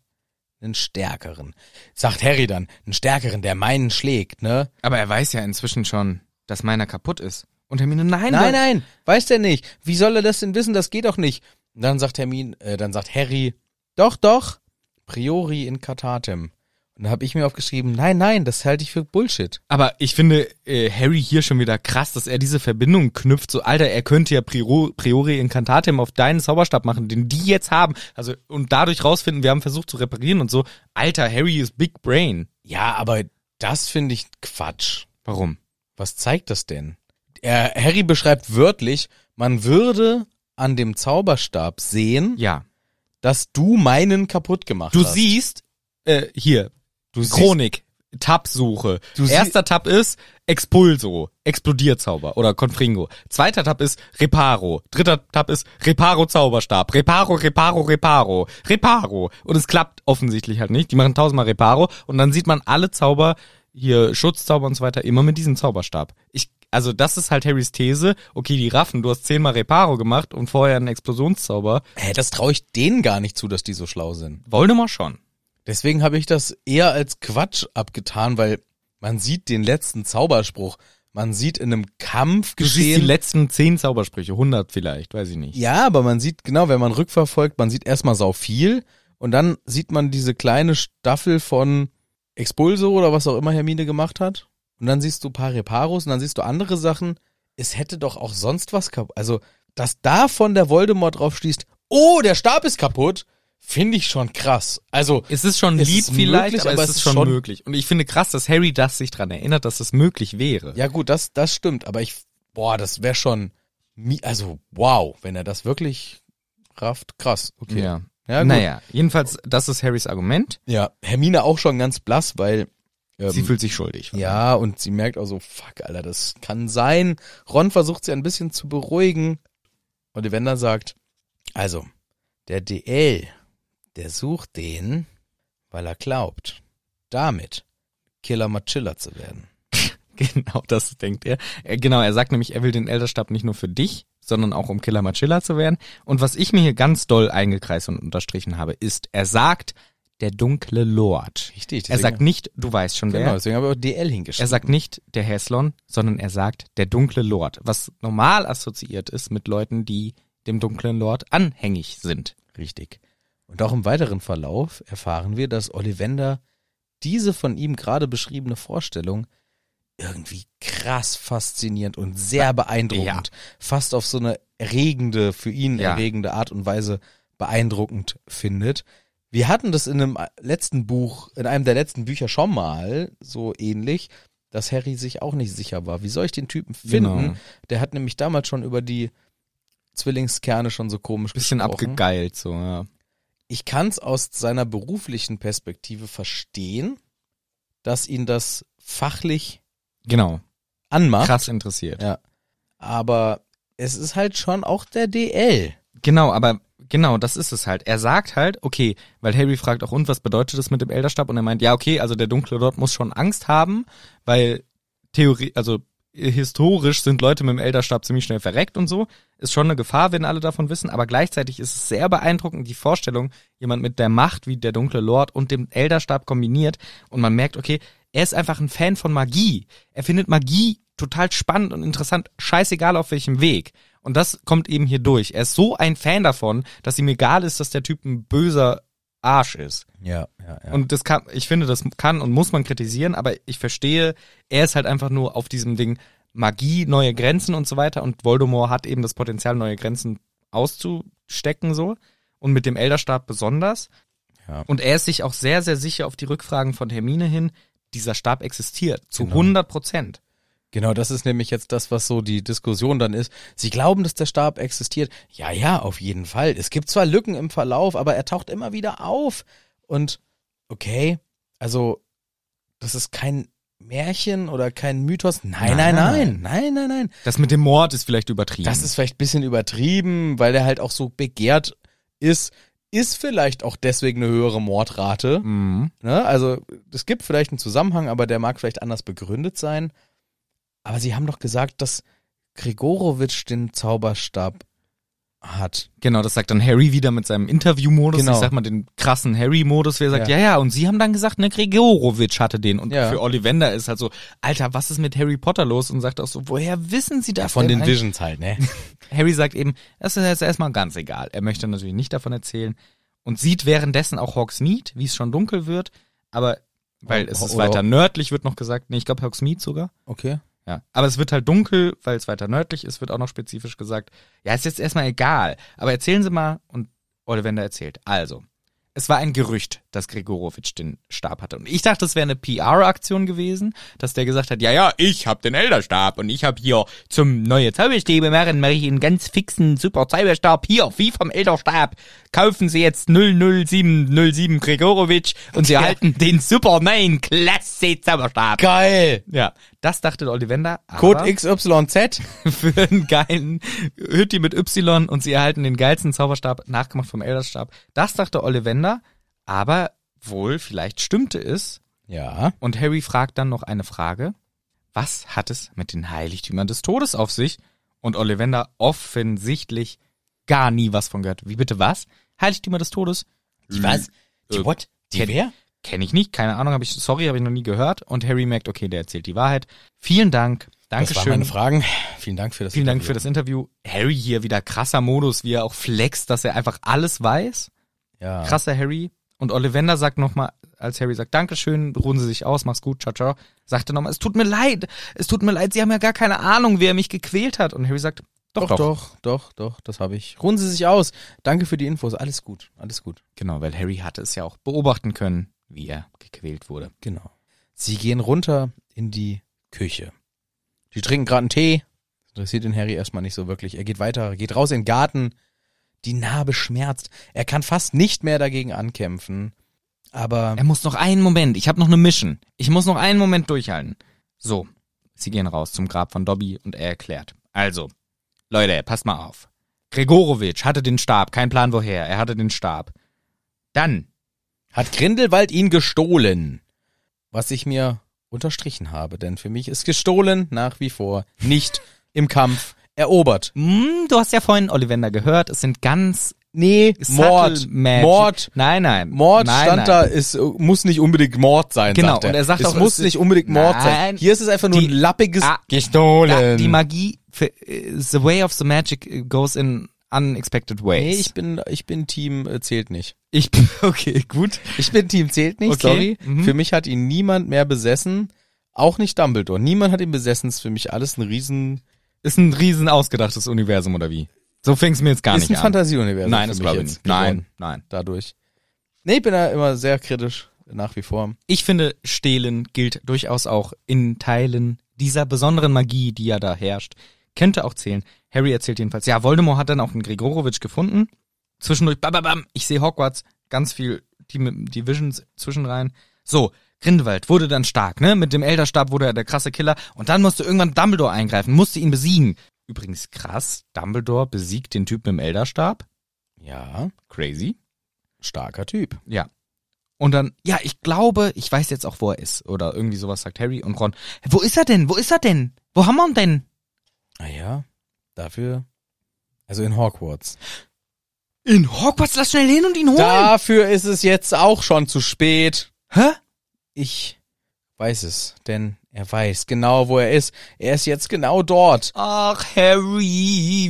einen stärkeren. Sagt Harry dann, einen stärkeren, der meinen schlägt, ne? Aber er weiß ja inzwischen schon, dass meiner kaputt ist. Und Hermine, Nein, nein, nein, nein, weiß der nicht. Wie soll er das denn wissen? Das geht doch nicht. Und dann sagt Hermin, äh, dann sagt Harry, doch, doch, priori incantatem. Und da habe ich mir aufgeschrieben, nein, nein, das halte ich für Bullshit. Aber ich finde äh, Harry hier schon wieder krass, dass er diese Verbindung knüpft. So, Alter, er könnte ja Prior, Priori Incantatem auf deinen Zauberstab machen, den die jetzt haben. Also, und dadurch rausfinden, wir haben versucht zu reparieren und so. Alter, Harry ist Big Brain. Ja, aber das finde ich Quatsch. Warum? Was zeigt das denn? Er, Harry beschreibt wörtlich, man würde an dem Zauberstab sehen, Ja. dass du meinen kaputt gemacht Du hast. siehst, äh, hier, du Chronik, Tab-Suche. Du sie- Erster Tab ist Expulso, Explodierzauber oder Confringo. Zweiter Tab ist Reparo. Dritter Tab ist Reparo-Zauberstab. Reparo, Reparo, Reparo. Reparo. Und es klappt offensichtlich halt nicht. Die machen tausendmal Reparo und dann sieht man alle Zauber, hier Schutzzauber und so weiter, immer mit diesem Zauberstab. Ich, also das ist halt Harrys These. Okay, die Raffen, du hast zehnmal Reparo gemacht und vorher einen Explosionszauber. Hä, das traue ich denen gar nicht zu, dass die so schlau sind. Voldemort schon. Deswegen habe ich das eher als Quatsch abgetan, weil man sieht den letzten Zauberspruch. Man sieht in einem Kampf Du siehst die geschehen. letzten zehn Zaubersprüche, 100 vielleicht, weiß ich nicht. Ja, aber man sieht, genau, wenn man rückverfolgt, man sieht erstmal sau viel und dann sieht man diese kleine Staffel von Expulso oder was auch immer Hermine gemacht hat. Und dann siehst du ein paar Reparos und dann siehst du andere Sachen. Es hätte doch auch sonst was kaputt. Also, dass davon der Voldemort drauf schließt, oh, der Stab ist kaputt, finde ich schon krass. Also, Es ist schon Es lieb ist vielleicht, möglich, aber, es ist, schon, möglich. Und ich finde krass, dass Harry das sich dran erinnert, dass es möglich wäre. ja gut, das, das stimmt, aber ich, boah, das wäre schon, mi- also wow, wenn er das wirklich rafft, krass, okay. Ja. Ja, gut. naja, jedenfalls, das ist Harrys Argument. Ja, Hermine auch schon ganz blass, weil ähm, Sie fühlt sich schuldig. ja und sie merkt auch so, fuck, Alter, das kann sein. Ron versucht sie ein bisschen zu beruhigen. Und Evander sagt, also, der DL, der sucht den, weil er glaubt, damit Killer Machilla zu werden. [laughs] Genau, das denkt er. Äh, Genau, er sagt nämlich, er will den Elderstab nicht nur für dich, sondern auch um Killer Machilla zu werden. Und was ich mir hier ganz doll eingekreist und unterstrichen habe, ist, er sagt, der dunkle Lord. Richtig. Er sagt nicht, du weißt schon wer. genau, deswegen habe ich auch DL Er hingeschrieben. sagt nicht der Häslon, sondern er sagt der dunkle Lord, was normal assoziiert ist mit Leuten, die dem dunklen Lord anhängig sind. Richtig. Und auch im weiteren Verlauf erfahren wir, dass Ollivander diese von ihm gerade beschriebene Vorstellung irgendwie krass faszinierend und sehr beeindruckend, Ja. fast auf so eine erregende, für ihn Ja. erregende Art und Weise beeindruckend findet. Wir hatten das in einem letzten Buch, in einem der letzten Bücher schon mal so ähnlich, dass Harry sich auch nicht sicher war. Wie soll ich den Typen finden? Genau. Der hat nämlich damals schon über die Zwillingskerne schon so komisch Bisschen gesprochen abgegeilt, so, ja. ich kann es aus seiner beruflichen Perspektive verstehen, dass ihn das fachlich Genau. anmacht. Krass interessiert. Ja. Aber es ist halt schon auch der DL. Genau, aber Genau, das ist es halt. Er sagt halt, okay, weil Harry fragt auch, und was bedeutet das mit dem Elderstab? Und er meint, ja, okay, also der dunkle Lord muss schon Angst haben, weil Theorie, also äh, historisch sind Leute mit dem Elderstab ziemlich schnell verreckt und so. Ist schon eine Gefahr, wenn alle davon wissen, aber gleichzeitig ist es sehr beeindruckend, die Vorstellung, jemand mit der Macht wie der dunkle Lord und dem Elderstab kombiniert und man merkt, okay, er ist einfach ein Fan von Magie. Er findet Magie total spannend und interessant, scheißegal auf welchem Weg. Und das kommt eben hier durch. Er ist so ein Fan davon, dass ihm egal ist, dass der Typ ein böser Arsch ist. Ja, ja, ja. Und das kann, ich finde, das kann und muss man kritisieren, aber ich verstehe, er ist halt einfach nur auf diesem Ding Magie, neue Grenzen und so weiter und Voldemort hat eben das Potenzial, neue Grenzen auszustecken so und mit dem Elderstab besonders. Ja. Und er ist sich auch sehr, sehr sicher auf die Rückfragen von Hermine hin, dieser Stab existiert zu Genau. 100 Prozent. Genau, das ist nämlich jetzt das, was so die Diskussion dann ist. Sie glauben, dass der Stab existiert. Ja, ja, auf jeden Fall. Es gibt zwar Lücken im Verlauf, aber er taucht immer wieder auf. Und okay, also das ist kein Märchen oder kein Mythos. Nein, nein, Nein. nein, nein, nein, nein. Das mit dem Mord ist vielleicht übertrieben. Das ist vielleicht ein bisschen übertrieben, weil er halt auch so begehrt ist. Ist vielleicht auch deswegen eine höhere Mordrate. Mhm. Ne? Also es gibt vielleicht einen Zusammenhang, aber der mag vielleicht anders begründet sein. Aber sie haben doch gesagt, dass Gregorowitsch den Zauberstab hat. Genau, das sagt dann Harry wieder mit seinem Interviewmodus. Genau. Ich sag mal den krassen Harry-Modus, wie er sagt, Ja. ja. ja, und sie haben dann gesagt, ne, Gregorowitsch hatte den. Und Ja. für Ollivander ist halt so, Alter, was ist mit Harry Potter los? Und sagt auch so, woher wissen sie das? denn eigentlich? Visions halt, ne? [laughs] Harry sagt eben, das ist jetzt erstmal ganz egal. Er möchte natürlich nicht davon erzählen und sieht währenddessen auch Hogsmeade, wie es schon dunkel wird, aber weil es ist Oder- weiter nördlich, wird noch gesagt, nee, ich glaube Hogsmeade sogar. Okay. Ja, aber es wird halt dunkel, weil es weiter nördlich ist, wird auch noch spezifisch gesagt. Ja, ist jetzt erstmal egal, aber erzählen Sie mal und Ollivander erzählt. Also, es war ein Gerücht, dass Gregorowitsch den Stab hatte. Und ich dachte, es wäre eine PR-Aktion gewesen, dass der gesagt hat, ja, ja, ich hab den Elderstab und ich hab hier zum neue Zauberstäbe machen, mache ich einen ganz fixen super Zauberstab hier, wie vom Elderstab. Kaufen Sie jetzt 00707 Gregorowitsch und Sie erhalten den super neuen Klasse Zauberstab. Geil! Ja, das dachte Ollivander. aber- Code XYZ. für einen geilen Hütti mit Y und sie erhalten den geilsten Zauberstab, nachgemacht vom Elderstab. Das dachte Ollivander, aber wohl vielleicht stimmte es. Ja. Und Harry fragt dann noch eine Frage. Was hat es mit den Heiligtümern des Todes auf sich? Und Ollivander offensichtlich gar nie was von gehört. Wie bitte was? Heiligtümer des Todes? Äh, what? Die kenn- wer? Kenne ich nicht, keine Ahnung, habe ich, sorry, habe ich noch nie gehört. Und Harry merkt, okay, der erzählt die Wahrheit. Vielen Dank. Das waren Dankeschön. meine Fragen. Vielen Dank für das Vielen Dank für das Interview. Harry hier wieder krasser Modus, wie er auch flext, dass er einfach alles weiß. Ja. Krasser Harry. Und Ollivander sagt nochmal, als Harry sagt, Dankeschön, ruhen Sie sich aus, mach's gut, ciao, ciao, sagt er nochmal, es tut mir leid, es tut mir leid, Sie haben ja gar keine Ahnung, wer mich gequält hat. Und Harry sagt, doch, Doch, doch, doch, doch, das habe ich. Ruhen Sie sich aus. Danke für die Infos. Alles gut, alles gut. Genau, weil Harry hatte es ja auch beobachten können, wie er gequält wurde. Genau. Sie gehen runter in die Küche. Sie trinken gerade einen Tee. Interessiert den Harry erstmal nicht so wirklich. Er geht weiter, geht raus in den Garten. Die Narbe schmerzt. Er kann fast nicht mehr dagegen ankämpfen. Aber Er muss noch einen Moment, ich habe noch eine Mission. Ich muss noch einen Moment durchhalten. So, sie gehen raus zum Grab von Dobby und er erklärt. Also, Leute, passt mal auf. Gregorowitsch hatte den Stab, kein Plan woher, er hatte den Stab. Dann, hat Grindelwald ihn gestohlen? Was ich mir unterstrichen habe, denn für mich ist gestohlen nach wie vor nicht im Kampf erobert. mh, hm, du hast ja vorhin Ollivander gehört, es sind ganz Nee, Mord, Subtle Magic. Mord, Nein, nein. Mord nein, stand nein. Ah, da, es äh, muss nicht unbedingt Mord sein. Genau, sagt er. und er sagt es auch, muss es ist- nicht unbedingt Mord sein. Nein. Hier ist es einfach nur Die- ein lappiges Ah, gestohlen. Da, die Magie, für, äh, the way of the magic äh, goes in unexpected ways. nee, ich bin, ich bin Team äh, zählt nicht. ich, [laughs] okay, gut. Ich bin Team zählt nicht. Sorry, Okay, mhm. für mich hat ihn niemand mehr besessen, auch nicht Dumbledore. Niemand hat ihn besessen. Ist für mich alles ein riesen, Ist ein riesen ausgedachtes Universum oder wie? So fängst mir jetzt gar ist ein nicht an. Fantasieuniversum. Nein, für das mich glaube ich jetzt nicht. Nein, geworden nein. dadurch. Nee, ich bin da immer sehr kritisch nach wie vor. Ich finde, stehlen gilt durchaus auch in Teilen dieser besonderen Magie, die ja da herrscht. Könnte auch zählen. Harry erzählt jedenfalls, ja, Voldemort hat dann auch einen Gregorowitsch gefunden. Zwischendurch, bam, bam, bam, ich sehe Hogwarts, ganz viel die, die Visions zwischenrein. So, Grindelwald wurde dann stark, ne? Mit dem Elderstab wurde er der krasse Killer. Und dann musste irgendwann Dumbledore eingreifen, musste ihn besiegen. Übrigens krass, Dumbledore besiegt den Typen im Elderstab. Ja, Crazy. starker Typ. Ja. Und dann, ja, ich glaube, ich weiß jetzt auch, wo er ist. Oder irgendwie sowas sagt Harry und Ron. Wo ist er denn? Wo ist er denn? Wo haben wir ihn denn? Ah ja, dafür. Also in Hogwarts. In Hogwarts, lass schnell hin und ihn holen. Dafür ist es jetzt auch schon zu spät. Hä? Ich weiß es, denn er weiß genau, wo er ist. Er ist jetzt genau dort. Ach, Harry,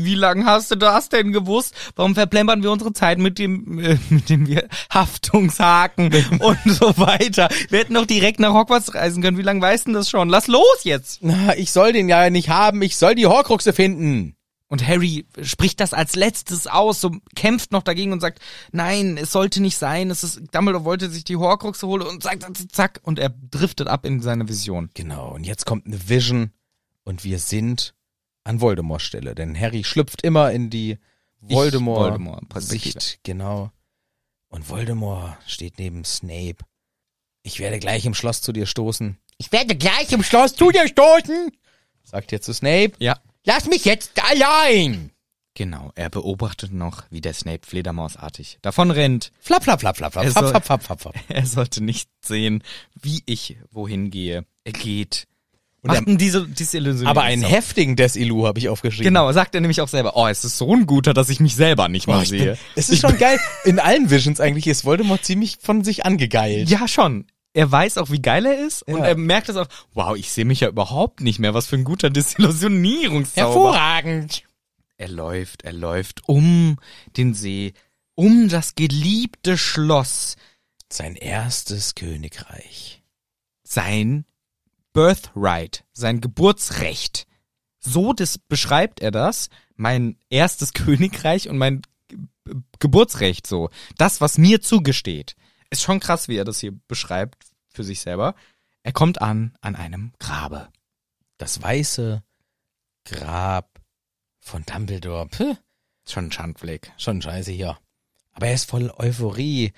wie lange hast du das denn gewusst? Warum verplempern wir unsere Zeit mit dem, äh, mit dem wir [laughs] Haftungshaken und so weiter? Wir hätten doch direkt nach Hogwarts reisen können. Wie lange weißt du denn das schon? Lass los jetzt! Na, ich soll den ja nicht haben. Ich soll die Horcruxe finden. Und Harry spricht das als letztes aus, so kämpft noch dagegen und sagt, nein, es sollte nicht sein. Es ist, Dumbledore wollte sich die Horcruxe holen und zack, zack, zack. Und er driftet ab in seine Vision. Genau, und jetzt kommt eine Vision und wir sind an Voldemorts Stelle, denn Harry schlüpft immer in die Ich- Voldemort, Voldemort-Perspektive. Sicht, genau. Und Voldemort steht neben Snape. Ich werde gleich im Schloss zu dir stoßen, Ich werde gleich im Schloss zu dir stoßen. sagt er zu Snape. Ja, Lass mich jetzt allein. Genau, er beobachtet noch, wie der Snape fledermausartig davon rennt. Flap, flap, flap, flap, flap, Es flap, soll- flap, flap, flap, flap. [laughs] Er sollte nicht sehen, wie ich wohin gehe. Er geht. Und er- Machten diese Desillusion. Aber einen heftigen Desillu habe ich aufgeschrieben. Genau, sagt er nämlich auch selber. Oh, es ist so ein guter, dass ich mich selber nicht mal sehe. Es ist schon geil. In allen Visions eigentlich ist Voldemort ziemlich von sich angegeilt. Ja, schon. Er weiß auch, wie geil er ist und Ja. er merkt es auch. Wow, ich sehe mich ja überhaupt nicht mehr. Was für ein guter Desillusionierungszauber. Hervorragend. Er läuft, er läuft um den See, um das geliebte Schloss. Sein erstes Königreich. sein Birthright, sein Geburtsrecht. So des beschreibt er das, mein erstes [laughs] Königreich und mein Ge- Be- Geburtsrecht so. Das, was mir zugesteht. Ist schon krass, wie er das hier beschreibt für sich selber. Er kommt an, an einem Grabe. Das weiße Grab von Dumbledore. Puh, Ist schon ein Schandblick. schon scheiße hier. Aber er ist voll Euphorie,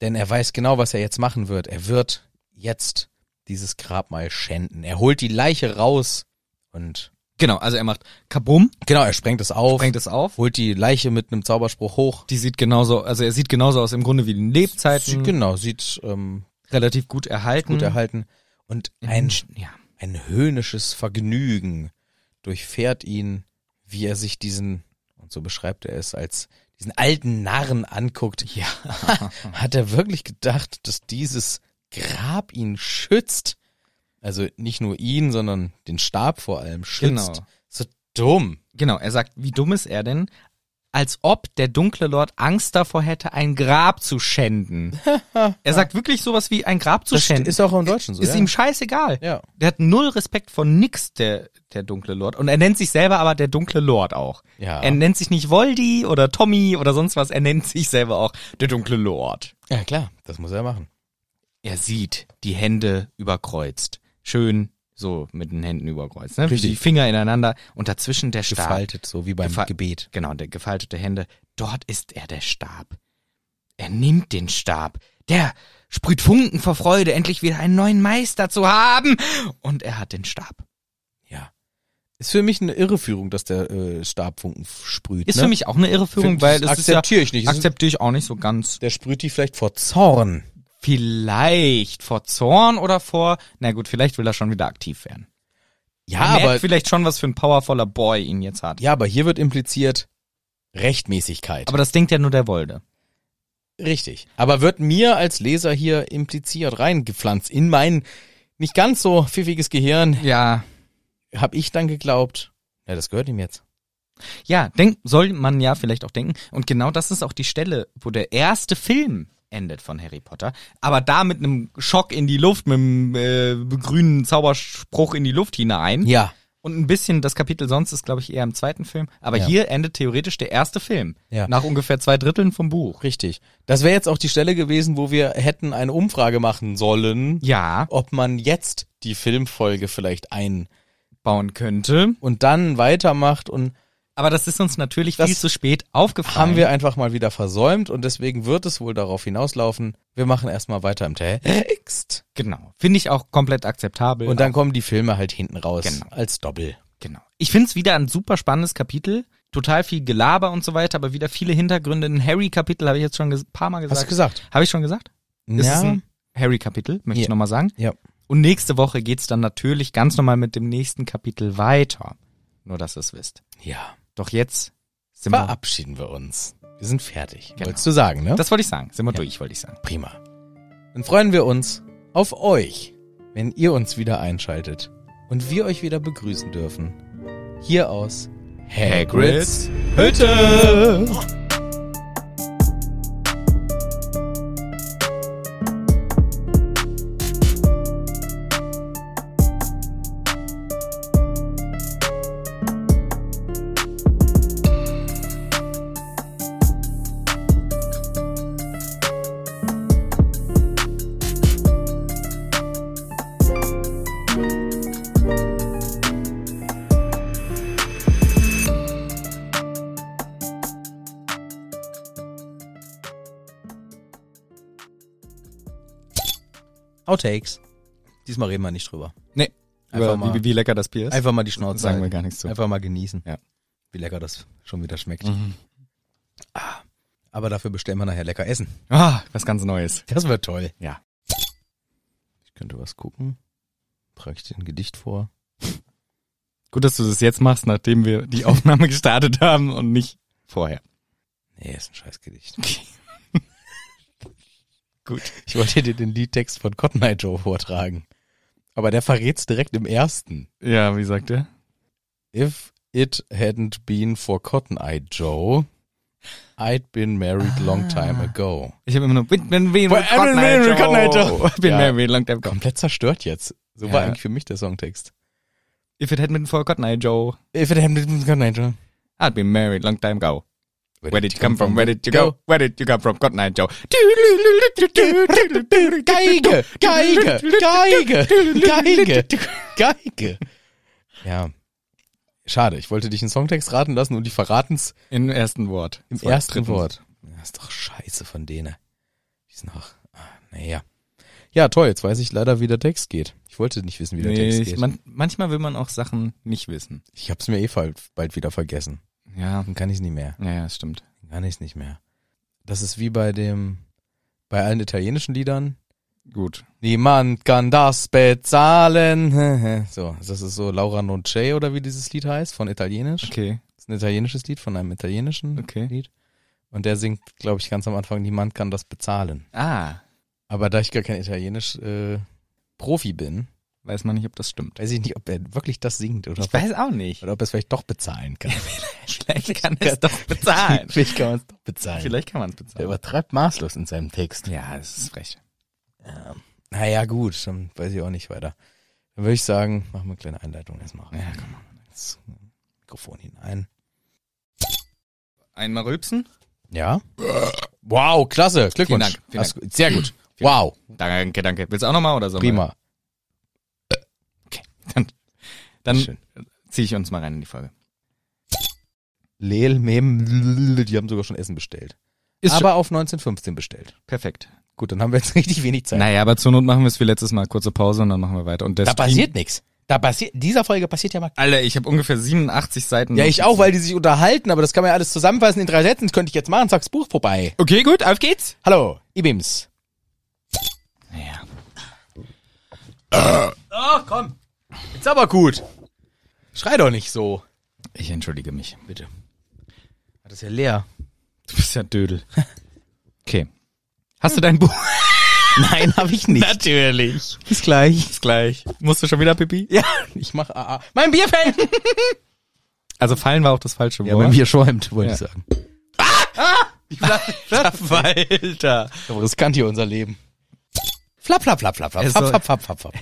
denn er weiß genau, was er jetzt machen wird. Er wird jetzt dieses Grabmal schänden. Er holt die Leiche raus und Genau, also er macht Kabum, genau, er sprengt es auf, bringt es auf. holt die Leiche mit einem Zauberspruch hoch. Die sieht genauso, also er sieht genauso aus im Grunde wie in Lebzeiten. Sieht, genau, sieht ähm, Relativ gut erhalten. gut erhalten. Und ein, ja. ein höhnisches Vergnügen durchfährt ihn, wie er sich diesen, und so beschreibt er es, als diesen alten Narren anguckt. Ja. [laughs] Hat er wirklich gedacht, dass dieses Grab ihn schützt? Also nicht nur ihn, sondern den Stab vor allem schützt. Genau. So dumm. Genau, er sagt, wie dumm ist er denn? Als ob der dunkle Lord Angst davor hätte, ein Grab [laughs] zu schänden. er sagt wirklich sowas wie ein Grab zu Das schänden. ist auch im Deutschen so. ja. Ist ihm scheißegal. Ja. Der hat null Respekt vor nix, der, der dunkle Lord. Und er nennt sich selber aber der dunkle Lord auch. Ja. Er nennt sich nicht Voldy oder Tommy oder sonst was. Er nennt sich selber auch der dunkle Lord. ja, klar, das muss er machen. Er sieht die Hände überkreuzt. Schön so mit den Händen überkreuzt. Ne? Richtig. Die Finger ineinander und dazwischen der Stab. Gefaltet, so wie beim Gefa- Gebet. Genau, der gefaltete Hände. Dort ist er der Stab. Er nimmt den Stab. Der sprüht Funken vor Freude, endlich wieder einen neuen Meister zu haben. Und er hat den Stab. Ja. Ist für mich eine Irreführung, dass der äh, Stabfunken f- sprüht. Ist ne? für mich auch eine Irreführung, Find- weil es ist ja, akzeptiere ich nicht. Es ist- akzeptiere ich auch nicht so ganz. Der sprüht die vielleicht vor Zorn. Vielleicht vor Zorn oder vor, na gut, vielleicht will er schon wieder aktiv werden. Ja, Er merkt aber, vielleicht schon, was für ein powervoller Boy ihn jetzt hat. ja, aber hier wird impliziert Rechtmäßigkeit. Aber das denkt ja nur der Wolde. Richtig. Aber wird mir als Leser hier impliziert reingepflanzt in mein nicht ganz so pfiffiges Gehirn, Ja, Hab ich dann geglaubt, ja, das gehört ihm jetzt. Ja, denk, soll man ja vielleicht auch denken. Und genau das ist auch die Stelle, wo der erste Film endet von Harry Potter. Aber da mit einem Schock in die Luft, mit einem äh, grünen Zauberspruch in die Luft hinein. Ja. Und ein bisschen das Kapitel sonst ist, glaube ich, eher im zweiten Film. Aber Ja. hier endet theoretisch der erste Film. Ja. Nach ungefähr zwei Dritteln vom Buch. Richtig. Das wäre jetzt auch die Stelle gewesen, wo wir hätten eine Umfrage machen sollen, Ja, ob man jetzt die Filmfolge vielleicht ein bauen könnte. und dann weitermacht und Aber das ist uns natürlich Das viel zu spät aufgefallen. haben wir einfach mal wieder versäumt und deswegen wird es wohl darauf hinauslaufen. Wir machen erstmal weiter im Text. Genau. Finde ich auch komplett akzeptabel. Und dann kommen die Filme halt hinten raus Genau. als Doppel. Genau. Ich find's wieder ein super spannendes Kapitel. total viel Gelaber und so weiter, aber wieder viele Hintergründe. Ein Harry-Kapitel habe ich jetzt schon ein paar Mal Hast du gesagt. gesagt? Habe ich schon gesagt? Ist es ein Harry-Kapitel, möchte ich Ja. nochmal sagen. Ja. Und nächste Woche geht's dann natürlich ganz normal mit dem nächsten Kapitel weiter. Nur, dass ihr es wisst. Ja. Doch jetzt sind wir... Verabschieden wir uns. Wir sind fertig. Genau. Wolltest du sagen, ne? Das wollte ich sagen. Sind wir Ja. durch, wollte ich sagen. Prima. Dann freuen wir uns auf euch, wenn ihr uns wieder einschaltet und wir euch wieder begrüßen dürfen. Hier aus Hagrid's Hütte. Outtakes. Diesmal reden wir nicht drüber. Nee. Einfach Über, mal- wie, wie lecker das Bier ist. Einfach mal die Schnauze Sagen wir halten. gar nichts zu. Einfach mal genießen. Ja. Wie lecker das schon wieder schmeckt. Mhm. Ah, aber dafür bestellen wir nachher lecker Essen. Ah, was ganz Neues. Das wird toll. Ja. Ich könnte was gucken. Trage ich dir ein Gedicht vor? Gut, dass du das jetzt machst, nachdem wir die [laughs] Aufnahme gestartet haben und nicht vorher. Nee, ist ein scheiß Gedicht. [laughs] Gut. Ich wollte dir den Liedtext von Cotton Eye Joe vortragen. Aber der verrät's direkt im ersten. Ja, wie sagt er? If it hadn't been for Cotton Eye Joe, I'd been married long time ago. Ich habe immer nur Been married Well, I've been married with Cotton Eye Joe. Been Ja. married long time ago. Komplett zerstört jetzt. So Ja. war eigentlich für mich der Songtext. If it had been for Cotton Eye Joe, If it hadn't been for Cotton Eye Joe. I'd been married long time ago. Where, Where did you come from? Where did you go? Where did you come from? Cotton Eye Joe. Geige, Geige, Geige, Geige, Geige. Ja. Schade, ich wollte dich einen Songtext raten lassen und die verraten's Im ersten Wort. im Zwar- ersten drittens. Wort. Das ist doch scheiße von denen. Die sind auch, ah, naja. Ja, toll, jetzt weiß ich leider, wie der Text geht. Ich wollte nicht wissen, wie der Nee, Text ich, geht. man, manchmal will man auch Sachen nicht wissen. ich hab's mir eh bald, bald wieder vergessen. Ja, Dann kann ich's nicht mehr. ja, ja, stimmt. Dann kann ich's nicht mehr. Das ist wie bei dem, bei allen italienischen Liedern. Gut. Niemand kann das bezahlen. [laughs] So, das ist so Laura non c'è oder wie dieses Lied heißt, von Italienisch. Okay, Das ist ein italienisches Lied von einem italienischen okay. Lied. Und der singt, glaube ich, ganz am Anfang, niemand kann das bezahlen. Ah, Aber da ich gar kein Italienisch äh, Profi bin, weiß man nicht, ob das stimmt. weiß ich nicht, ob er wirklich das singt oder, Ich weiß auch [laughs] nicht. oder ob er es vielleicht doch bezahlen kann. Vielleicht kann er es doch bezahlen. [laughs] vielleicht kann man es doch bezahlen. Vielleicht kann man es Er bezahlen. übertreibt maßlos in seinem Text. Ja, das ist frech. Naja, gut, dann weiß ich auch nicht weiter. Dann würde ich sagen, machen wir eine kleine Einleitung erstmal. Ja, komm mal. Das Mikrofon hinein. Einmal rülpsen. Ja. Wow, klasse. Glückwunsch. Vielen Dank, vielen Hast- Sehr gut. Wow, Danke, danke. Willst du auch nochmal oder so? prima. Dann Schön. ziehe ich uns mal rein in die Folge. Lel, Mem, die haben sogar schon Essen bestellt. Ist aber auf 1915 bestellt. Perfekt. Gut, dann haben wir jetzt [laughs] richtig wenig Zeit. Naja, aber zur Not machen wir es wie letztes Mal. Kurze Pause und dann machen wir weiter. Und der da Stream- passiert nichts. Da passiert, dieser Folge passiert ja mal. Alter, ich habe ungefähr 87 Seiten. Ja, ich auch, weil die sich unterhalten, aber das kann man ja alles zusammenfassen in drei Sätzen. Das könnte ich jetzt machen, sag's Buch vorbei. Okay, gut, auf geht's. Hallo, Ibims. Ja. Oh, komm. Jetzt aber gut. Schrei doch nicht so. Ich entschuldige mich. Bitte. Das ist ja leer. Du bist [laughs] ja Dödel. Okay. Hast du dein Buch? Nein, habe ich nicht. Natürlich. Bis gleich. Bis gleich. Musst du schon wieder Pipi? Ja, ich mach AA. Mein Bier fällt! Also fallen war auch das falsche Wort. schäumt, wollte Ja. sagen. Walter. Ah! [laughs] Aber riskant hier unser Leben. Flap, flap, flap, flap, flap, Es flap, soll- flap, flap, flap, flap.